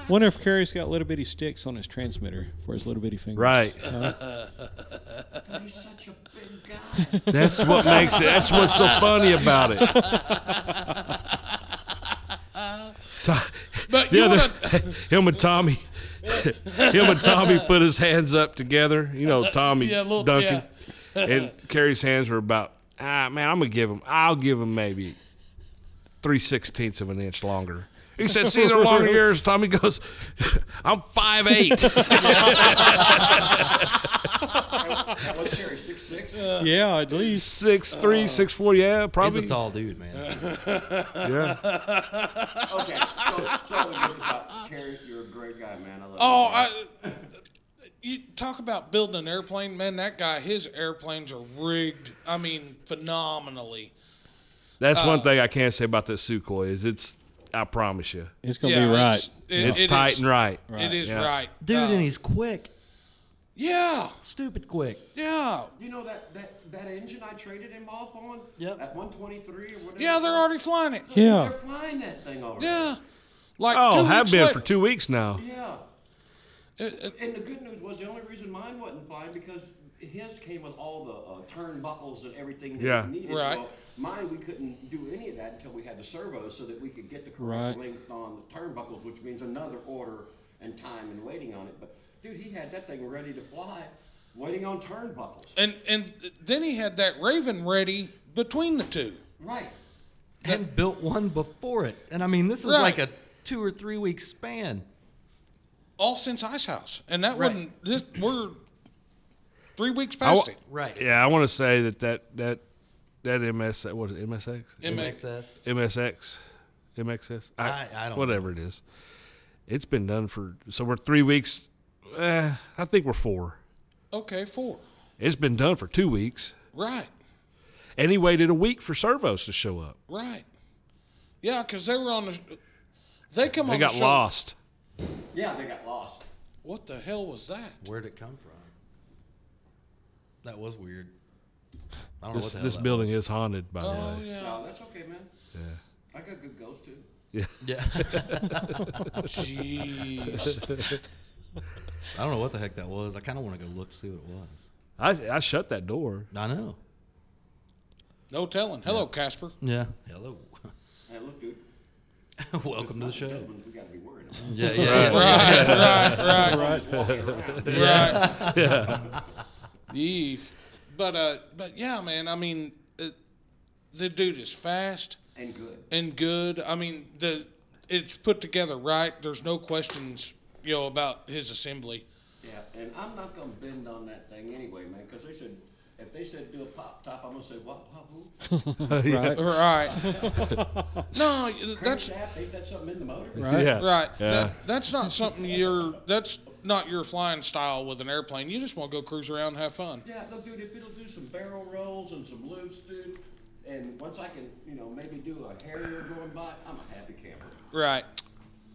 wonder if Carrie's got little bitty sticks on his transmitter for his little bitty fingers.
Right.
Huh?
He's such a big guy.
That's what makes it. That's what's so funny about it. To-
but
The
you
other,
wanna,
him and Tommy, him and Tommy put his hands up together. You know, Tommy
Yeah, little-
Duncan, and Carrie's hands were about. Ah, man, I'm gonna give him. I'll give him maybe three sixteenths of an inch longer. He said, "See, they're longer than yours." Tommy goes, "I'm five eight.
That was Terry, six six.
Yeah, at least.
six three, six four. Yeah,
He's
probably.
a tall dude, man.
Yeah,
Okay, so, so I would look this up. Terry, you're a great guy, man. I love
oh,
you.
I, you talk about building an airplane, man. That guy, his airplanes are rigged. I mean, phenomenally.
that's
Uh,
one thing I can't say about this Sukhoi is it's. I promise you,
It's gonna
Yeah,
be right.
it's- it-
it's
it
tight
is-
and right.
It is
yeah.
right,
Dude,
Uh,
and he's quick.
yeah,
Stupid quick.
yeah,
You know that, that, that engine I traded him off on?
Yep.
At 123 or whatever?
yeah. They're already flying it.
Yeah.
They're flying that thing already.
Yeah, like
Oh,
two
have
weeks
been
later-
for two weeks now.
Yeah.
Uh, uh,
And the good news was the only reason mine wasn't flying because his came with all the uh, turnbuckles and everything that
Yeah.
we needed.
Right.
Well, mine, we couldn't do any of that until we had the servos so that we could get the
Right.
correct length on the turnbuckles, which means another order and time and waiting on it. But dude, he had that thing ready to fly, waiting on turnbuckles.
and and then he had that Raven ready between the two.
Right.
And built one before it. And I mean, this is
Right.
like a two or three week span.
all since Ice House, and that
Right.
wasn't. This, we're three weeks
I
past
wa-
it.
Right.
Yeah, I want to say that that that that MS what is it, MSX
It ma-
MXS.
MSX MXS
I- I don't
whatever it is. It's been done for so we're three weeks. Eh, I think we're four.
okay, four.
It's been done for two weeks,
Right,
and he waited a week for servos to show up.
right. Yeah, because they were on the. They come
They
on.
got
the show-
lost.
Yeah, they got lost.
What the hell was that?
Where'd it come from? That was weird. I don't know
This
Oh, what the hell
this
that
building
was. Uh-huh.
is haunted by
Oh
the way.
yeah,
No, that's okay, man. Yeah. I got good goals too.
Yeah.
jeez.
I don't know what the heck that was. I kind of want to go look see what it was.
I I shut that door.
I know.
No telling. Hello, Casper.
Yeah. Hello.
Hey, look, dude.
Welcome to the
it's not
show.
Dublin, We got to be worried about.
Yeah, yeah, yeah.
Right, right, right,
Just walking around.
right. Yeef. But uh, but yeah, man. I mean, uh, the dude is fast.
And good.
and good. I mean, the it's put together right. There's no questions, you know, about his assembly.
Yeah, and I'm not gonna bend on that thing anyway, man, 'cause they said if they said do a pop top, I'm gonna say what pop who?
Right.
Right. no, that's
Crankshaft, ain't that something in the motor?
Right.
Yeah.
right.
Yeah.
That, that's not something you're. That's not your flying style with an airplane. You just want to go cruise around, and have fun.
Yeah, look, dude, if it'll do some barrel rolls and some loops, dude, and once I can, you know, maybe do a Harrier going by, I'm a happy camper.
Right.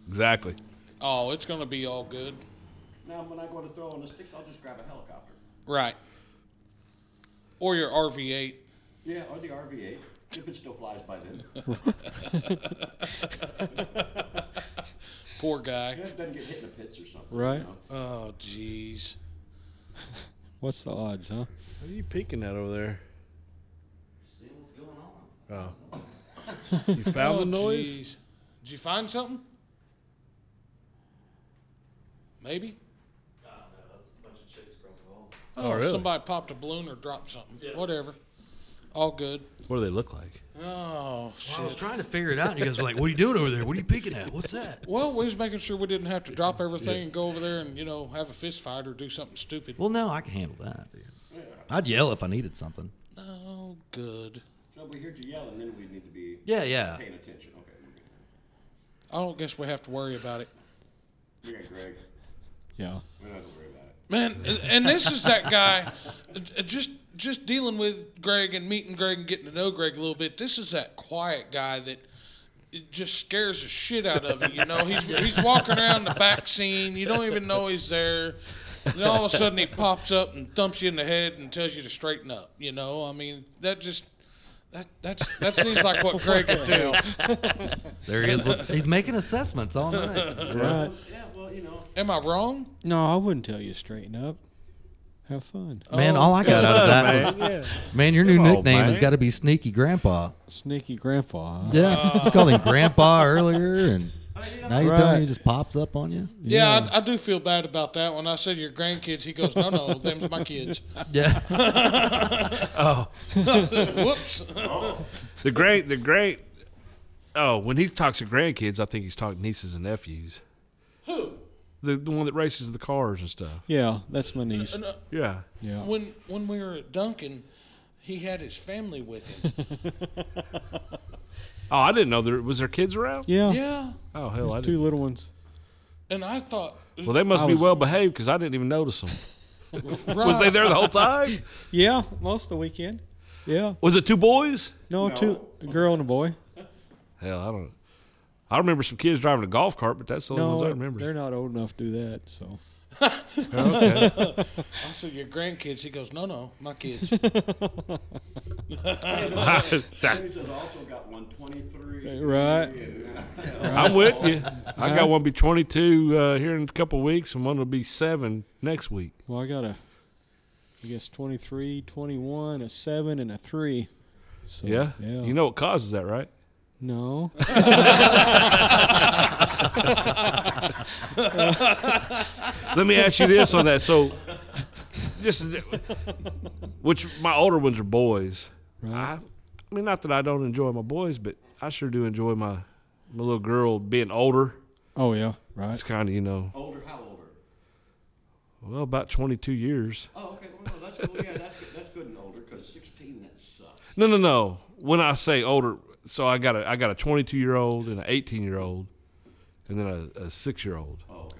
Exactly.
Oh, it's gonna be all good.
Now, when I go to throw on the sticks, I'll just grab a helicopter.
Right. Or your RV8.
Yeah, or the RV8, if it still flies by then.
Poor guy.
Yeah, it doesn't get hit in the pits or something.
Right.
You
Oh,
know?
jeez.
What's the odds, huh?
What are you peeking at over there?
See what's going on.
Oh. You found
Oh,
the noise?
jeez. Did you find something? Maybe. Oh,
really?
somebody popped a balloon or dropped something. Whatever. All good.
What do they look like?
Oh,
I was
shit.
trying to figure it out, and you guys were like, "What are you doing over there? What are you picking at? What's that?"
Well, we was making sure we didn't have to drop everything and go over there and, you know, have a fist fight or do something stupid.
Well, no, I can handle that. dude. I'd yell if I needed something.
Oh, good.
So we heard you yelling, then we need to be
Yeah, yeah.
paying attention. Okay, we're good.
I don't guess we have to worry about it.
we got Greg.
Yeah.
We're not going to worry about it.
Man, and- and this is that guy. uh, Just just dealing with Greg and meeting Greg and getting to know Greg a little bit. This is that quiet guy that it just scares the shit out of you. You know, he's he's walking around the back scene. You don't even know he's there. Then all of a sudden he pops up and thumps you in the head and tells you to straighten up. You know, I mean that just. That, that's, that seems like what Greg could do.
There he is. With, he's making assessments all night.
Right.
Yeah, well, you know,
Am I wrong?
No, I wouldn't tell you to straighten up. Have fun.
Man, all I got out of that was,
Yeah.
man, your new
Come on,
nickname has
man.
got to be Sneaky Grandpa.
Sneaky grandpa. Huh?
Yeah, you called him Grandpa earlier, and now you're telling
Right.
me he just pops up on you.
Yeah, I, I do feel bad about that. When I said your grandkids, he goes, "No, no, them's my kids."
Yeah,
Whoops.
The great, the great. Oh, when he talks to grandkids, I think he's talking nieces and nephews. Who? The, the one that races the cars and stuff.
Yeah, that's my niece.
Yeah.
Yeah.
When when we were at Duncan, he had his family with him.
Oh, I didn't know there was there kids around.
Yeah.
yeah,
Oh hell, I
Two
didn't.
little ones.
and I thought,
Well, they must
I
be
was-
well behaved because I didn't even notice them. Was
right,
they there the whole time?
Yeah, most of the weekend. Yeah.
Was it two boys?
No, two a girl and a boy.
Hell, I don't. I remember some kids driving a golf cart, but that's the only
No,
ones I
they're
remember.
not old enough to do that. So
Okay.
I said your grandkids. He goes, "No, no, my kids."
he says I also got 123.
right,
I'm with you. I got one be 22 uh, here in a couple weeks, and one will be seven next week.
well, I got a, I guess 23, 21, a seven, and a three. So
Yeah.
yeah.
You know what causes that, right?
no,
Let me ask you this on that. So, just which my older ones are boys. I, I mean, not that I don't enjoy my boys, but I sure do enjoy my my little girl being older.
oh yeah, right.
It's kind of you know,
Older, how older?
well, about twenty two years.
Oh, okay. Well, no, that's cool. Yeah, that's good. That's good and older because 16 that sucks.
No, no, no. When I say older, so I got a I got a twenty two year old and an eighteen year old, and then a, a six year old
Oh, okay.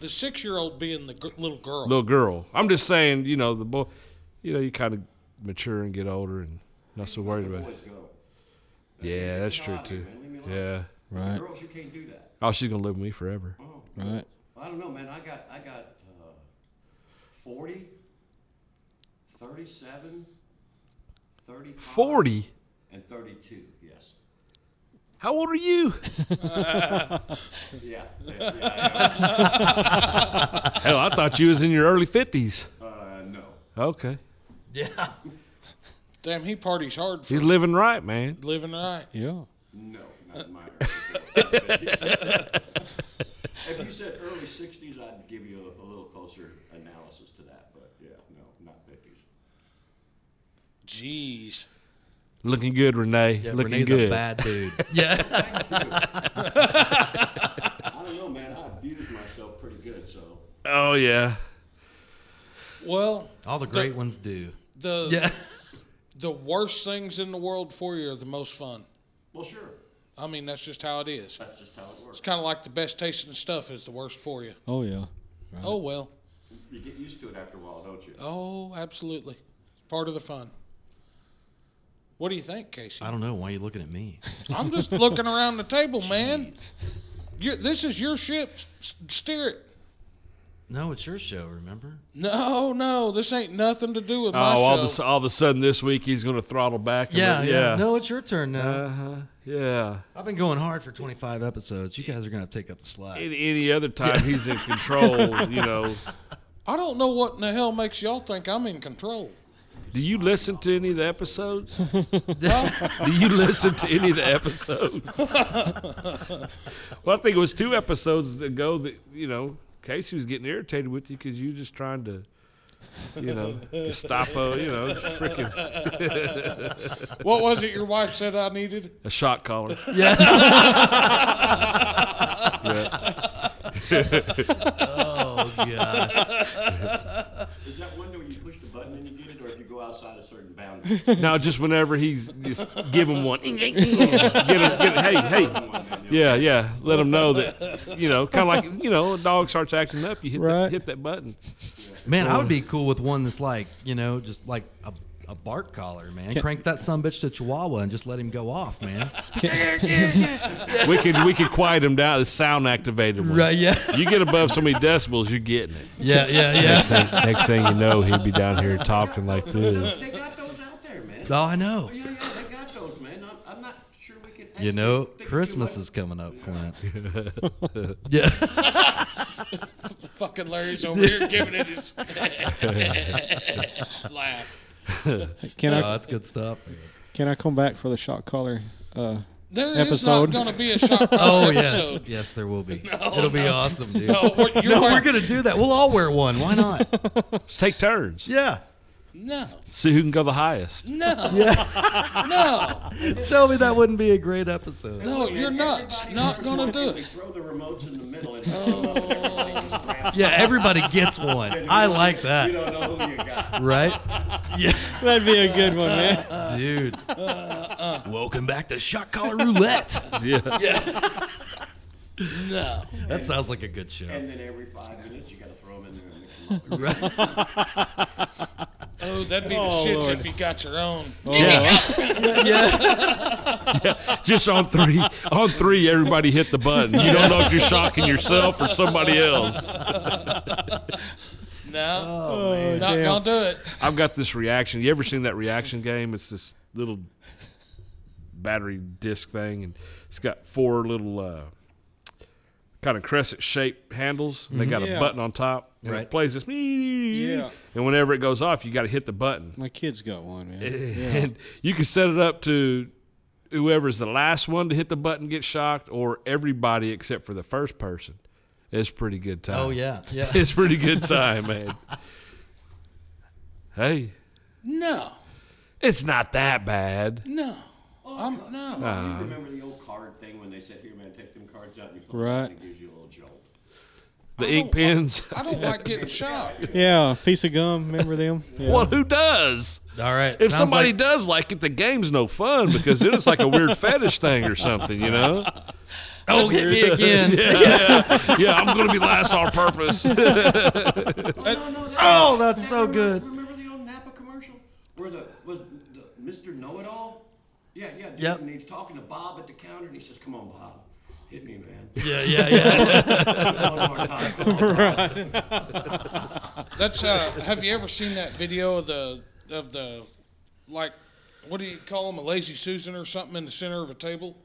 The six-year-old being the gr- little girl.
little girl. I'm just saying, you know, the boy, you know, you kind of mature and get older and not so worried about. it.
Boys go.
Yeah, that's true
out of
too.
here, man. Leave me alone.
Yeah.
Right,
Girls, you can't do that.
Oh, she's gonna live with me forever.
right.
I don't know, man. I got I got uh, 40, 37, 35,
Forty.
and 32. Yes.
How old are you?
Yeah. yeah, yeah,
Hell, I thought you was in your early fifties.
yeah. Uh, no.
Okay.
yeah.
Damn, he parties hard for
He's living right, man.
living right.
Yeah,
No, not in my early 50s. If you said early 60s, I'd give you a, a little closer analysis to that. But yeah, no, not 50s.
Jeez.
Looking good, Renee. Looking
Renee's
good.
a bad dude. yeah,
I don't know, man. I abused myself pretty good, so.
Oh yeah.
Well,
all the great ones do.
the
Yeah,
the worst things in the world for you are the most fun.
Well, sure.
I mean, that's just how it is.
That's just how it works.
It's kind of like the best tasting stuff is the worst for you.
oh yeah,
Oh well.
You get used to it after a while, don't you?
Oh, absolutely. It's part of the fun. What do you think, Casey?
I don't know why you looking at me.
I'm just looking around the table, man. You're, this is your ship. S- steer it.
No, it's your show. Remember?
No, no, this ain't nothing to do with
Oh,
my
all
show.
of, a, su- all of a sudden this week he's going to throttle back. and
Yeah,
then-
yeah.
yeah.
No, it's your turn now.
Uh-huh. Yeah.
I've been going hard for 25 episodes. You guys are gonna take up the slack.
Any, any other time he's in control, you know.
I don't know what in the hell makes y'all think I'm in control.
Do you listen to any of the episodes? Do you listen to any of the episodes? well, I think it was two episodes ago that you know Casey was getting irritated with you because you were just trying to, you know, Gestapo, you know, just freaking
What was it your wife said I needed?
a shot collar.
Yeah.
Yeah.
oh god.
Is that window you push the button and you get it, or if you go outside a certain boundary?
Now, just whenever he's just give him one, get him, get him, hey, hey, Yeah, yeah. Let them know that, you know, kind of like, you know, a dog starts acting up, you hit,
Right.
that, hit that button.
Man, I would be cool with one that's like, you know, just like a, a bark collar, man. Crank that son bitch to Chihuahua and just let him go off, man.
We can we can quiet him down. The sound activated one.
Yeah.
You get above so many decibels, you're getting it.
Yeah. Yeah. Yeah.
Next thing, next thing you know, he'd be down here talking like this.
They got those out there, man.
oh, I know.
Yeah, yeah, they got those, man. I'm, I'm not sure we can.
You
actually
know,
think of
Christmas
two
is coming up, Clint. yeah. Oh,
Fucking Larry's over here giving it his laugh.
Can
Oh,
I
that's good stuff.
can I come back for the shot collar? Uh,
There is
Episode.
not going to be a shot
Oh yes,
episode.
yes, there will be. It'll be awesome, dude.
No, we're, you're
we're
wearing-
gonna do that. We'll all wear one. Why not?
Let's take turns.
Yeah.
No,
See who can go the highest.
no, no,
Tell me that wouldn't be a great episode.
no, you're nuts. Not going to do
We
it.
throw the remotes in the middle and oh.
Yeah, everybody gets one. I like
you
that.
don't know who you got.
Right? Yeah,
that'd be a good one, man.
dude. Welcome back to Shot Collar Roulette.
Yeah.
No.
That sounds like a good show.
And then every five minutes you got to throw them in there and mix 'em up.
Right?
Oh, that'd be
Oh,
the shits
Lord.
if you got your own.
Yeah.
Yeah.
Just on three. On three, everybody hit the button. You don't know if you're shocking yourself or somebody else.
No,
Oh,
not
damn.
going to do it.
I've got this reaction. You ever seen that reaction game? It's this little battery disc thing, and it's got four little uh, kind of crescent shaped handles, and they got
Yeah.
a button on top, and
Right.
it plays this.
Yeah.
And whenever it goes off, you got to hit the button,
My kid's got one, man.
and you can set it up to whoever's the last one to hit the button gets shocked, or everybody except for the first person. It's pretty good time.
Oh yeah. Yeah.
it's pretty good time, man. Hey.
No,
It's not that bad.
no. I'm, no.
you remember the old card thing when they said, "Here, man, take them cards out." And you put them
Right.
in, It gives you a little jolt.
The ink pens.
I don't like getting shot.
Yeah, piece of gum. Remember them? Yeah.
Well, who does?
All right.
If
sounds
somebody
like,
does like it, the game's no fun because then it's like a weird fetish thing or something, you know?
oh, hit me again.
Yeah, yeah, yeah, I'm gonna be last on purpose.
no, no, that-
Oh, that's so
remember-
good.
Remember the old Napa commercial where the was the Mr. Know It All? Yeah, yeah. Dude,
Yep.
And he's talking to Bob at the counter, and he says, "Come on, Bob, hit me, man."
Yeah. Yeah. Yeah.
One more time. Come on, Bob."
That's uh. Have you ever seen that video of the of the like what do you call them a lazy susan or something in the center of a table?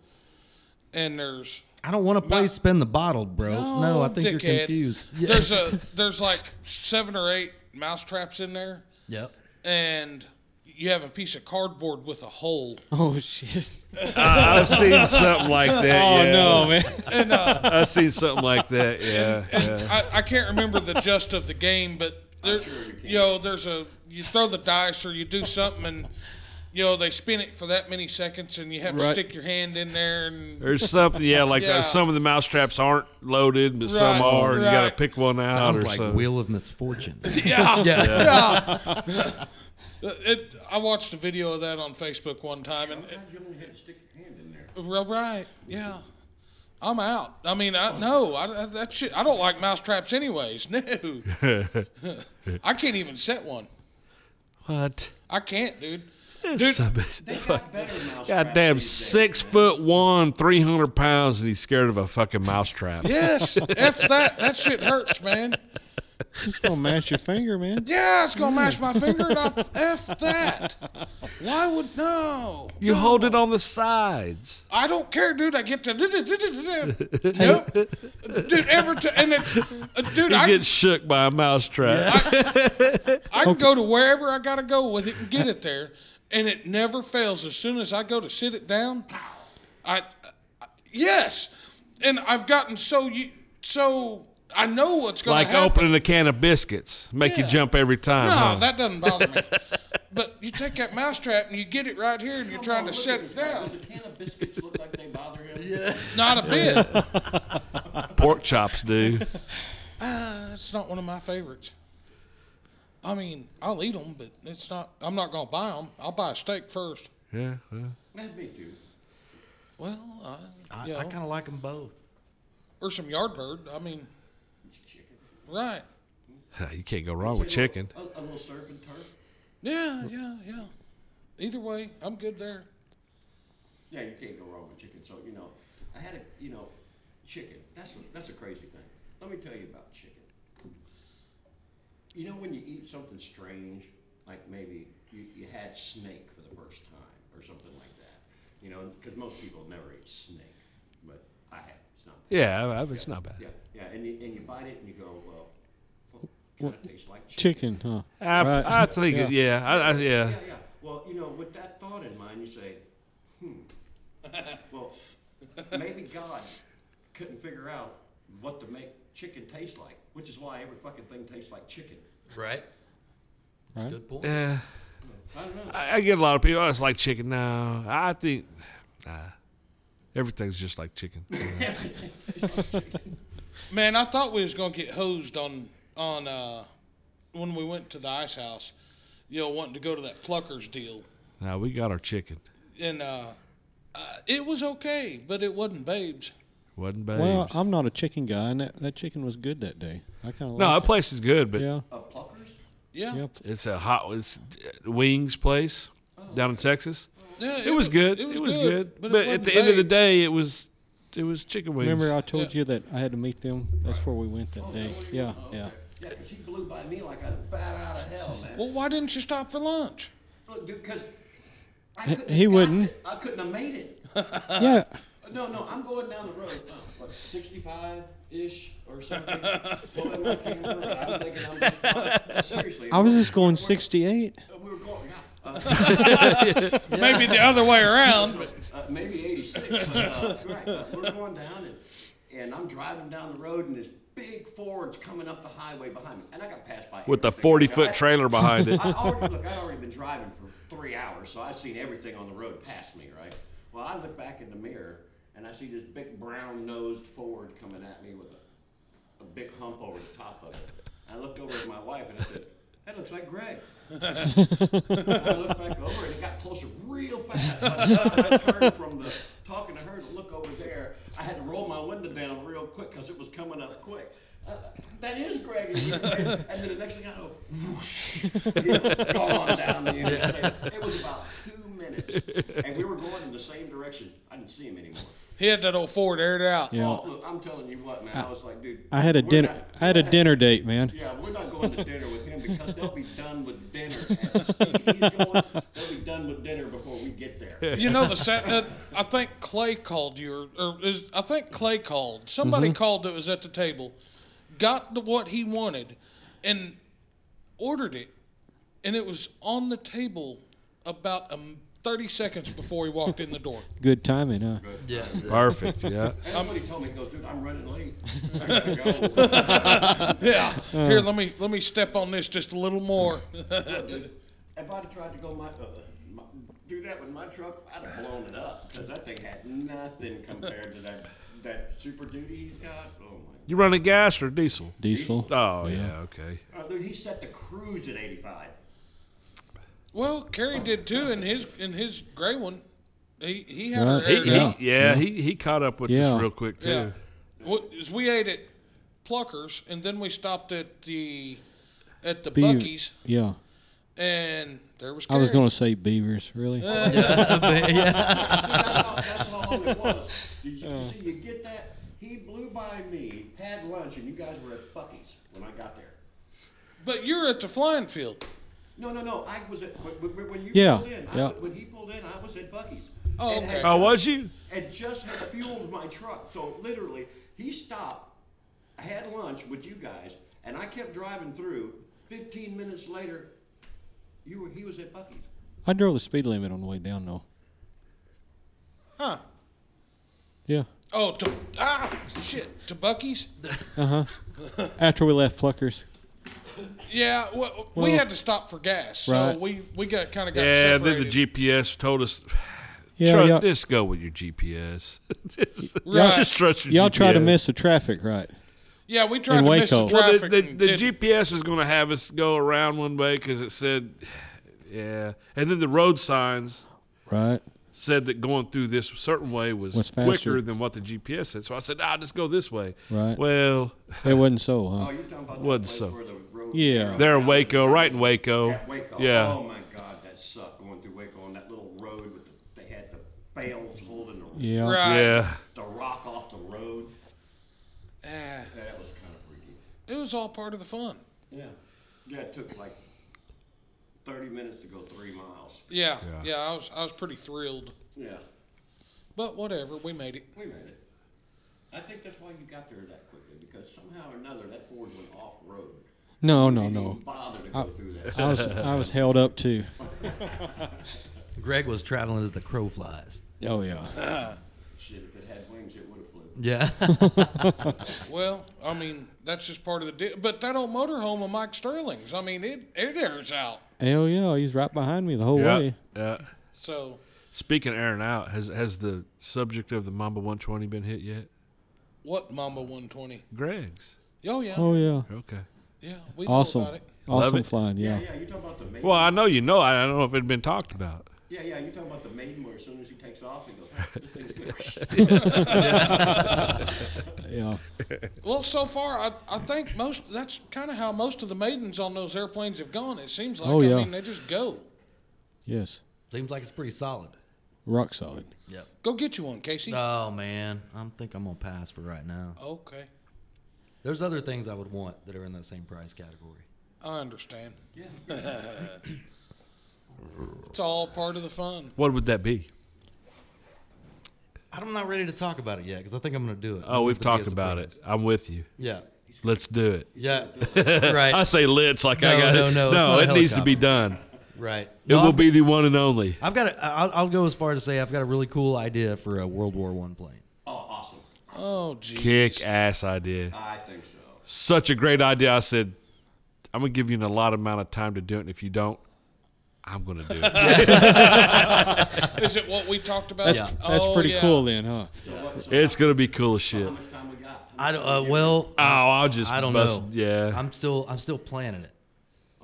And there's
I don't want to play spin the bottle, bro.
no,
No, Oh, I think
dickhead.
you're confused. Yeah.
There's a there's like seven or eight mouse traps in there,
Yep.
and you have a piece of cardboard with a hole.
Oh shit.
I've seen something like that.
Oh
yeah.
no, man.
I've seen something like that. Yeah, yeah.
I, I can't remember the gist of the game, but there, you know, there's a you throw the dice or you do something and. You know, they spin it for that many seconds, and you have to
Right.
stick your hand in there and
There's something, yeah, like
Yeah.
Uh, some of the mousetraps aren't loaded, but some
Right,
are, and you gotta
right.
pick one out
Sounds
or
like
something.
Wheel of Misfortune.
Yeah.
Yeah.
It, I watched a video of that on Facebook one time, and uh,
Sometimes you only have to stick your hand in there.
well, right, yeah, I'm out. I mean, I no, I, I- that shit. I don't like mouse traps, anyways. No, I can't even set one.
what?
I can't, dude.
It's a bitch.
They got better mousetraps
Goddamn,
these days,
six
man.
foot one, 300 pounds, and he's scared of a fucking mousetrap.
Yes, F that. That shit hurts, man.
Just gonna mash your finger, man.
Yeah, it's gonna mash my finger. And I, F that. Why would no?
You hold it on the sides.
I don't care, dude. I get to nope. Dude, ever to and it's uh, dude.
You
I,
get shook by a mousetrap.
I can go to wherever I gotta go with it and get it there, and it never fails. As soon as I go to sit it down, I, I- yes, and I've gotten so you so I know what's gonna
Like
happen.
opening a can of biscuits. Make
Yeah.
you jump every time.
No,
huh?
that doesn't bother me. But you take that mousetrap and you get it right here, and you're
Come
trying to
on, look
set
at
it
this guy.
down.
Does a can of biscuits look like they bother him? Yeah.
Not a bit.
Pork chops do.
That's not one of my favorites. I mean, I'll eat them, but it's not. I'm not gonna buy them. I'll buy a steak first.
Yeah. well.
Me too.
Well, I, you
I
know,
kind of like them both.
or some Yardbird. I mean,
It's chicken.
right?
You can't go wrong Oh, with
Say, look,
chicken.
A, a little surf and turf.
Yeah, yeah, yeah. Either way, I'm good there.
Yeah, you can't go wrong with chicken. So you know, I had a you know, chicken. That's a, that's a crazy thing. Let me tell you about chicken. You know when you eat something strange, like maybe you, you had snake for the first time or something like that. You know, because most people never eat snake, but I have. It's not.
Yeah, I- I- it's not bad.
Yeah, yeah, and you, and you bite it and you go, well, well kind of tastes like chicken.
Chicken, huh?
I,
Right.
I think, yeah, yeah, I, I, yeah.
Yeah, yeah. Well, you know, with that thought in mind, you say, hmm. well, maybe God couldn't figure out what to make chicken taste like, which is why every fucking thing tastes like chicken.
Right.
Right.
Good point.
yeah.
I don't know.
Uh, I, I get a lot of people. Oh, it's like chicken. No, I think nah, everything's just like chicken.
Man, I thought we was gonna get hosed on on uh, when we went to the ice house. You know, wanting to go to that Pluckers deal.
no, we got our chicken.
and uh, uh, it was okay, but it wasn't babes.
Wasn't bad.
Well, I'm not a chicken guy, and that, that chicken was good that day. I kind of
no, that
liked
place is good, but
it. yeah,
Uh, pluckers?
Yeah,
yep.
it's a hot. It's uh, wings place down in Texas.
yeah
It was good. It was, good. But, at
wasn't
the end of the
babes.
day, it was it was chicken wings.
Remember, I told
Yeah.
you that I had to meet them. That's where we went that day. Yeah, yeah.
Yeah, 'cause he blew by me like I was bat out of hell, man.
well, why didn't you stop for lunch?
Look, dude, because I couldn't
he
have got
wouldn't.
it. I couldn't have made it.
Yeah,
No, no, I'm going down the road. Oh, what, 65 ish or something? Pulling my camera, I'm thinking I'm gonna- Seriously.
I was
we're-
just going
we're-
68.
We were going, yeah. Uh,
Maybe the other way around.
but, uh, maybe 86. But, uh, right, uh, we're going down, and, and I'm driving down the road, and this big Ford's coming up the highway behind me, and I got passed by
with the
everything.
40
I-
foot trailer behind it.
I already look. I'd already been driving for three hours, so I'd seen everything on the road pass me. Right. Well, I look back in the mirror, and I see this big brown-nosed Ford coming at me with a, a big hump over the top of it. I looked over at my wife, and I said, "That looks like Greg." I looked back over and it got closer real fast. By the time I turned from the talking to her to look over there, I had to roll my window down real quick because it was coming up quick. Uh, that is Greg. And then the next thing I know, whoosh, he was gone down the interstate. It was about two minutes. And we were going in the same direction. I didn't see him anymore.
He had that old Ford aired out.
Yeah.
Oh, look, I'm telling you what, man. I, was like, dude.
I had a
we're
dinner.
not-
I had a dinner date, man.
yeah, we're not going to dinner with him because they'll be done with dinner. At speed. He's going, they'll be done with dinner before we get there.
You know the sat. Uh, I think Clay called you, or, or is, I think Clay called. Somebody called that was at the table, got the, what he wanted, and ordered it, and it was on the table about um, thirty seconds before he walked in the door.
Good timing, huh?
Yeah.
Perfect. Yeah.
And somebody told me, he goes, dude, I'm running late. I gotta go.
Yeah. Here, let me let me step on this just a little more.
If I'd have tried to go my, uh, my do that with my truck, I'd have blown it up because that thing had nothing compared to that that Super Duty he's got. Oh my!
You running gas or diesel?
Diesel.
Oh yeah. Okay.
Uh, dude, he set the cruise at 85.
well, Kerry did too in his in his gray one. He he had
Right.
her
He,
aired out.
he, yeah. He he caught up with
Yeah.
us real quick too.
Yeah. Well, is we ate at Pluckers and then we stopped at the at the
Be-
Bucky's
Yeah.
and there was.
I was
Gary.
going to say beavers, really.
Eh.
that's, all, that's all it was. Did you see? You get that? He blew by me, had lunch, and you guys were at Bucky's when I got there.
But you're at the flying field.
No, no, no. I was at when, when when you
Yeah,
pulled in. I,
yeah.
When he pulled in, I was at Bucky's.
Oh,
And had
okay.
Oh, was you?
and just had fueled my truck. So literally, he stopped, I had lunch with you guys, and I kept driving through. Fifteen minutes later, you were he was at Bucky's.
I drove the speed limit on the way down, though.
Huh.
Yeah.
Oh, to, ah, shit, to Bucky's.
After we left Pluckers.
Yeah, well, we
Well-
had to stop for gas, so
Right.
we we got kind of got
Yeah, then
separated.
the GPS told us,
Yeah,
"Tru-
y'all,
just go with your GPS. just,
Right.
just trust your
y'all
GPS.
try to miss the traffic, right?
yeah, we tried
in
to miss the
Waco. Well,
Well,
traffic.
the, the,
and
the
didn't.
GPS is going to have us go around one way because it said, yeah. And then the road signs
Right.
said that going through this certain way was,
Was faster.
quicker than what the GPS said. So I said, ah, just go this way.
Right.
Well,
It wasn't so,
Oh,
huh?
you're talking about
Wasn't
that place
so.
where the road.
Yeah.
they're in Waco, right in Waco.
At Waco.
Yeah.
Oh my God, that sucked going through Waco on that little road with the, they had the bales holding the,
Yeah.
right?
yeah.
the rock off the road.
Ah,
That was kind of freaky.
it was all part of the fun.
Yeah. Yeah, it took like thirty minutes to go three miles.
Yeah, yeah, I was I was pretty thrilled,
Yeah.
but whatever, we made it.
Wait a minute. I think that's why you got there that quickly because somehow or another that Ford went off road.
No, no,
Didn't
no.
even bother to go through that.
I was I was held up too.
Greg was traveling as the crow flies.
Oh yeah.
Shit, if it had wings, it would have flew.
Yeah.
Well, I mean, that's just part of the deal. But that old motorhome of Mike Sterling's, I mean, it it airs out.
Hell yeah. He's right behind me the whole
Yeah.
way.
yeah.
So
Speaking of airing out, has has the subject of the Mamba 120 been hit yet?
what Mamba 120?
Greg's.
Oh yeah,
Oh yeah.
Okay.
yeah, we know
Awesome.
about it.
Awesome
it.
flying. Yeah.
Yeah, yeah, you talking about the maiden?
Well, I know you know. I I don't know if it had been talked about.
yeah, yeah, you talking about the maiden where as soon as he takes off, he goes, "This thing's good."
Yeah.
Well, so far, I, I think most that's kind of how most of the maidens on those airplanes have gone. It seems like.
Oh, yeah.
I mean, they just go.
Yes.
Seems like it's pretty solid.
Rock solid.
Go get you one, Casey.
Oh man, I think I'm gonna pass for right now.
okay,
There's other things I would want that are in that same price category.
I understand. Yeah. it's all part of the fun.
What would that be?
I'm not ready to talk about it yet because I think I'm gonna do it. I
Oh,
want
we've
to be a
talked about
surprise.
it. I'm with you.
Yeah,
Let's do it.
yeah,
I
right,
say let's like I
No,
got
no,
it.
no, it's not a
it needs to be
helicopter.
done.
right.
It
No,
will
I've-
be the one and only.
I've got. A, I'll, I'll go as far to say I've got a really cool idea for a World War One plane.
Oh, awesome!
Oh, geez.
Kick ass idea.
I think so.
Such a great idea. I said, I'm gonna give you an allotted amount of time to do it. And if you don't, I'm gonna do it.
Is it what we talked about?
That's
Yeah.
that's
Oh,
pretty
yeah.
cool then, huh?
So, what, so
it's gonna be cool as shit.
how much time we got?
I don't. Uh, well,
Oh, I'll just
I don't
bust,
know.
Yeah.
I'm still. I'm still planning it.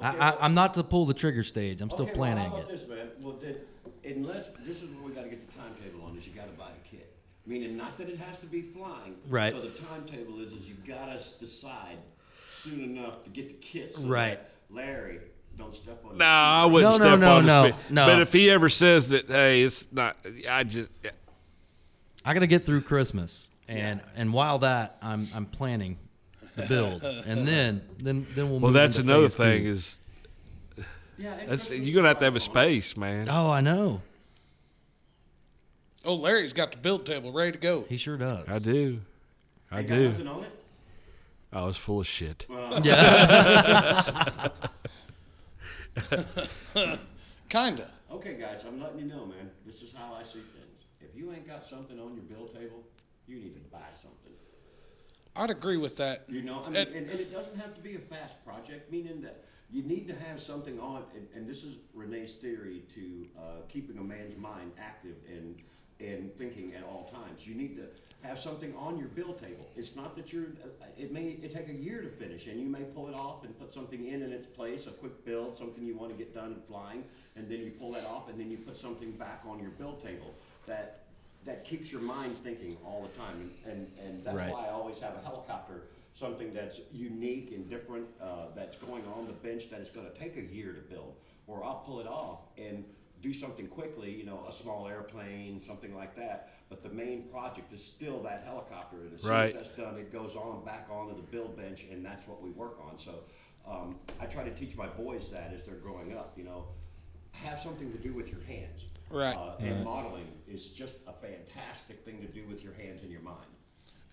I, I, I'm not to pull the trigger stage. I'm still
okay,
planning
well, how about
it.
this, man? Well, then, unless this is what we got to get the timetable on is you got to buy the kit. Meaning, not that it has to be flying.
Right.
So the timetable is is you got to decide soon enough to get the kit. So that
Right.
Larry, don't step on.
no, I wouldn't
No, no,
step
no,
on
no,
his feet.
no.
But if he ever says that, hey, it's not. I just.
I gotta get through Christmas, and and while that, I'm I'm planning the build, and then then then we'll.
Well,
move
that's
into
another
phase two.
thing is
Yeah. and
that's,
Christmas
you're gonna have to have a
is
space, man.
Oh, I know.
Oh, Larry's got the build table ready to go.
He sure does.
I do. I
Ain't got
do.
nothing on it?
I was full of shit.
Kinda.
Okay, guys, I'm letting you know, man. This is how I see things. If you ain't got something on your bill table, you need to buy something.
I'd agree with that.
You know, I mean,
It-
and, and it doesn't have to be a fast project, meaning that you need to have something on, and, and this is Renee's theory to uh, keeping a man's mind active and, and thinking at all times. You need to have something on your bill table. It's not that you're, uh, it may it take a year to finish, and you may pull it off and put something in in its place, a quick build, something you want to get done and flying, and then you pull that off, and then you put something back on your bill table that that keeps your mind thinking all the time, and, and, and that's
Right.
why I always have a helicopter, something that's unique and different, uh, that's going on the bench, that it's gonna take a year to build. or I'll pull it off and do something quickly, you know, a small airplane, something like that. But the main project is still that helicopter. And as soon
Right.
as that's done, it goes on back onto the build bench, and that's what we work on. So um, I try to teach my boys that as they're growing up, you know, have something to do with your hands.
Right.
Uh, and modeling is just a fantastic thing to do with your hands and your mind.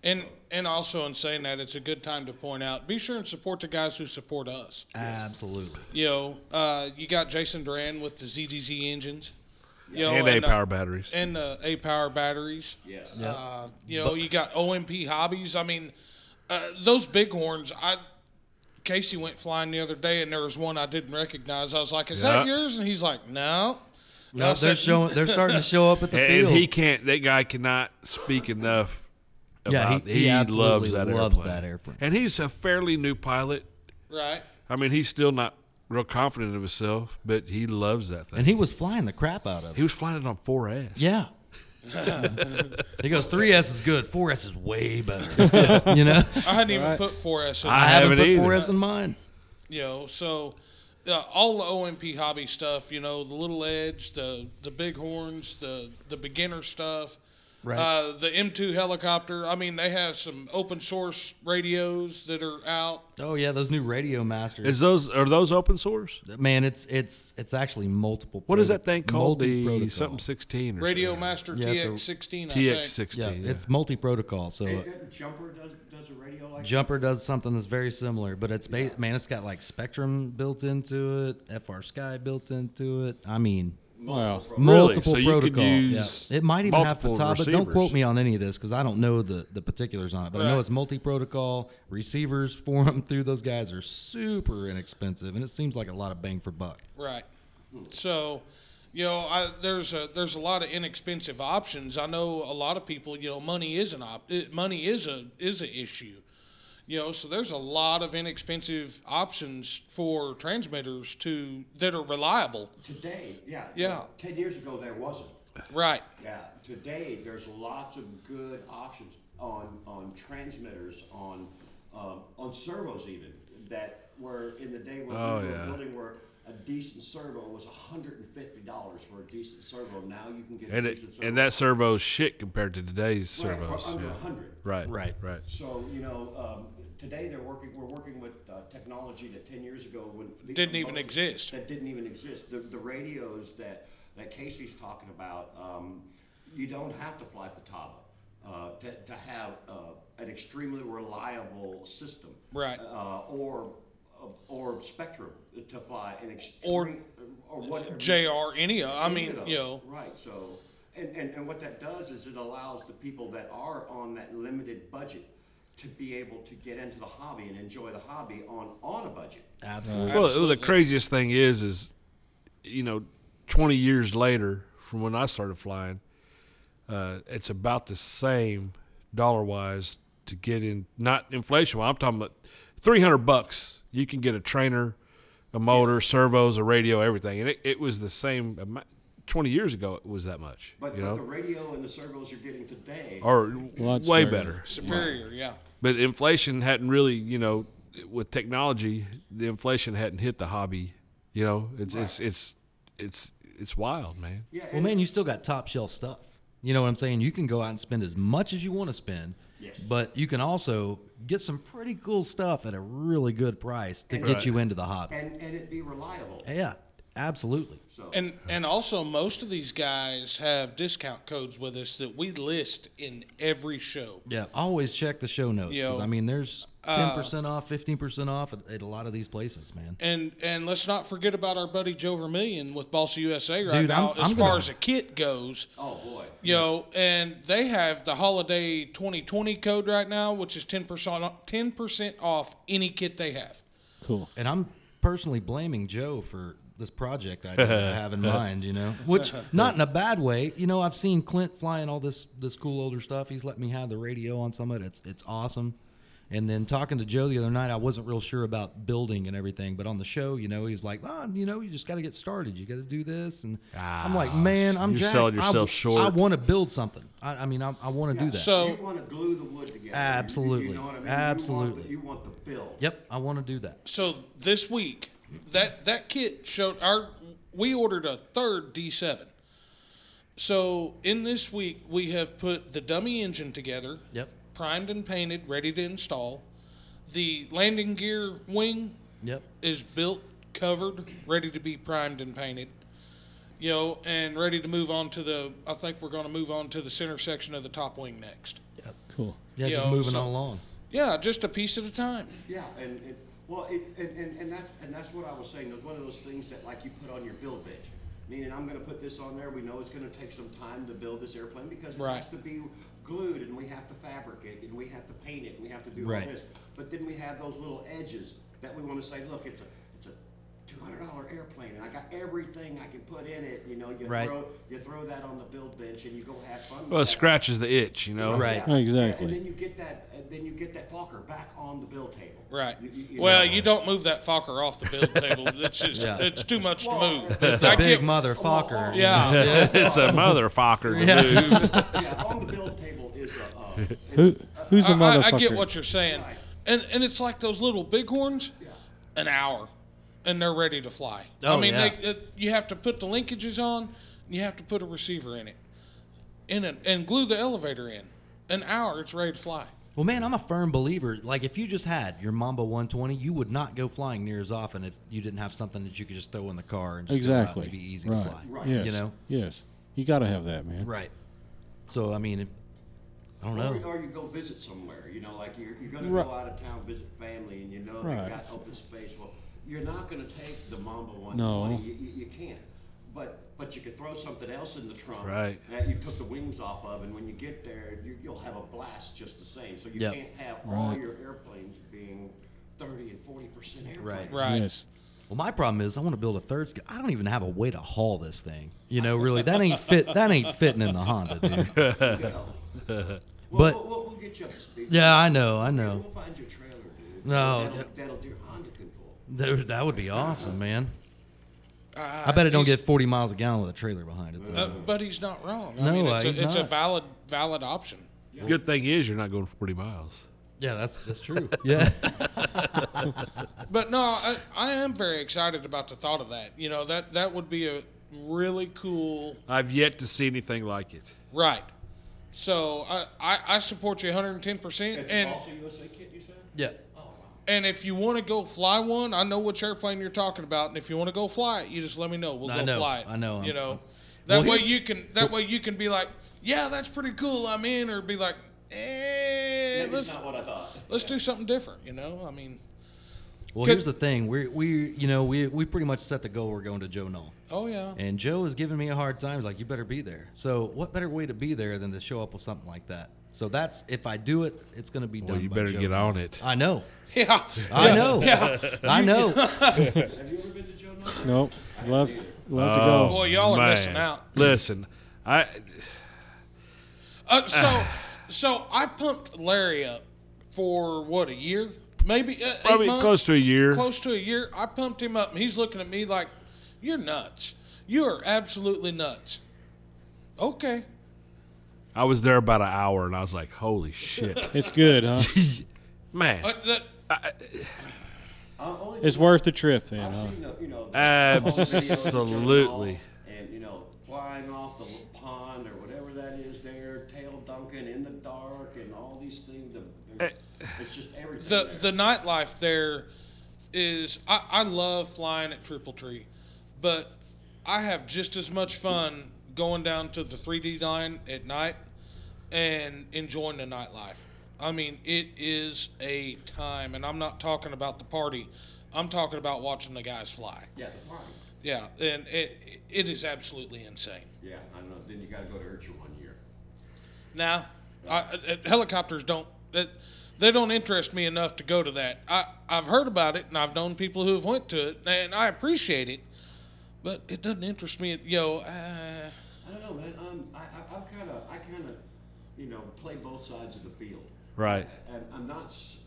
And and also in saying that, it's a good time to point out: be sure and support the guys who support us.
Absolutely.
You know, uh, you got Jason Duran with the ZDZ engines. You know,
and A power
uh,
batteries.
and the A power batteries.
Yes.
Uh, you know, you got OMP hobbies. I mean, uh, those bighorns. I Casey went flying the other day, and there was one I didn't recognize. I was like, "Is that
Yeah.
yours?" And he's like, "No." And
No,
I
they're
said,
showing. They're starting to show up at the
and
field.
he can't. That guy cannot speak enough.
Yeah, he-
About,
he absolutely
loves that
loves
airplane.
that airplane.
and he's a fairly new pilot.
right.
I mean, he's still not real confident of himself, but he loves that thing.
and he was flying the crap out of it.
He was flying it on 4S.
Yeah. he goes, 3S is good. 4S is way better. you know?
I hadn't even put 4S in.
I
I haven't
haven't
put
either.
4S in mine.
you know so uh, all the OMP hobby stuff, you know, the little edge, the the big horns, the the beginner stuff,
Right.
uh, the M2 helicopter. I mean, they have some open source radios that are out.
Oh, yeah, those new Radio Masters.
Is those are those open source?
Man, it's it's it's actually multiple.
What is
proto-
that thing called? The
multi-protocol.
something 16 or
Radio
something.
Master
Yeah, it's a-
TX16, I
TX
think.
16.
Yeah,
Yeah,
it's multi protocol. So
Hey,
uh,
that Jumper does, does a radio like
Jumper does something that's very similar, but it's ba- man, it's got like Spectrum built into it, FR Sky built into it. I mean,
Wow.
multiple
So you could
protocol. Yeah.
use
It might even have
multiple
Futaba. Don't quote
receivers.
me on any of this because I don't know the, the particulars on it, but I know
Right.
it's multi protocol. Receivers for them through those guys are super inexpensive, and it seems like a lot of bang for buck.
Right. So, you know, I, there's a there's a lot of inexpensive options. I know a lot of people. You know, money is an op. eh, Money is a is a issue. You know, so there's a lot of inexpensive options for transmitters to that are reliable.
Today, yeah.
Yeah.
Ten years ago, there wasn't.
Right.
Yeah. Today, there's lots of good options on on transmitters, on um, on servos even that were in the day when
Oh,
we were
yeah.
building where a decent servo was hundred and fifty dollars for a decent servo. Now you can get
And
a
it,
decent servo
and that servo's shit compared to today's
right, for
servos.
under
yeah.
hundred.
Right.
Right.
Right.
So you know, um, today they're working. We're working with uh, technology that ten years ago when the-
Didn't even exist.
That didn't even exist. The, the radios that that Casey's talking about, um, you don't have to fly Pataba uh, to to have uh, an extremely reliable system,
Right.
Uh, or or Spectrum to fly an
Or-
extreme or what
JR, any of, I
any
mean,
of
you know,
those. Right, so, and, and, and what that does is it allows the people that are on that limited budget to be able to get into the hobby and enjoy the hobby on, on a budget.
Absolutely.
Well, the craziest thing is, is you know, 20 years later from when I started flying, uh, it's about the same dollar wise to get in. Not inflation. Well, I'm talking about 300 bucks. You can get a trainer, a motor, servos, a radio, everything, and it, it was the same. amou- 20 years ago, it was that much.
But,
you
but
know,
the radio and the servos you're getting today.
or
Lots
way
better.
better.
superior, yeah.
But inflation hadn't really, you know, with technology, the inflation hadn't hit the hobby. You know, it's it's it's it's it's wild, man.
yeah,
Well,
and-
man, you still got top shelf stuff. You know what I'm saying? You can go out and spend as much as you want to spend,
Yes.
but you can also get some pretty cool stuff at a really good price to get
Right.
you into the hobby.
and, and it be reliable.
Yeah, absolutely.
So,
And and also most of these guys have discount codes with us that we list in every show.
Yeah, always check the show notes
Yo,
because I mean, there's ten percent off, fifteen percent off at, at a lot of these places, man.
And and let's not forget about our buddy Joe Vermillion with Balsa USA right
Dude,
now
I'm-
as
I'm
far
gonna-
as a kit goes.
oh boy.
You know, and they have the holiday 2020 code right now, which is 10% off, 10% off any kit they have.
Cool.
And I'm personally blaming Joe for this project I have in mind, you know, which not in a bad way. You know, I've seen Clint flying all this this cool older stuff. He's let me have the radio on some of it. It's it's awesome. And then talking to Joe the other night, I wasn't real sure about building and everything, but on the show, you know, he's like, "Oh, you know, you just got to get started. You got to do this." And I'm like, "Man, I'm
Ah, you're
jacked.
selling
I-
yourself
I
short."
want to build something. I, I mean, I, I want to do that.
So-
you want to glue the wood together. You- You,
Absolutely.
know what I mean?
Absolutely.
You want the, you want the build.
Yep, I want to do that.
So this week, that that kit showed our we ordered a third D7. So in this week, we have put the dummy engine together.
Yep.
Primed and painted, ready to install. The landing gear wing
Yep.
is built, covered, ready to be primed and painted. You know, and ready to move on to the. I think we're going to move on to the center section of the top wing next.
Cool.
Yeah,
You
just
know,
moving
so-
on along.
Yeah, just a piece at a time.
Yeah, and, and well, it, and, and, and that's and that's what I was saying. It's one of those things that like you put on your build bitch. Meaning, I'm going to put this on there. We know it's going to take some time to build this airplane because it
Right.
has to be glued, and we have to fabric it, and we have to paint it, and we have to do
Right.
all this. But then we have those little edges that we want to say, look, it's a it's a two hundred dollar airplane, and I got everything I can put in it. You know, you
Right.
throw you throw that on the build bench, and you go have fun. with
Well, it
that.
scratches the itch, you know.
Right.
Oh, Yeah,
Exactly.
And then you get that, and then you get that Fokker back on the build table.
Right.
You- you- you
well,
know.
you don't move that Fokker off the build table. It's just
Yeah.
it's too much to move.
It's a
I
big
get-
motherfucker.
Yeah.
it's a motherfucker. to do.
yeah, on the build table is a. Uh, is-
Who who's a
I, I-
motherfucker?
I get what you're saying, and and it's like those little bighorns, an hour, and they're ready to fly.
Oh,
I mean,
yeah.
they, it, you have to put the linkages on, and you have to put a receiver in it, in it, and glue the elevator in. An hour, it's ready to fly.
Well, man, I'm a firm believer. Like, if you just had your Mamba 120, you would not go flying near as often if you didn't have something that you could just throw in the car and just
Exactly.
go out and it'd be easy
right.
to fly.
Right.
Yes.
You know?
Yes. You got to have that, man.
Right. So, I mean, if, I don't
Or,
know.
or you go visit somewhere, you know, like you're, you're going to
Right.
go out of town, visit family, and you know
Right.
they got open space. Well, you're not going to take the Mamba 120.
No.
You, you, you can't. But but you could throw something else in the trunk
Right.
that you took the wings off of, and when you get there, you, you'll have a blast just the same. So you
Yep.
can't have all
Right.
your airplanes being 30 and 40% airplanes.
Right.
Right.
Yes.
Well, my problem is I want to build a third. sk- I don't even have a way to haul this thing. You know, really, that ain't fit. That ain't fitting in the Honda, dude.
We'll,
But-
we'll, we'll, we'll get you up to speed.
Yeah, I know. I know.
We'll find your trailer, dude.
No,
That'll,
yeah.
that'll do your Honda control.
That, that would be awesome, man.
Uh,
I bet it don't
he's-
get 40 miles a gallon with a trailer behind it.
Uh,
Though.
but he's not wrong. I
No,
mean,
uh,
it's, a,
he's
it's a
not.
valid valid option.
Good thing is you're not going 40 miles.
Yeah, that's that's true. Yeah.
But no, I, I am very excited about the thought of that. You know that that would be a really cool
I've yet to see anything like it.
right. So I, I, I support you 110 percent.
That's
And
also USA kit, you said?
Yeah.
and if you want to go fly one, I know which airplane you're talking about. And if you want to go fly it, you just let me know. We'll
I
go
know,
fly it.
I know,
You
I'm-
know
I'm-
that
Well,
way
here's-
you can that way you can be like, yeah, that's pretty cool. I'm in, or be like, eh,
That's
let's
not what I thought.
let's do something different. You know, I mean,
Well,
Could-
here's the thing. We we you know we we pretty much set the goal. We're going to Joe Knoll,
oh yeah,
and Joe is giving me a hard time. He's like, "You better be there." So, what better way to be there than to show up with something like that? So that's if I do it, it's going to be
Well,
done.
you
by
better
Joe
get
Knoll.
on it.
I know.
yeah,
I know.
yeah.
I know.
Have you ever been to Joe Knox?
Nope. Love love
Oh,
to go.
Boy, y'all are
man.
missing out.
Listen, I
Uh, so, so I pumped Larry up for what a year, maybe uh, eight
probably
months?
close to a year.
Close to a year. I pumped him up, and he's looking at me like, "You're nuts. You are absolutely nuts." Okay,
I was there about an hour, and I was like, "Holy shit,
It's good, huh?
man!"
but that,
Uh, only
It's
because
worth the trip, then.
I've
Huh?
seen the, you know, the-
Absolutely.
And you know, flying off the little pond or whatever that is there, tail dunking in the dark, and all these things. The, it's just everything.
the the
there.
nightlife there is. I, I love flying at Triple Tree, but I have just as much fun going down to the 3D line at night and enjoying the nightlife. I mean, it is a time, and I'm not talking about the party. I'm talking about watching the guys fly.
yeah, the flying.
Yeah, and it it is absolutely insane.
Yeah, I know. Then you got to go to Urchin one year.
Now, I, uh, helicopters don't that they don't interest me enough to go to that. I I've heard about it and I've known people who have went to it and I appreciate it, but it doesn't interest me. Yo, uh,
I don't know, man. Um, I, I, I'm kind of, I kind of, you know, play both sides of the field.
Right?
And I'm not. s-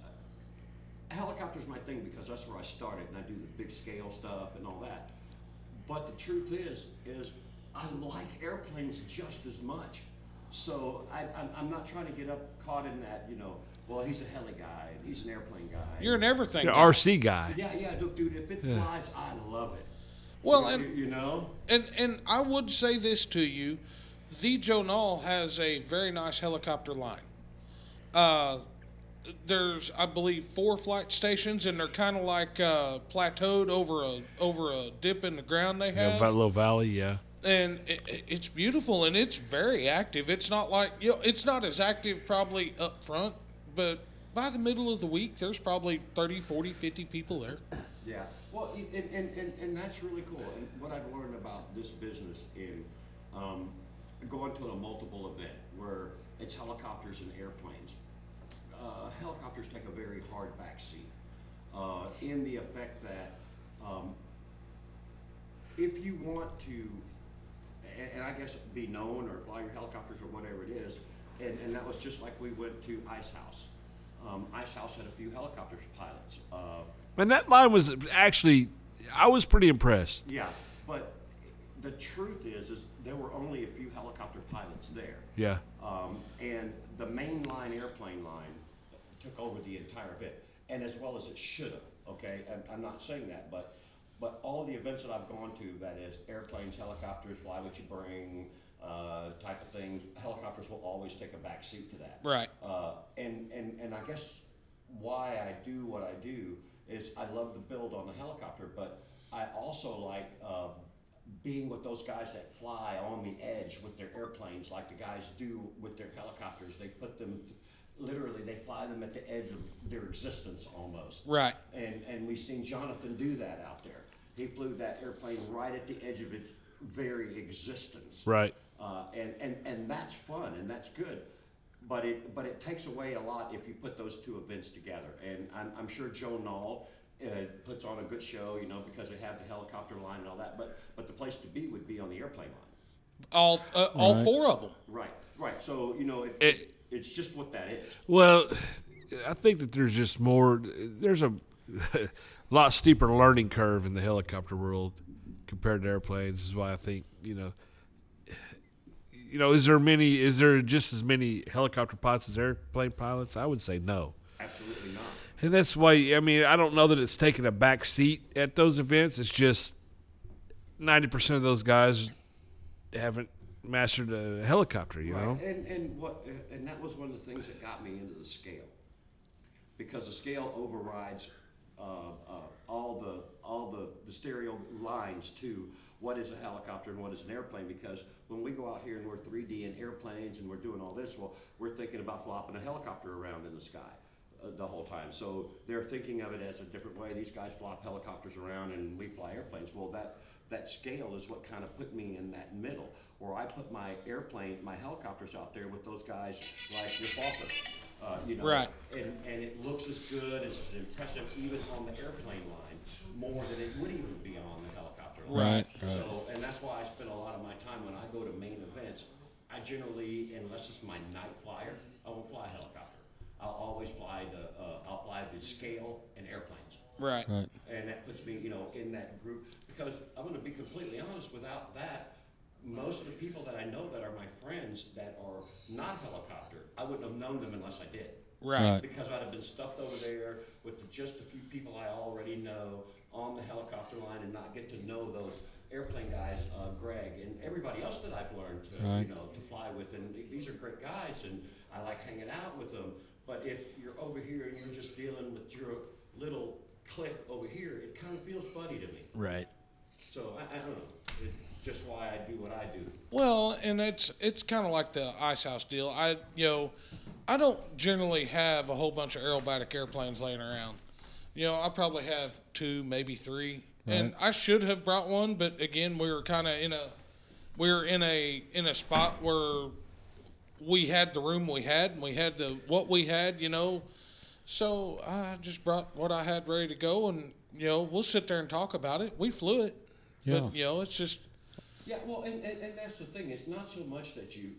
Helicopter's my thing because that's where I started, and I do the big scale stuff and all that. But the truth is, is I like airplanes just as much. So I, I'm, I'm not trying to get up caught in that, you know. Well, he's a heli guy, and he's an airplane guy.
you're an everything.
You're
guy.
RC guy.
yeah, yeah. Look, dude, if it flies, I love it.
Well,
You,
and
you know,
and and I would say this to you, the Jonal has a very nice helicopter line. Uh, there's I believe four flight stations, and they're kind of like uh, plateaued over a over a dip in the ground they
Yeah,
have,
that little valley, yeah.
and it, it- it's beautiful and it's very active. It's not like you know, it's not as active probably up front, but by the middle of the week, there's probably 30, 40, 50 people there.
yeah. Well, it- and, and, and, and that's really cool. And what I've learned about this business in um, going to a multiple event where it's helicopters and airplanes. uh, helicopters take a very hard backseat uh, in the effect that um, if you want to, and, and I guess be known or fly your helicopters or whatever it is, and, and that was just like we went to Ice House. Um, Ice House had a few helicopter pilots. Uh,
Man, that line was actually, I was pretty impressed.
yeah, but the truth is, is there were only a few helicopter pilots there.
Yeah.
Um, and the mainline airplane line took over the entire event, and as well as it should have, okay? And I'm not saying that, but, but all the events that I've gone to, that is airplanes, helicopters, fly what you bring, uh, type of things, helicopters will always take a back seat to that.
Right.
Uh, and, and, and I guess why I do what I do is I love the build on the helicopter, but I also like uh, being with those guys that fly on the edge with their airplanes, like the guys do with their helicopters. They put them, literally, they fly them at the edge of their existence almost.
Right.
And, and we've seen Jonathan do that out there. He flew that airplane right at the edge of its very existence.
Right.
Uh, and, and, and that's fun and that's good. But it, but it takes away a lot if you put those two events together. And I'm, I'm sure Joe Knoll uh, puts on a good show, you know, because they have the helicopter line and all that. But, but the place to be would be on the airplane line.
All uh, all four of them.
Right, right. So, you know, it,
It-
it's just what that is.
Well, I think that there's just more. There's a lot steeper learning curve in the helicopter world compared to airplanes. Is why I think you know. You know, is there many? Is there just as many helicopter pilots as airplane pilots? I would say no.
Absolutely not.
And that's why I mean I don't know that it's taking a back seat at those events. It's just ninety percent of those guys haven't mastered a helicopter. You know,
And, and what, and that was one of the things that got me into the scale. Because the scale overrides, uh, uh, all the, all the, the stereo lines to what is a helicopter and what is an airplane, because when we go out here and we're three D in airplanes and we're doing all this, well, we're thinking about flopping a helicopter around in the sky uh, the whole time. So they're thinking of it as a different way. These guys flop helicopters around and we fly airplanes. Well, that, that scale is what kind of put me in that middle, where I put my airplane, my helicopters out there with those guys like your Falker. Uh, you know,
Right.
and, and it looks as good, it's as impressive even on the airplane line, more than it would even be on the helicopter line.
Right, right.
So, and that's why I spend a lot of my time when I go to main events, I generally, unless it's my night flyer, I won't fly a helicopter. I'll always fly the, uh, I'll fly the scale and airplanes.
Right.
Right.
And that puts me, you know, in that group, because I'm gonna be completely honest, without that, most of the people that I know that are my friends that are not helicopter, I wouldn't have known them unless I did
Right.
because I'd have been stuffed over there with the, just a few people I already know on the helicopter line and not get to know those airplane guys, uh, Greg and everybody else that I've learned to
Right.
you know to fly with. And th- these are great guys, and I like hanging out with them. But if you're over here and you're just dealing with your little clique over here, it kind of feels funny to me.
Right.
So I, I don't know. It's just why I do what I do.
Well, and it's it's kind of like the ice house deal. I you know, I don't generally have a whole bunch of aerobatic airplanes laying around. You know, I probably have two, maybe three, and I should have brought one, but again, we were kind of in a we were in a in a spot where we had the room we had and we had the what we had, you know. So I just brought what I had ready to go, and you know, we'll sit there and talk about it. We flew it,
Yeah.
but you know, it's just
Yeah, well, and, and, and that's the thing. It's not so much that you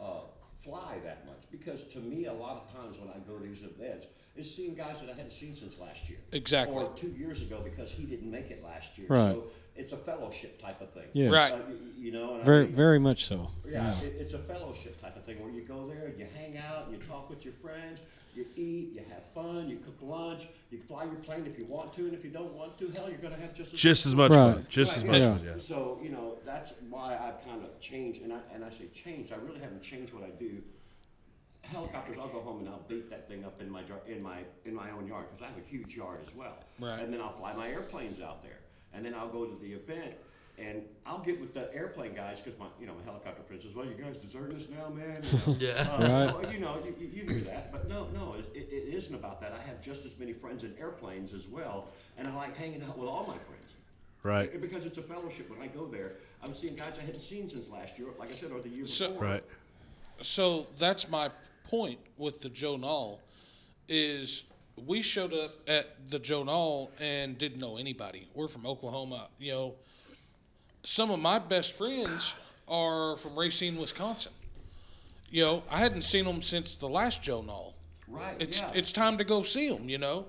uh, fly that much, because to me, a lot of times when I go to these events, it's seeing guys that I hadn't seen since last year.
Exactly.
Or two years ago because he didn't make it last year.
Right.
So it's a fellowship type of thing.
Yes.
Right.
Uh, y- you know, and I
Very,
think-
very much so.
Yeah, it, it's a fellowship type of thing where you go there and you hang out and you talk with your friends, you eat, you have fun, you cook lunch, you can fly your plane if you want to, and if you don't want to, hell, you're gonna have just as
Just as much
Right.
fun. Just as
Right,
much
yeah.
fun. Yeah.
So you know that's why I've kind of changed, and I and I say changed. I really haven't changed what I do. Helicopters, I'll go home and I'll beat that thing up in my dri- in my in my own yard because I have a huge yard as well.
Right.
And then I'll fly my airplanes out there, and then I'll go to the event. And I'll get with the airplane guys because my, you know, my helicopter friends says, "Well, you guys deserted us now, man." yeah.
Right.
Well, you know, you, you- you hear that, but no, no, it, it, it isn't about that. I have just as many friends in airplanes as well, and I like hanging out with all my friends.
Right.
It- Because it's a fellowship. When I go there, I'm seeing guys I hadn't seen since last year, like I said, or the year
So-
before.
Right.
So that's my point with the Joe Null is we showed up at the Joe Null and didn't know anybody. We're from Oklahoma. You know, some of my best friends are from Racine, Wisconsin. You know, I hadn't seen them since the last Joe Null.
Right,
It's
yeah.
it's time to go see them. You know,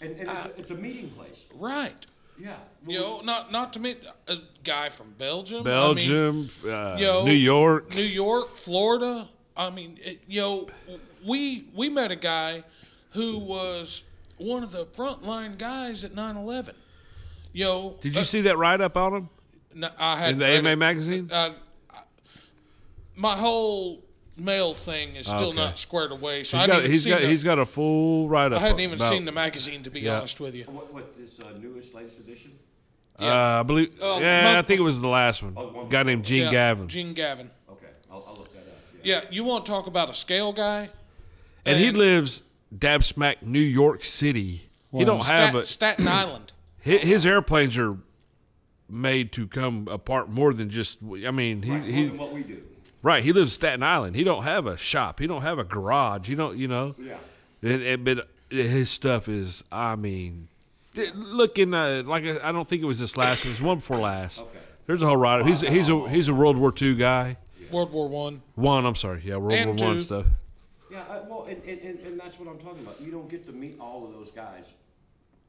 and and it's, a, it's a meeting place.
right?
Yeah.
You know, not not to meet a guy from Belgium. I mean,
Belgium, uh,
you know,
New York.
New York, Florida. I mean, it, you know, we we met a guy who was one of the frontline guys at 9/11. You know,
Did you see that write up on him
n- uh, I had
in the
read
AMA
it.
magazine?
I- I- my whole mail thing is still
Okay.
not squared away, so
He's
I
got,
didn't
he's
see
got,
the,
he's got a full write up.
I hadn't even seen the magazine to be
Yeah.
honest with you.
What, what this uh, newest, latest edition?
Uh, I believe.
Oh,
yeah, I
month
think it was the last one.
one-
guy named Gene
Yeah,
Gavin.
Gene Gavin.
Okay, I'll, I'll look that up.
Yeah, you want to talk about a scale guy?
and he
and-
lives dab smack New York City. He don't have
Stat, Staten Island.
a hi- his airplanes are made to come apart more than just. I mean, he,
Right, more
he's
than what we do.
right. He lives in Staten Island. He don't have a shop. He don't have a garage. He don't. You know.
Yeah.
And- and- but his stuff is. I mean, it- looking uh, like I don't think it was this last. It was one before last.
Okay.
There's a whole ride. He's he's a he's a World War II guy.
World War One.
One. I'm sorry. Yeah, World
And
War One
two.
stuff.
Yeah, I, well, and, and, and, and that's what I'm talking about. You don't get to meet all of those guys.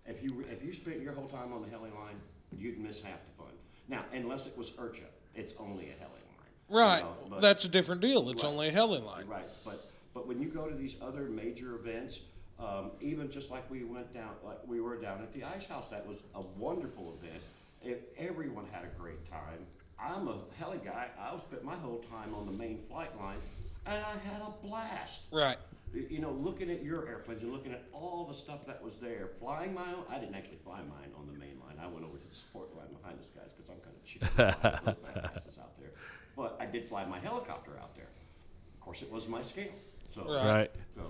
If you if you spent your whole time on the heli line, you'd miss half the fun. Now, unless it was Urcha, it's only a heli line. you
Right.
know, but-
That's a different deal. It's
Right.
only a heli line.
Right, but, but when you go to these other major events, um, even just like we went down, like we were down at the Ice House, that was a wonderful event. It, everyone had a great time. I'm a heli guy, I spent my whole time on the main flight line, and I had a blast.
Right.
Y- You know, looking at your airplanes and looking at all the stuff that was there, flying my own, I didn't actually fly mine on the main line. I went over to the support line behind this guy's because I'm kind of cheap. I'm not really fastest out there. But I did fly my helicopter out there. Of course, it was my scale. So,
Right.
Right.
so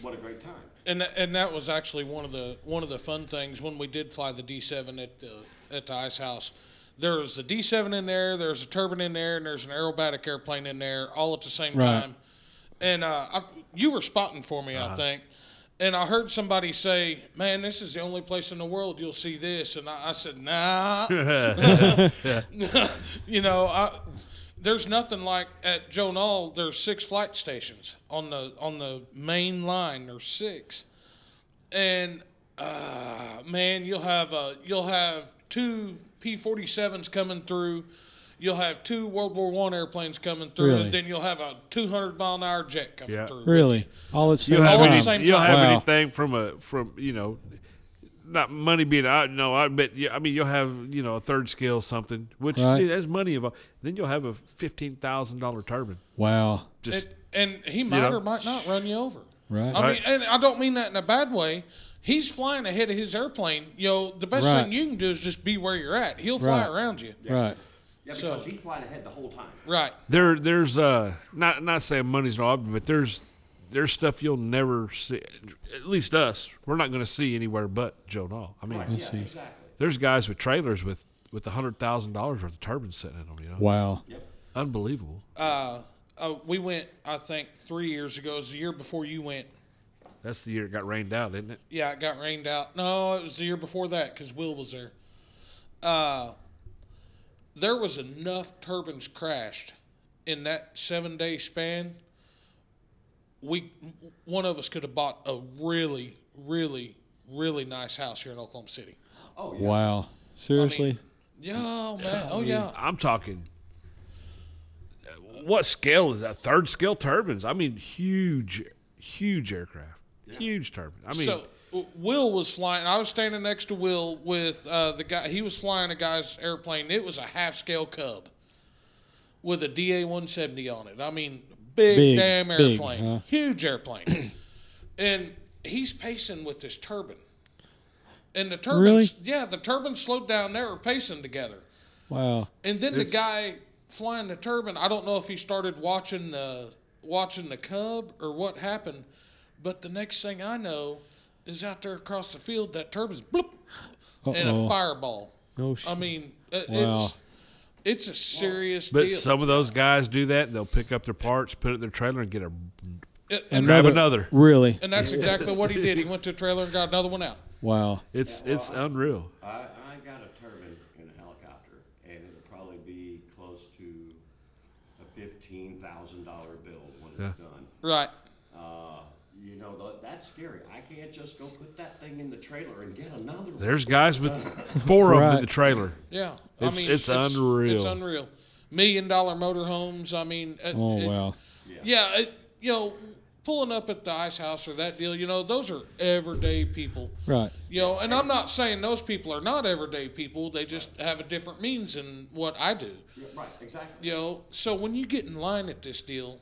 what a great time.
And tha- and that was actually one of the one of the fun things when we did fly the D seven at the at the ice house. There was the D seven in there. There's a turbine in there, and there's an aerobatic airplane in there, all at the same
Right.
time. And uh, I, you were spotting for me, I think. And I heard somebody say, "Man, this is the only place in the world you'll see this." And I, I said, "Nah, you know, I, there's nothing like at Joe Knoll. There's six flight stations on the on the main line. There's six, and uh, man, you'll have uh, you'll have two P-47s coming through. You'll have two World War One airplanes coming through,
Really?
and then you'll have a 200 mile an hour jet coming
Yeah.
through.
Really, all it's
You'll have,
All at the
any-
same
you'll
time.
have
Wow.
anything from a from you know, not money being out. No, I bet. Yeah, I mean, you'll have you know a third scale something, which
Right.
dude, that's money involved. Then you'll have a fifteen thousand dollar turbine.
Wow,
Just
It- and he might
know.
or might not run you over.
Right.
I
Right.
mean, and I don't mean that in a bad way. He's flying ahead of his airplane. You know, the best
Right.
thing you can do is just be where you're at. He'll fly
Right.
around you.
right?
Yeah,
So-
because he flying ahead the whole time.
Right.
there, there's uh, not not saying money's an object, but there's there's stuff you'll never see. At least us, we're not going to see anywhere but Joe Nall. I mean,
Right, yeah, exactly.
there's guys with trailers with with a hundred thousand dollars worth of turbines sitting in them. You know,
Wow,
Yep.
unbelievable.
Uh, uh, we went, I think, three years ago. It was the year before you went.
That's the year it got rained out, isn't it?
Yeah, it got rained out. No, it was the year before that because Will was there. Uh, there was enough turbines crashed in that seven day span. We one of us could have bought a really, really, really nice house here in Oklahoma City.
Oh, yeah.
wow. Seriously,
Yo, man. Oh, yeah.
I'm talking. What scale is that? Third scale turbines. I mean, huge, huge aircraft. Huge turbines. I mean,
so w- Will was flying. I was standing next to Will with uh, the guy. He was flying a guy's airplane. It was a half scale Cub with a DA 170 on it. I mean, big,
Big,
damn
big,
airplane,
huh?
huge airplane. and he's pacing with this turbine. And the turbines,
Really?
yeah, the turbines slowed down. They were pacing together.
Wow.
And then the guy flying the turbine, I don't know if he started watching the watching the cub or what happened, but the next thing I know is out there across the field that turbine's bloop and a
Uh-oh.
fireball.
No shit.
I mean, uh,
Wow.
it's it's a serious
but
deal.
some of those guys do that. And they'll pick up their parts, put it in their trailer, and get a.
It- and,
grab another.
Really?
and that's exactly what he did. He went to a trailer and got another one out.
Wow.
It's it's unreal.
I, I got a turbine in a helicopter, and it'll probably be close to a fifteen thousand dollar bill when it's done.
Right.
Uh, you know tha- that's scary. I can't just go put that thing in the trailer and get another one.
There's guys with four of them in the
Right.
trailer.
Yeah.
It's-
I mean,
it's unreal.
It's unreal. Million dollar motorhomes. I mean, uh,
Oh
it-
wow.
Yeah, it, you know, pulling up at the ice house or that deal, you know, those are everyday people.
Right.
You know, and I'm not saying those people are not everyday people. They just have a different means than what I do.
Yeah, right, exactly.
You know, so when you get in line at this deal,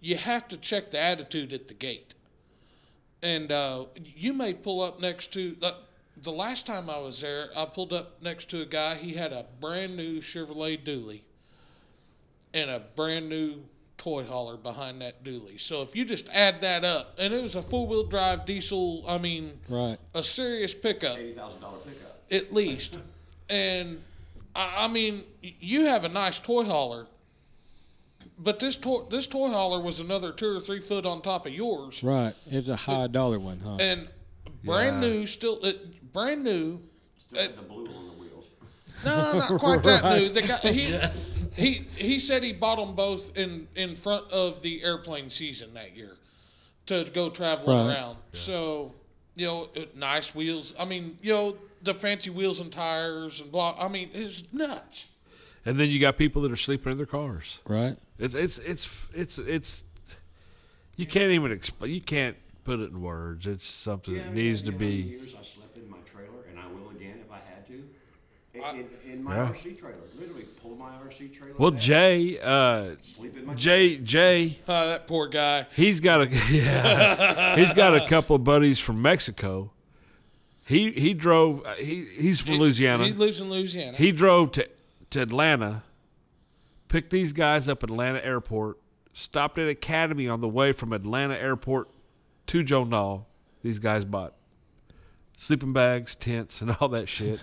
you have to check the attitude at the gate. And uh, you may pull up next to the, the last time I was there, I pulled up next to a guy. He had a brand new Chevrolet Dually and a brand new toy hauler behind that Dually. So if you just add that up, and it was a four wheel drive diesel, I mean,
Right.
a serious pickup
Eighty thousand dollar pickup.
at least. And I, I mean, y- you have a nice toy hauler, but this toy this toy hauler was another two or three foot on top of yours,
Right. It's a high dollar one, huh?
and brand
Yeah.
new, still it, brand new.
Still had the blue on the wheels.
No, not quite that new. The guy, he, he he said he bought them both in in front of the airplane season that year to go traveling
Right.
around. So you know, it- nice wheels. I mean, you know, the fancy wheels and tires and blah. I mean, it's nuts.
And then you got people that are sleeping in their cars.
Right.
It's it's it's it's it's you can't even explain. You can't put it in words. It's something
Yeah,
that needs
you
to
know how many
be.
Years I slept in my trailer, and I will again if I had to. In,
I-
in, in my
Yeah.
RC trailer, literally pull my RC trailer.
Well,
back,
Jay, uh,
sleep in my
Jay, Jay,
Uh, that poor guy.
he's got a yeah, he's got a couple of buddies from Mexico. He he drove. uh, He he's from
He
Louisiana.
lives in Louisiana.
He drove to to Atlanta, picked these guys up at Atlanta Airport, stopped at Academy on the way from Atlanta Airport to Joe Knoll. These guys bought sleeping bags, tents, and all that shit,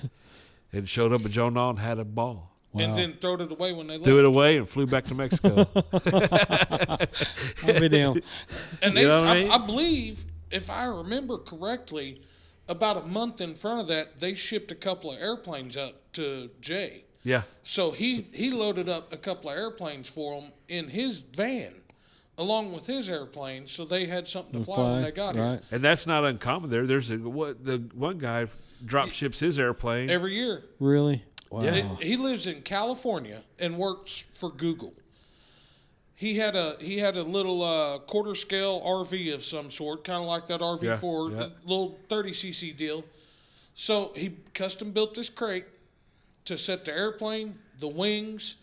and showed up at Joe Knoll and had a ball.
Wow.
And then throwed it away when they left.
Threw it away and flew back to Mexico.
I'll be down.
and
you
they,
know what
I,
I mean?
I believe, if I remember correctly, about a month in front of that, they shipped a couple of airplanes up to Jay.
yeah.
So he he loaded up a couple of airplanes for him in his van, along with his airplane, so they had something to fly, when they got
right.
here
And that's not uncommon there. There's a what the one guy drop ships his airplane.
every year.
Really? Wow.
Yeah.
He lives in California and works for Google. He had a he had a little uh, quarter scale RV of some sort, kind of like that RV
Yeah,
four
yeah.
little thirty cc deal. So he custom built this crate to set the airplane, the wings,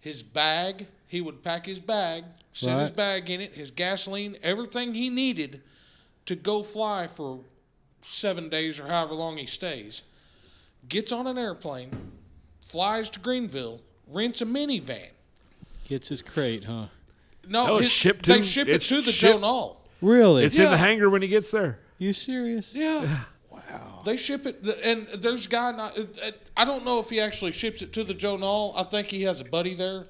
his bag. He would pack his bag, set his
Right.
bag in it, his gasoline, everything he needed to go fly for seven days or however long he stays. Gets on an airplane, flies to Greenville, rents a minivan.
Gets his crate, huh?
No,
No, it's
his-
shipped
they
to-
ship it
it's
to the
shipped-
Joe Knoll.
Really?
it's in the hangar when he gets there.
you serious?
Yeah. Wow. They ship it, th- and there's a guy. Not, uh, uh, I don't know if he actually ships it to the Joe Knoll. I think he has a buddy there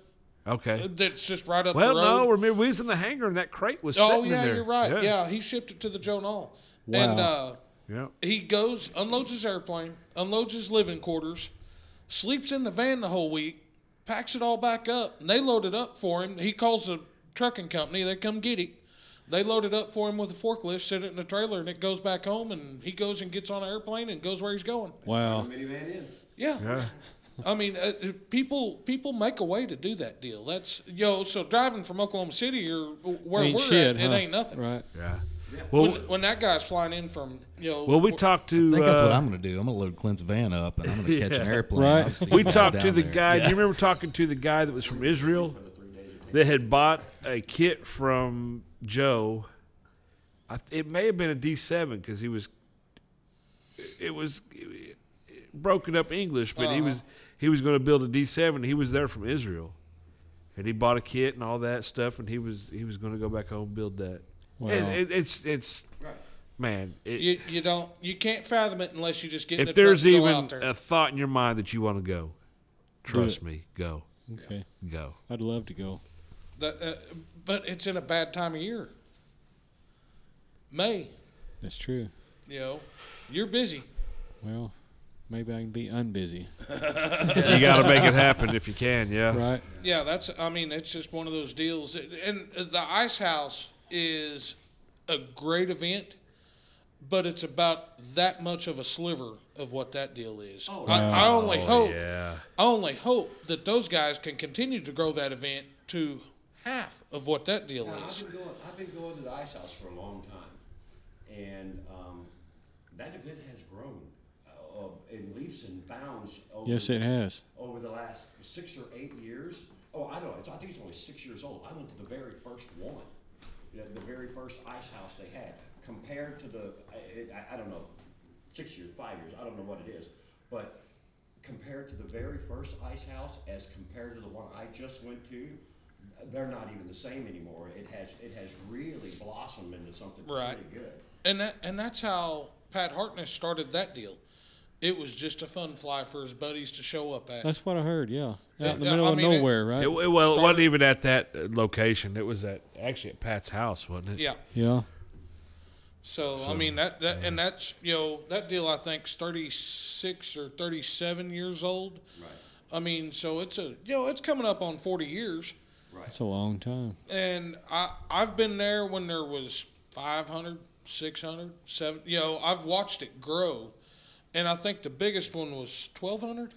uh,
Okay.
that's just right up
Well,
the road.
no, remember we was in the hangar and that crate was
oh
sitting in
yeah,
there.
you're right. Yeah. he shipped it to the Joe Knoll, and uh,
Wow.
Yeah.
he goes unloads his airplane, unloads his living quarters, sleeps in the van the whole week, packs it all back up, and they load it up for him. He calls the trucking company, they come get it. They load it up for him with a forklift, set it in a trailer, and it goes back home. And he goes and gets on an airplane and goes where he's going.
Wow.
minivan in.
Yeah,
Yeah.
I mean, uh, uh, people people make a way to do that deal. That's yo. So driving from Oklahoma City or where
ain't
we're
shit,
at, it
huh?
ain't nothing.
Right.
Yeah. Well,
When, when that guy's flying in from you know,
well, we
wh-
talked to.
I think that's what
uh,
I'm going to do. I'm going to load Clint's van up and I'm going to catch an airplane.
Right.
I'll see
we
you guys
talked to
down
the
there.
guy.
Yeah.
Do you remember talking to the guy that was from Israel that had bought a kit from Joe? I, th- it may have been a D seven because he was. It was it- it- broken up English, but
Uh-huh.
he was he was going to build a D seven. He was there from Israel, and he bought a kit and all that stuff, and he was he was going to go back home and build that.
Wow.
It- it- it's it's
Right.
man. It,
you, you don't you can't fathom it unless you just get in
if
a truck
there's
and go
even
out there.
a thought in your mind that you want to go, trust me, go,
Okay.
go.
I'd love to go.
That, uh, but it's in a bad time of year. May,
That's true.
you know, you're busy.
Well, maybe I can be unbusy.
you got to make it happen if you can. Yeah.
Right.
Yeah, that's. I mean, it's just one of those deals. that- And the Ice House is a great event, but it's about that much of a sliver of what that deal is. I, I only hope.
Oh, Yeah.
I only hope that those guys can continue to grow that event to half of what that deal
Now, I've
is.
been going. I've been going to the Ice House for a long time, and um, that event has grown uh, of- in leaps and bounds. Over,
Yes, it has.
Over the last six or eight years. Oh, I don't know. It's, I think it's only six years old. I went to the very first one, you know, the very first Ice House they had. Compared to the, I- it, I, I don't know, six years, five years. I don't know what it is, but compared to the very first Ice House, as compared to the one I just went to, they're not even the same anymore. It has it has really blossomed into something
Right.
pretty good.
And that, and that's how Pat Hartness started that deal. It was just a fun fly for his buddies to show up at.
That's what I heard. Yeah. Out in the
Yeah,
middle
I
of
mean, it-
nowhere, right?
It, it- well, it wasn't even at that uh, location. It was at actually at Pat's house, wasn't it?
yeah.
yeah.
So, I mean that, that and that's you know that deal I think's 36 or 37 years old.
Right.
I mean, so it's a you know it's coming up on 40 years,
It's a long time.
and I I've been there when there was 500, 600, 7. You know I've watched it grow, and I think the biggest one was 1200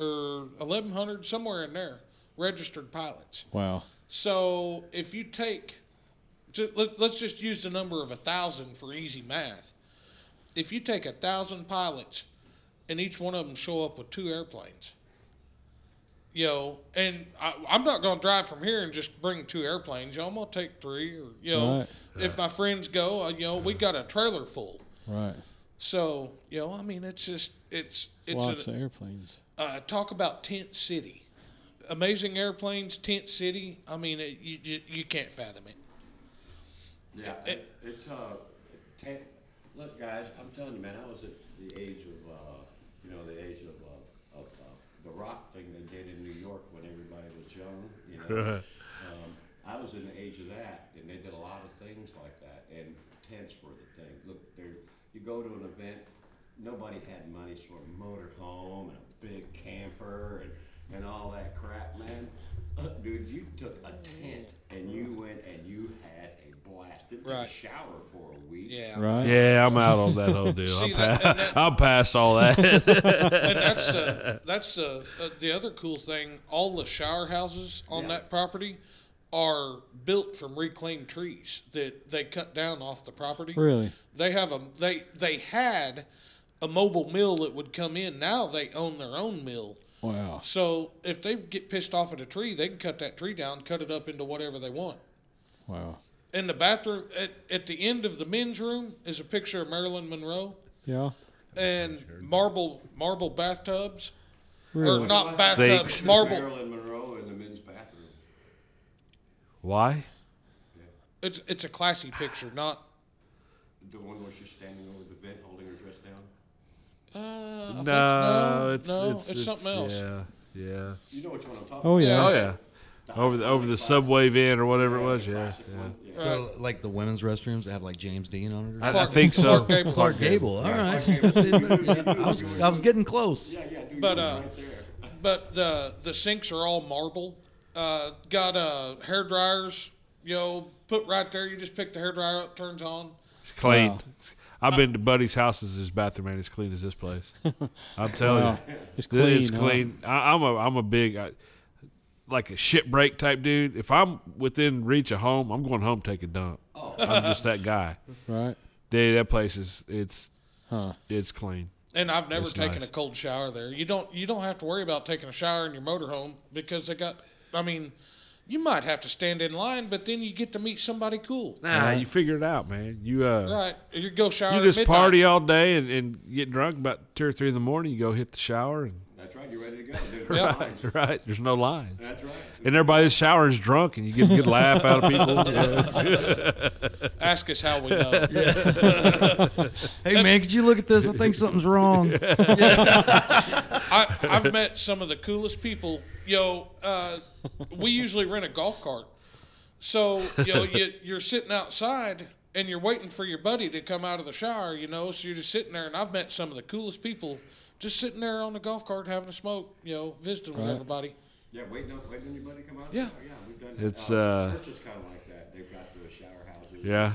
or 1100 somewhere in there registered pilots.
Wow.
So if you take, ju- let, let's just use the number of a thousand for easy math. If you take a thousand pilots, and each one of them show up with two airplanes, you know, and I, I'm not going to drive from here and just bring two airplanes. You know, I'm going to take three, or you know,
Right.
if my friends go, uh, you know, we got a trailer full.
Right.
So you know, I mean, it's just it's it's
Lots
a,
of airplanes.
uh, talk about Tent City. Amazing airplanes, Tent City. I mean, it, you, you you can't fathom it.
Yeah,
It-
it's, it's uh, ten, look, guys, I'm telling you, man, I was at the age of, uh, you know, the age of, uh, of uh, the rock thing they did in New York when everybody was young, you know. um, I was in the age of that, and they did a lot of things like that, and tents were the thing. Look, there, you go to an event, nobody had money for a motorhome and a big camper and, and all that crap, man. Dude, you took a tent and you went and you had a blast. Didn't take
Right.
a shower for a week.
Yeah.
Right.
Yeah, I'm out on that whole deal. I'm,
See, that-
pa-
and that-
I'm past all that.
And that's uh, that's uh, uh, the other cool thing. All the shower houses on
Yeah.
that property are built from reclaimed trees that they cut down off the property.
Really?
They have a they they had a mobile mill that would come in. Now they own their own mill.
Wow.
So if they get pissed off at a tree, they can cut that tree down, cut it up into whatever they want.
Wow.
in the bathroom at, at the end of the men's room is a picture of Marilyn Monroe
Yeah.
and marble marble bathtubs
Really?
or not bathtubs
Sakes.
marble
Marilyn Monroe in the men's bathroom.
Why?
it's it's a classy picture not
The one where she's standing over the vent holding her dress down.
uh, I think-
No, it's,
no,
it's, it's-
something else
Yeah, yeah.
You know which one I'm talking
Oh
about.
yeah.
Oh yeah. Over the over the subway van or whatever it was. Yeah,
Classic
yeah.
one, yeah.
So, like the women's restrooms that have like James Dean on it. Or something?
I, I think so.
Clark Gable.
Clark Gable. All right. I was, I was getting close.
Yeah, yeah, dude,
But,
but,
uh,
right there.
but the the sinks are all marble uh, got uh hair dryers you know put right there you just pick the hair dryer up turns on
It's clean. I've been to Buddy's house. Is his bathroom ain't as clean as this place? I'm telling
Wow.
you,
It's
Th- It's
clean, huh?
clean. I, I'm a I'm a big I, like a shit break type dude. If I'm within reach of home, I'm going home to take a dump. I'm just that guy.
right?
Dude, that place is it's
Huh.
it's clean.
And I've never
That's
taken
nice.
a cold shower there. You don't you don't have to worry about taking a shower in your motorhome because they got. I mean, you might have to stand in line, but then you get to meet somebody cool.
Nah, you figure it out, man. You uh,
Right? You go shower.
you
at
just
midnight.
party all day and, and get drunk about two or three in the morning. You go hit the shower and
That's right. You're ready to go. There's no
Yeah.
lines.
right. There's no lines.
That's right.
And everybody that's showering is drunk, and you get a good laugh out of people. Yeah, it's-
Ask us how we know.
Hey man, could you look at this? I think something's wrong.
I, I've met some of the coolest people. Yo, uh, we usually rent a golf cart. So, yo, you, you're sitting outside and you're waiting for your buddy to come out of the shower, you know? So you're just sitting there, and I've met some of the coolest people just sitting there on the golf cart having a smoke, you know, visiting with everybody.
Yeah, waiting on waiting on your buddy to come out.
Yeah.
Oh, yeah, we've done.
It's, uh,
It's just kind of like that. They've got the shower houses.
yeah,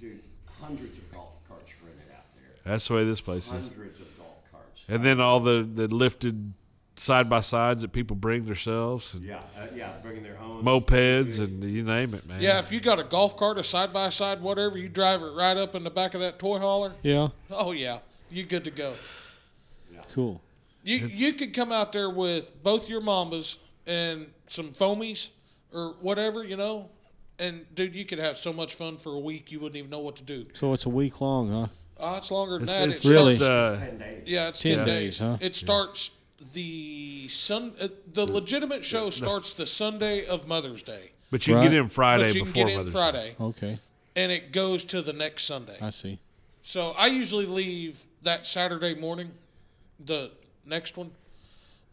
Dude, hundreds of golf carts rented out there.
that's the way this place is.
Hundreds of golf carts.
And then all the, the lifted side by sides that people bring themselves, and
Yeah, uh, yeah, bringing their own
mopeds, and you name it, man.
Yeah, if you got a golf cart, a side by side, whatever, you drive it right up in the back of that toy hauler.
Yeah.
Oh, yeah, you good to go.
Cool.
You you could come out there with both your mamas and some foamies or whatever, you know. And dude, you could have so much fun for a week you wouldn't even know what to do.
So it's a week long, huh?
Oh, it's longer than
it's,
that.
it's,
it
really-
it's,
starts,
uh,
Ten days.
yeah, it's
10
ten, days.
days, huh?
It starts the sun. Uh, the legitimate show starts the Sunday of Mother's Day,
but you can get
Right.
in Friday
but you can
before
get in
Mother's Day.
Friday,
Okay.
and it goes to the next Sunday.
I see.
So I usually leave that Saturday morning, the next one,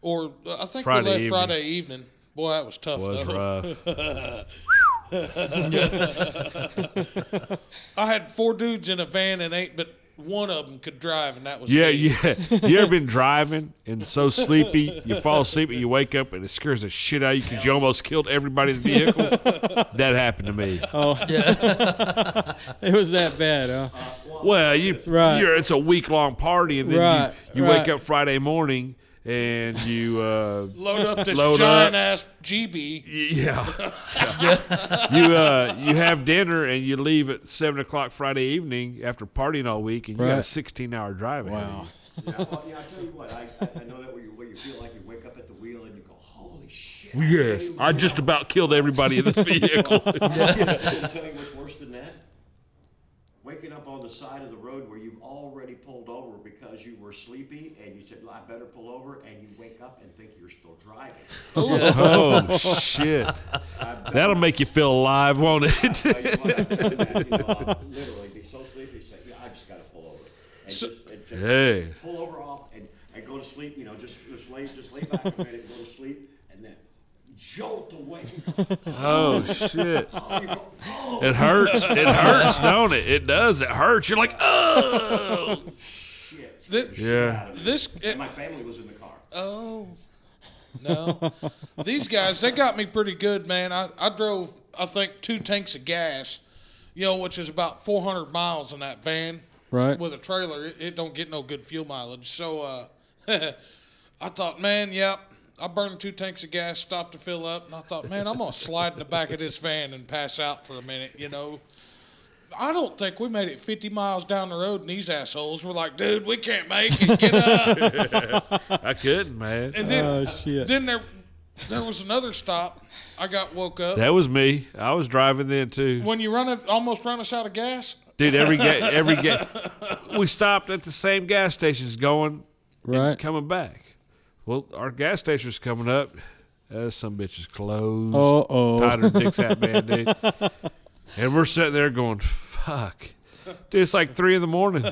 or uh, I think
Friday
we left
evening.
Friday evening. Boy, that was tough
Was
though.
rough.
I had four dudes in a van and eight, but one of them could drive, and that was
Yeah,
me.
yeah. You ever been driving and so sleepy, you fall asleep and you wake up and it scares the shit out of you because you almost killed everybody's vehicle? That happened to me.
It was that bad, huh?
Well, you
Right.
you're, it's a week long party, and then
Right,
you, you
right.
wake up Friday morning and you uh,
Load up this
Load
giant
up.
ass GB.
y- yeah, you uh, you have dinner and you leave at seven o'clock Friday evening after partying all week, and you got a
Right.
sixteen hour drive. ahead of
Wow.
you.
Yeah, well, yeah, I tell you what, I, I, I know that where you, where you feel like you wake up at the wheel and you go, holy shit.
Yes, I just about killed everybody in this vehicle.
Can I tell you what's worse than that? Waking up on the side of the road where you've already pulled over because you were sleepy and you said, "Well, I better pull over, and you wake up and think you're still driving.
oh shit,
I've done
that'll make you feel alive, won't it?
Tell you what, I've done that, you know, I'll literally be so sleepy, say, yeah, I just got to pull over. And just, and just
Hey.
Pull over off and, and go to sleep, you know, just, just, lay, just lay back a minute, go to sleep, and then jolt awake.
oh shit,
Oh, you go, oh,
it hurts. It hurts, don't it? It does. It hurts. You're like, oh.
shit.
This,
Yeah.
this,
And my family was in the car.
oh no, these guys they got me pretty good, man. I I drove I think two tanks of gas, you know, which is about 400 miles in that van.
Right.
With a trailer, it, it don't get no good fuel mileage. So uh, I thought, man, yep. I burned two tanks of gas, stopped to fill up, and I thought, man, I'm gonna slide in the back of this van and pass out for a minute, you know. I don't think we made it 50 miles down the road, and these assholes were like, dude, we can't make it. Get up.
I couldn't, man.
And then,
Oh shit.
then there, there was another stop. I got woke up.
That was me. I was driving then too,
when you run it, almost run us out of gas.
dude. Every ga- every ga- we stopped at the same gas stations, going
Right.
coming back. Well, our gas station's coming up. Uh, some bitches closed.
Uh oh.
Tied her dick's hat band, dude. And we're sitting there going, "Fuck." Dude, it's like three in the morning.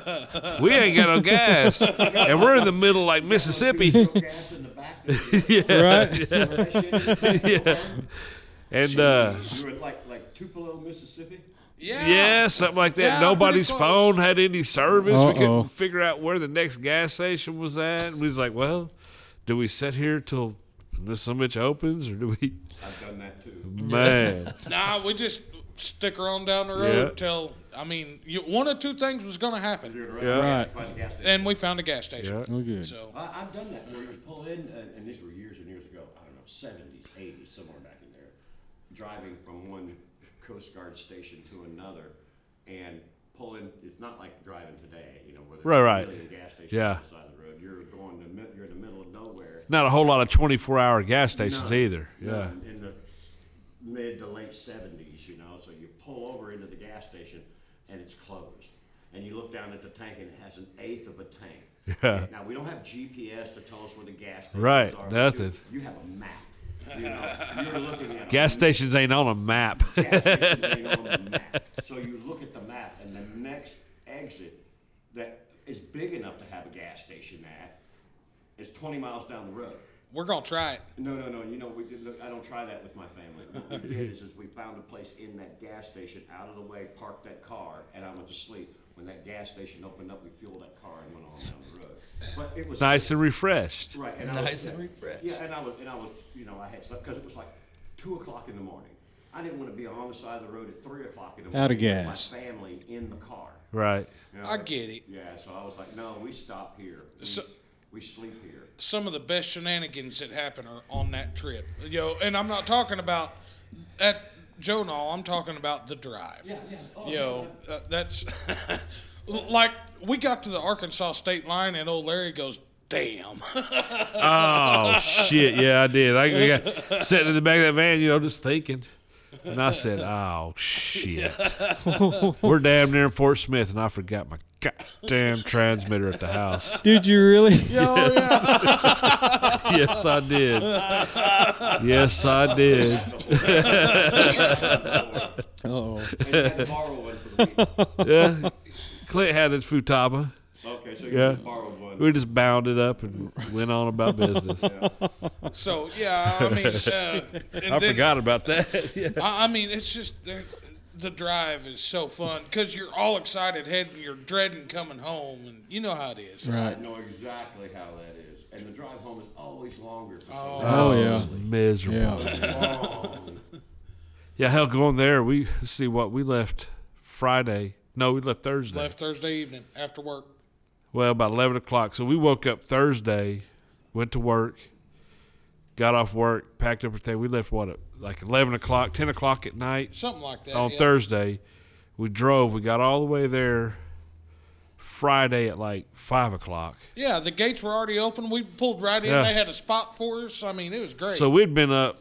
We ain't got no gas, and we're in the middle of, like Mississippi.
Throw gas in the back. of the-
Right.
Throw that shit in the back of the
And
car.
uh,
You were in like like Tupelo, Mississippi.
Yeah.
Yeah, something like that.
Yeah,
Nobody's
pretty close.
phone had any service. We
Uh-oh.
couldn't figure out where the next gas station was at. And we was like, well, do we sit here till this some bitch opens or do we?
I've done that too.
Man.
Nah, we just sticker on down the road
Yeah.
till I mean, you, one of two things was going to happen,
Yeah.
Right.
Find a gas station.
and we found a gas station.
Yeah.
We're good.
So
I, I've done that where you pull in, uh, and these were years and years ago. I don't know, seventies, eighties, somewhere back in there, driving from one Coast Guard station to another, and pull in. It's not like driving today, you know, where there's
Right, right.
really a gas station
Yeah.
on the side of the road. You're going to mid- you're in the middle of nowhere.
Not a whole lot of 24 hour gas stations
None.
either. Yeah.
None In the mid to late seventies, you know, so you pull over into the gas station and it's closed. And you look down at the tank and it has an eighth of a tank.
Yeah.
Now, we don't have GPS to tell us where the gas stations
Right,
are.
nothing.
You, you have a map. You know, you're looking at a
Gas stations ain't on a map.
gas stations ain't on the map. So you look at the map, and the next exit that is big enough to have a gas station at is 20 miles down the road.
we're gonna try it.
No, no, no. You know, we did, look, I don't try that with my family. What we did is, is we found a place in that gas station, out of the way, parked that car, and I went to sleep. When that gas station opened up, we fueled that car and went on down the road. But it was
nice and refreshed.
Right, and I
Nice
was,
and refreshed.
Yeah, and I was, and I was, you know, I had slept because it was like two o'clock in the morning. I didn't want to be on the side of the road at three o'clock in the morning
Out of
with
gas.
my family in the car.
Right.
you know?
I get it.
Yeah, so I was like, no, we stop here. We,
So-
we sleep here.
Some of the best shenanigans that happen are on that trip, you know. And I'm not talking about at Joe and all. I'm talking about the drive. Yeah, yeah. you know, uh, that's like we got to the Arkansas state line, and old Larry goes, "Damn."
Oh shit! Yeah, I did. I, I got sitting in the back of that van, you know, just thinking, and I said, "Oh shit, we're damn near in Fort Smith, and I forgot my goddamn transmitter at the house."
Did you really?
Oh yeah.
Yes, I did. Yes, I did.
Oh,
And you had to borrow one for the week.
Yeah, Clint had his futaba.
Okay, so you
Yeah.
just borrowed one.
We just bound it up and went on about business.
So yeah, I mean, uh, and
I
then-
forgot about that. Yeah.
I, I mean, it's just the, the drive is so fun because you're all excited heading, you're dreading coming home, and you know how it is.
right.
I know exactly how that is. And the drive home is always longer. For
Oh.
some
Oh,
It was
yeah.
miserable.
Yeah.
long.
Yeah, hell, going there. We let's see what we left Friday. No, we left Thursday.
Left Thursday evening after work.
Well, about eleven o'clock. So we woke up Thursday, went to work, got off work, packed up everything. We left what at like eleven o'clock, ten o'clock at night
Something like that.
on
yeah.
Thursday. We drove. We got all the way there Friday at like five o'clock.
Yeah, the gates were already open. We pulled right in.
Yeah.
They had a spot for us. I mean, it was great.
So we'd been up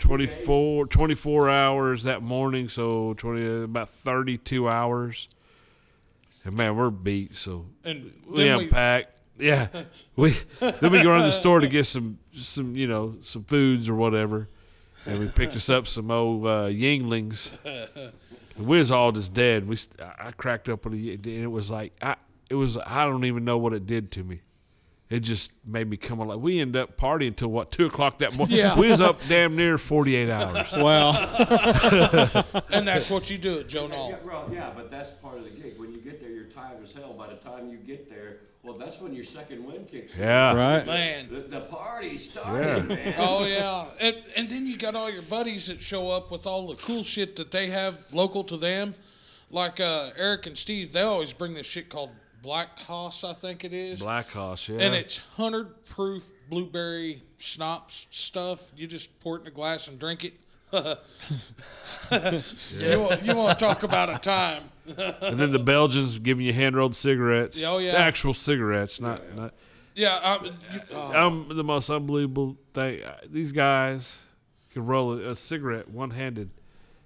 24, 24 hours that morning, so 20 about 32 hours. And man, we're beat, so
and
we
then we,
unpacked. Yeah. We then we go to the store to get some some, you know, some foods or whatever. And we picked us up some old uh, yinglings. And we was all just dead. We st- I I cracked up on it and it was like I it was I don't even know what it did to me. It just made me come alive. We end up partying until what two o'clock that morning.
Yeah.
We was up damn near forty eight hours.
Wow.
and that's what you do at Joe Knoll.
Yeah, well, yeah, but that's part of the gig. When you get there, you're tired as hell. By the time you get there, well, that's when your second wind kicks in.
Yeah.
Right.
Man.
The, the party started,
Yeah.
man.
Oh yeah, and, and then you got all your buddies that show up with all the cool shit that they have local to them, like uh, Eric and Steve. They always bring this shit called Black Hoss, I think it is.
Black Hoss, yeah.
And it's 100 proof blueberry schnapps stuff. You just pour it in a glass and drink it. you, want, you want to talk about a time.
And then the Belgians giving you hand rolled cigarettes.
Oh, yeah.
Actual cigarettes, not not
Yeah, I, you, oh,
um, the most unbelievable thing. uh, These guys can roll a, a cigarette one handed.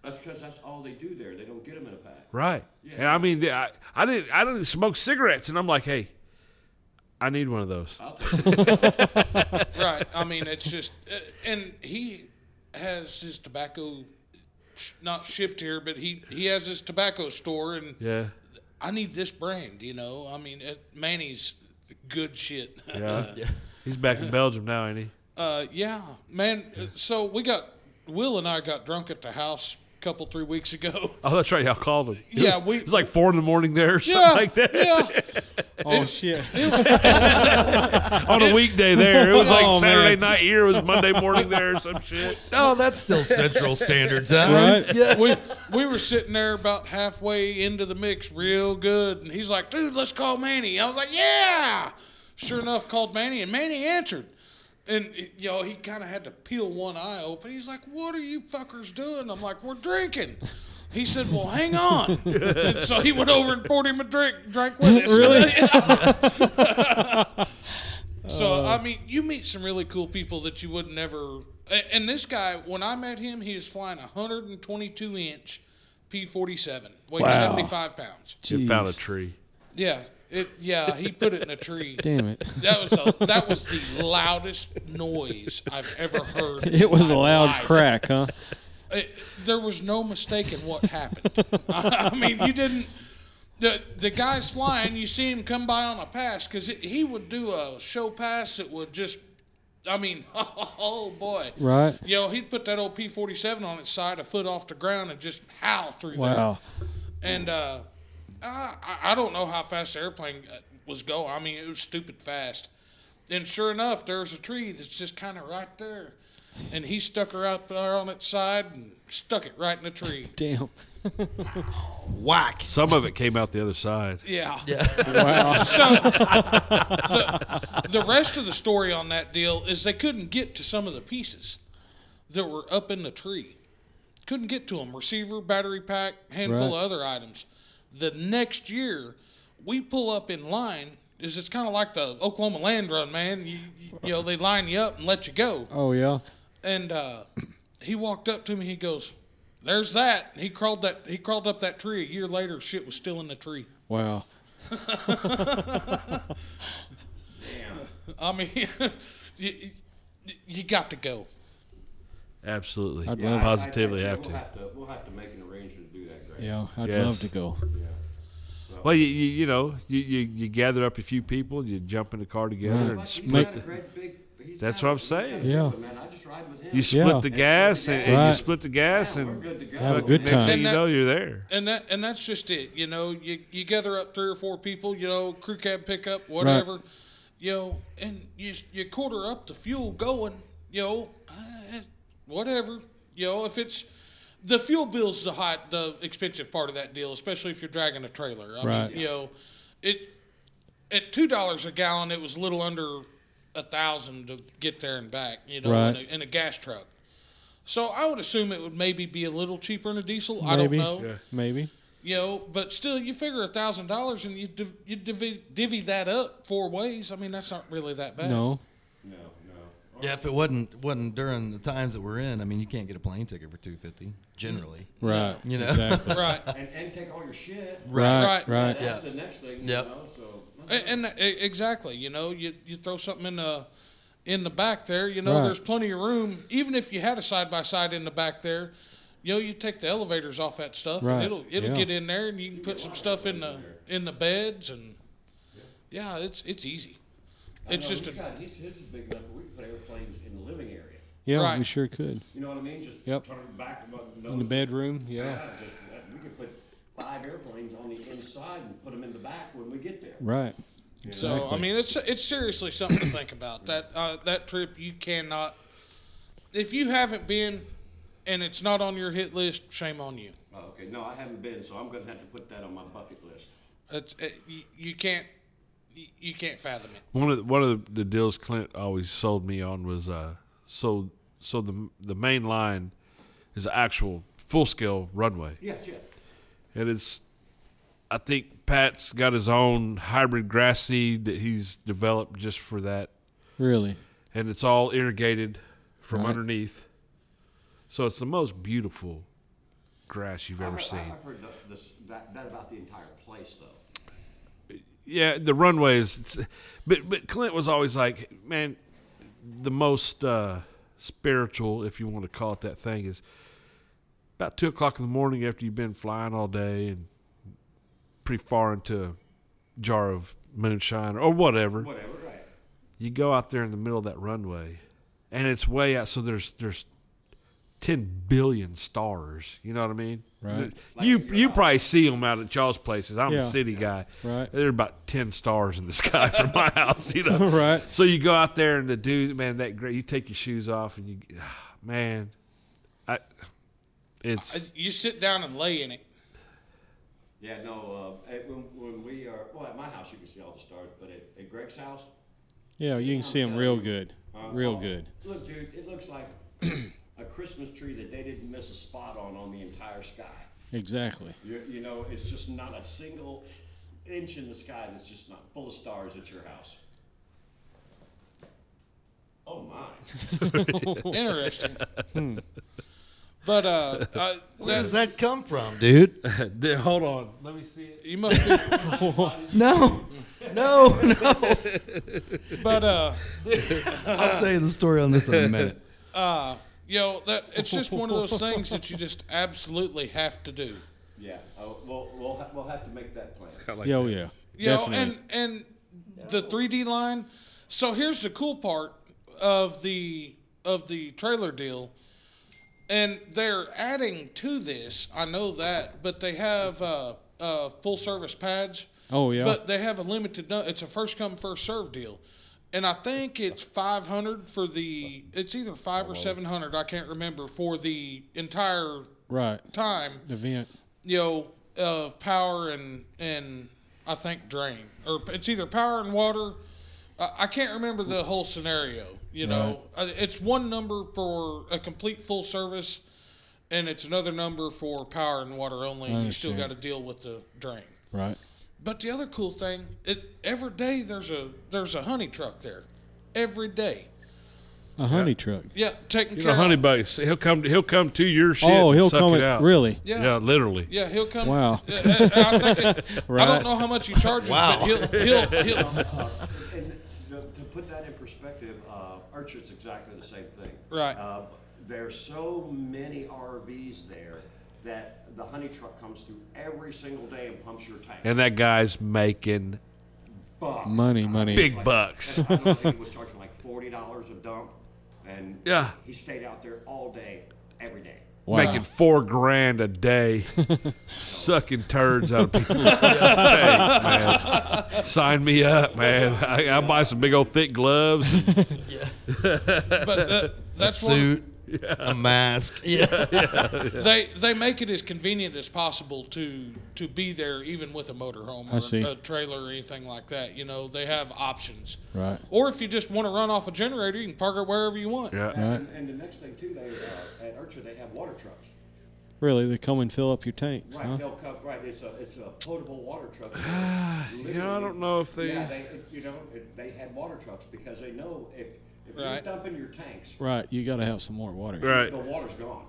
That's because that's all they do there. They don't get them in a pack.
Right. And I mean, the- I, I didn't I didn't smoke cigarettes, and I'm like, hey, I need one of those.
I'll take it.
right. I mean, it's just. uh, And he has his tobacco sh- not shipped here, but he, he has his tobacco store, and
Yeah.
I need this brand, you know? I mean, it, Manny's good shit.
Yeah. He's back in Belgium now, ain't he?
Uh, yeah, man. uh, So we got Will and I got drunk at the house couple three weeks ago.
Oh, that's right. Y'all called him.
Yeah, we-
It's like four in the morning there, or
Yeah,
something like that.
yeah.
Oh shit!
On a weekday there, it was like
Oh,
Saturday
man.
night here, it was Monday morning there, or some shit.
Oh, that's still Central Standard Time.
Right?
we we were sitting there about halfway into the mix, real good, and he's like, "Dude, let's call Manny." I was like, "Yeah." Sure enough, called Manny, and Manny answered, and you know he kind of had to peel one eye open. He's like, "What are you fuckers doing?" I'm like, "We're drinking." He said, "Well, hang on." and so he went over and poured him a drink, drank with us.
Really?
So I mean, you meet some really cool people that you would never. a- And this guy, when I met him, he was flying a 122 inch P47, weighing 75 pounds.
It found a
Jeez.
tree.
Yeah, it. Yeah, he put it in a tree.
Damn it!
That was a, that was the loudest noise I've ever heard.
It was
in
a
my
loud
life.
crack, huh?
It- there was no mistaking what happened. I mean, you didn't. The, the guy's flying. You see him come by on a pass because he would do a show pass that would just, I mean, oh boy,
Right?
You know, he'd put that old P forty seven on its side, a foot off the ground, and just howl through
Wow.
there. And uh, I, I don't know how fast the airplane uh, was going. I mean, it was stupid fast. And sure enough, there's a tree that's just kind of right there, and he stuck her out there on its side and stuck it right in the tree.
Damn.
Whack.
Some of it came out the other side.
Yeah.
Wow.
The rest of the story on that deal is they couldn't get to some of the pieces that were up in the tree. Couldn't get to them. Receiver, battery pack, handful of
Right.
other items. The next year, we pull up in line. Is it's kind of like the Oklahoma Land Run, man. You, you, you know, they line you up and let you go.
Oh yeah.
And uh, he walked up to me. He goes, "There's that." He crawled that. He crawled up that tree. A year later, shit was still in the tree.
Wow.
I mean, you, you, you got to go.
Absolutely.
I'd love it.
Positively
I- I-
have
We'll
to.
have to. We'll have to make an arrangement to do that, Greg.
Yeah, I'd
Yes.
love to go.
Well, you, you, you know, you, you, you gather up a few people, you jump in the car together, and
Like, he's
split
got a
the,
great big- he's
That's
got
what
a-
I'm
he's got a
saying.
big
Yeah.
one, Man, I just ride with him.
you split
Yeah.
the gas, and, and you
Right.
split the gas, and uh,
We're good to go.
Have a good
next
time.
thing you
And that-
know, you're there.
And that and that's just it. You know, you, you gather up three or four people. You know, crew cab pickup, whatever. You know, and you you quarter up the fuel going. You know, uh, whatever. You know, if it's the fuel bill's the hot the expensive part of that deal, especially if you're dragging a trailer. I
Right.
mean, you know, it at two dollars a gallon, it was a little under a thousand to get there and back. You know, in,
Right.
a, in a gas truck. So I would assume it would maybe be a little cheaper in a diesel. I don't
Maybe.
know
Maybe.
you know, but still, you figure a thousand dollars and you div- you divvy, divvy that up four ways. I mean, that's not really that bad.
No.
No, no.
Yeah, if it wasn't wasn't during the times that we're in, I mean, you can't get a plane ticket for two fifty generally.
Right.
You know.
Exactly.
right?
And, and take all your shit.
Right.
Right.
Right.
That's
Yeah.
the next thing, you
Yep.
know, so.
A- And, and exactly, you know, you you throw something in the in the back there. You know,
Right.
there's plenty of room. Even if you had a side by side in the back there, you know, you take the elevators off that stuff.
Right.
And it'll it'll
Yeah.
get in there, and you can put some stuff in the in the beds and yeah, it's it's easy. It's
No,
just
he's
a,
got- he's- his is big enough, that we can put airplanes in the living area.
Yeah, we
Right.
sure could.
You know what I mean? Just
Yep.
turn it back above the
In the
nose.
bedroom.
Yeah,
Yeah.
just, uh, we could put five airplanes on the inside and put them in the back when we get there.
Right.
So I mean, it's it's seriously something to think about. That uh, that trip you cannot. If you haven't been, and it's not on your hit list, shame on you.
Oh, okay, no, I haven't been, so I'm gonna have to put that on my bucket list.
It's, it, you, you can't you, you can't fathom it.
One of the, one of the, the deals Clint always sold me on was uh, so so the the main line is an actual full scale runway,
Yes, yeah.
and it's I think Pat's got his own hybrid grass seed that he's developed just for that
Really.
and it's all irrigated from
Right.
underneath. So it's the most beautiful grass you've ever
I- I-
seen.
I've heard the- this, that, that about the entire place, though.
Yeah, the runways. It's, but but Clint was always like, man, the most uh, spiritual, if you want to call it that thing, is about two o'clock in the morning after you've been flying all day and pretty far into a jar of moonshine or whatever.
Whatever, right?
you go out there in the middle of that runway and it's way out so there's there's ten billion stars. You know what I mean?
Right.
you you probably see them out at y'all's places. I'm
Yeah.
a city guy.
Right.
There are about ten stars in the sky from my house. You know.
Right.
So you go out there and the dude, man, that great. You take your shoes off and you, ah, man, I,
Uh,
it's
You sit down and lay in it.
Yeah, no. Uh, at, when, when we are, well, at my house you can see all the stars, but at, at Greg's house,
Yeah, you can see them real good, real good.
look, dude, it looks like a Christmas tree that they didn't miss a spot on on the entire sky.
Exactly.
You, you know, it's just not a single inch in the sky that's just not full of stars at your house. Oh my!
Interesting. But uh, uh
Where does
that,
that come from, dude?
dude, hold on. Let me see it.
you must be.
No, no, no.
But uh,
I'll tell you the story on this in a minute.
uh, yo, that it's just one of those things that you just absolutely have to do.
Yeah, oh, we'll we'll, ha- we'll have to make that plan.
Yeah, oh, yeah.
You know,
Definitely.
and and the 3D line. So here's the cool part of the of the trailer deal, and they're adding to this. I know that, but they have uh, uh, full service pads.
oh yeah.
But they have a limited. nu- It's a first come first serve deal, and I think it's five hundred for the. It's either five or seven hundred. I can't remember for the entire
right.
time.
Event.
You know of power and and I think drain or it's either power and water. I I can't remember the whole scenario. You know, Uh, it's one number for a complete full service, and it's another number for power and water only. and You still got
understand.
to deal with the drain.
Right.
But the other cool thing, it, every day there's a there's a honey truck there, every day.
A honey truck.
Yeah, taking
He's
care.
a honey
Of,
base. He'll come. He'll come to your shit.
Oh,
and
he'll
suck
come.
it
in-
out.
really?
Yeah.
Yeah, literally.
yeah, he'll come.
Wow.
Yeah, I, I think it- I
Right.
don't know how much he charges, but he'll he'll, he'll
And to, to put that in perspective, uh, Archer's exactly the same thing.
Right.
Uh, there are so many RVs there that the honey truck comes through every single day and pumps your tank.
And that guy's making
Fuck.
Money, money.
big bucks.
I don't think he was charging like forty dollars a dump, and
Yeah.
he stayed out there all day, every day.
Wow.
Making four grand a day, sucking turds out of people's tanks, man. Sign me up, man. I, I'll buy some big old thick gloves.
but uh, that's one,
Suit, a mask. Yeah.
they they make it as convenient as possible to to be there even with a motorhome
I
or
see.
a trailer or anything like that. You know, they have options.
Right.
Or if you just want to run off a generator, you can park it wherever you want.
Yeah.
And, and the next thing too, they uh, at Archer they have water trucks.
Really? They come and fill up your tanks,
Right,
huh?
they'll come. Right, it's a it's a potable water truck. you
You know, I don't know if they.
Yeah, they you know it- they had water trucks because they know if if you're
Right.
dumping your tanks,
Right. You got to have some more water.
right.
the water's gone.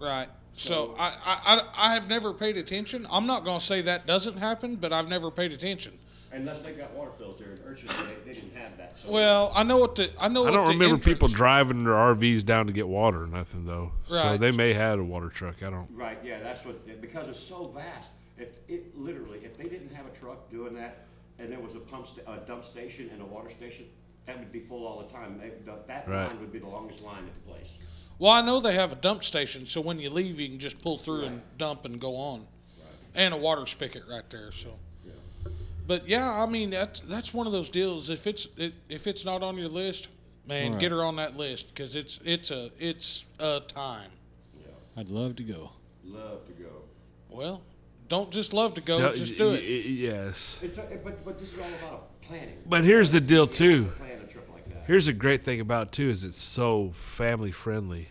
Right. So I, I, I, I have never paid attention. I'm not going to say that doesn't happen, but I've never paid attention.
Unless they got water fills there at Urchin, they, they didn't have that. So
Well, I know what the I know.
I
what
don't
the
remember people
entrance-
driving their RVs down to get water or nothing, though. So
Right.
they may have a water truck. I don't.
Right, yeah, that's what, because it's so vast, it, it literally, if they didn't have a truck doing that, and there was a pump, sta- a dump station and a water station, that would be full all the time. They- the- That
Right.
line would be the longest line at the place.
Well, I know they have a dump station, so when you leave, you can just pull through and dump and go on, and a water spigot right there. So. But yeah, I mean that's that's one of those deals. If it's it, if it's not on your list, man, get her on that list because it's it's a it's a time.
I'd love to go.
Love to go.
Well, don't just love to go, just do
Y-
it.
y- Yes.
It's, a- but, but this is all about planning.
But here's the deal, too.
Plan a trip like that.
Here's a great thing about it, too, is it's so family friendly.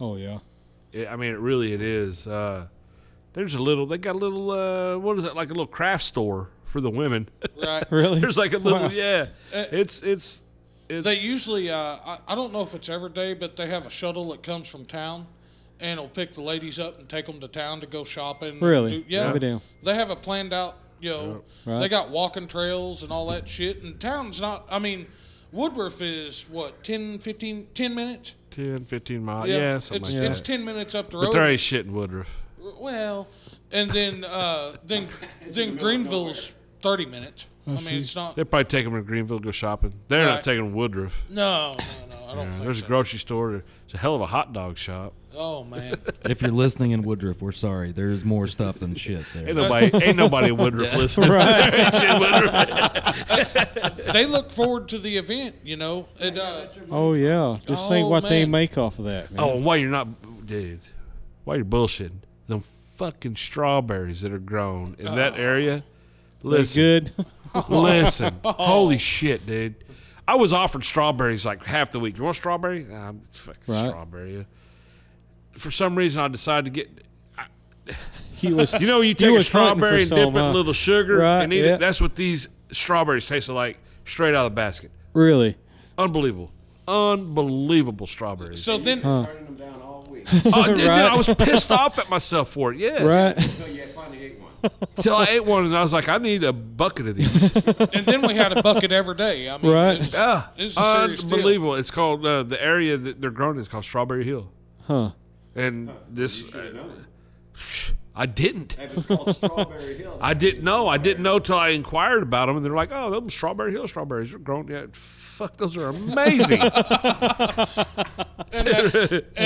Oh yeah.
It, I mean, it really it is. Uh, there's a little. They got a little. Uh, what is that? Like a little craft store for the women.
Right.
Really?
there's like a little.
Wow.
Yeah. It's it's it's.
Uh, They usually, uh, I, I don't know if it's every day, but they have a shuttle that comes from town and it'll pick the ladies up and take them to town to go shopping.
Really?
Do- yeah.
I'll be down.
They have a planned out, you know,
Right.
they got walking trails and all that shit. And town's not, I mean, Woodruff is what, 10, 15, 10 minutes?
10, 15 miles. Uh, Yeah, something
it's,
like
it's
that.
10 minutes up the
But there
road.
ain't shit in Woodruff.
Well, and then, uh, then, then Greenville's thirty minutes. I, mean,
see.
it's not.
They probably take them to Greenville to go shopping. They're not
Right.
taking 'em to Woodruff.
No, no, no. I don't think
There's a
so.
grocery store. It's a hell of a hot dog shop.
Oh man.
If you're listening in Woodruff, we're sorry. There's more stuff than shit there.
Uh,
Ain't nobody, ain't nobody in Woodruff listening. Ain't shit in Woodruff.
they look forward to the event, you know. And uh,
Oh yeah, just think
Oh,
what they
man.
make off of that. Man.
Oh, and why you're not, dude? Why you're bullshitting? Them fucking strawberries that are grown in that area.
Ah. They
Listen,
good. Oh.
Listen, holy shit, dude. I was offered strawberries like half the week. You want strawberry? Nah, it's fucking
Right.
strawberry. For some reason, I decided to get.
he was.
You know, you take a
was hunting for
strawberry and dip
some,
it in
huh?
a little sugar
Right,
and eat
yeah.
it. That's what these strawberries tasted like, straight out of the basket.
really.
Unbelievable, unbelievable strawberries.
so then,
turning them down all week
oh, dude, dude,
Right.
I was pissed off at myself for it. Yes,
Right.
until you finally ate one.
Till I ate one and I was like, I need a bucket of these.
and then we had a bucket every day. I mean,
Right.
it's-
Ah,
This is a serious deal.
unbelievable. It's called uh, the area that they're grown in is called Strawberry Hill.
Huh.
And this,
You should have known.
I didn't.
If it's called Strawberry Hill,
I didn't know. I didn't know till I inquired about them, and they're like, "Oh, those Strawberry Hill strawberries are grown. Yeah, fuck, those are amazing."
and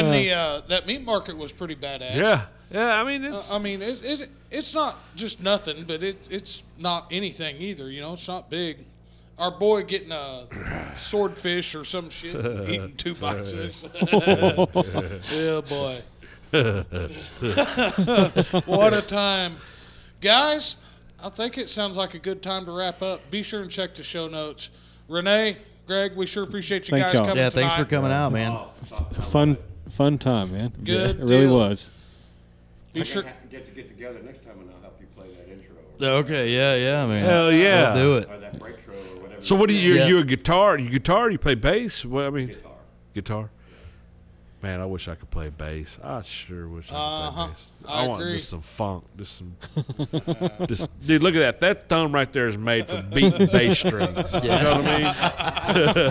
the uh, that meat market was pretty badass.
yeah, yeah. I mean, it's
I mean, it's it's it's not just nothing, but it it's not anything either. You know, it's not big. Our boy getting a swordfish or some shit, and eating two boxes. yeah, boy. what a time, guys! I think it sounds like a good time to wrap up. Be sure and check the show notes. Renee, Greg, we sure appreciate you
Thank
guys
y'all.
coming.
yeah, thanks for
tonight.
coming out, man.
Oh,
Fun. Fun time, man.
Good
It really
deal.
was.
Be
Sure.
sure.
Get to get together next time, and I'll help you play that intro or,
Okay, yeah, yeah, man.
hell yeah.
I'll do it.
or that breakthrough or whatever.
So, what do you?
Yeah.
You a guitar? You guitar? You play bass? What I mean,
Guitar.
guitar. Man, I wish I could play bass. I sure wish I could
Uh-huh.
play bass.
I
want
agree.
just some funk, just some, just dude. Look at that. That thumb right there is made for beating bass strings. You know what I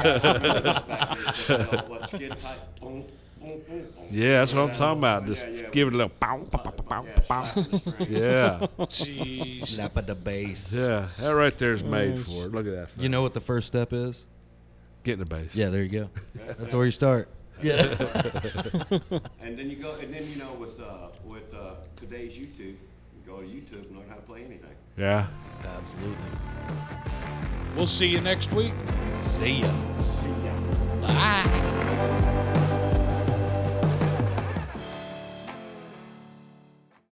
mean?
What skid type? Boom, boom, boom, boom.
Yeah, that's what I'm talking about.
Yeah,
Just
yeah.
give it a little pow, pow, pow, pow,
Yeah,
pow.
slap the string.
Yeah,
Jeez.
Slap at the base.
yeah. That right there is made for it. Look at that. Thing.
You know what the first step is?
getting a bass.
Yeah, there you go. That's where you start. Yeah.
And then you go, and then you know, with uh, with uh, today's YouTube, you go to YouTube and learn how to play anything.
yeah.
Absolutely.
We'll see you next week.
See ya.
See ya.
Bye.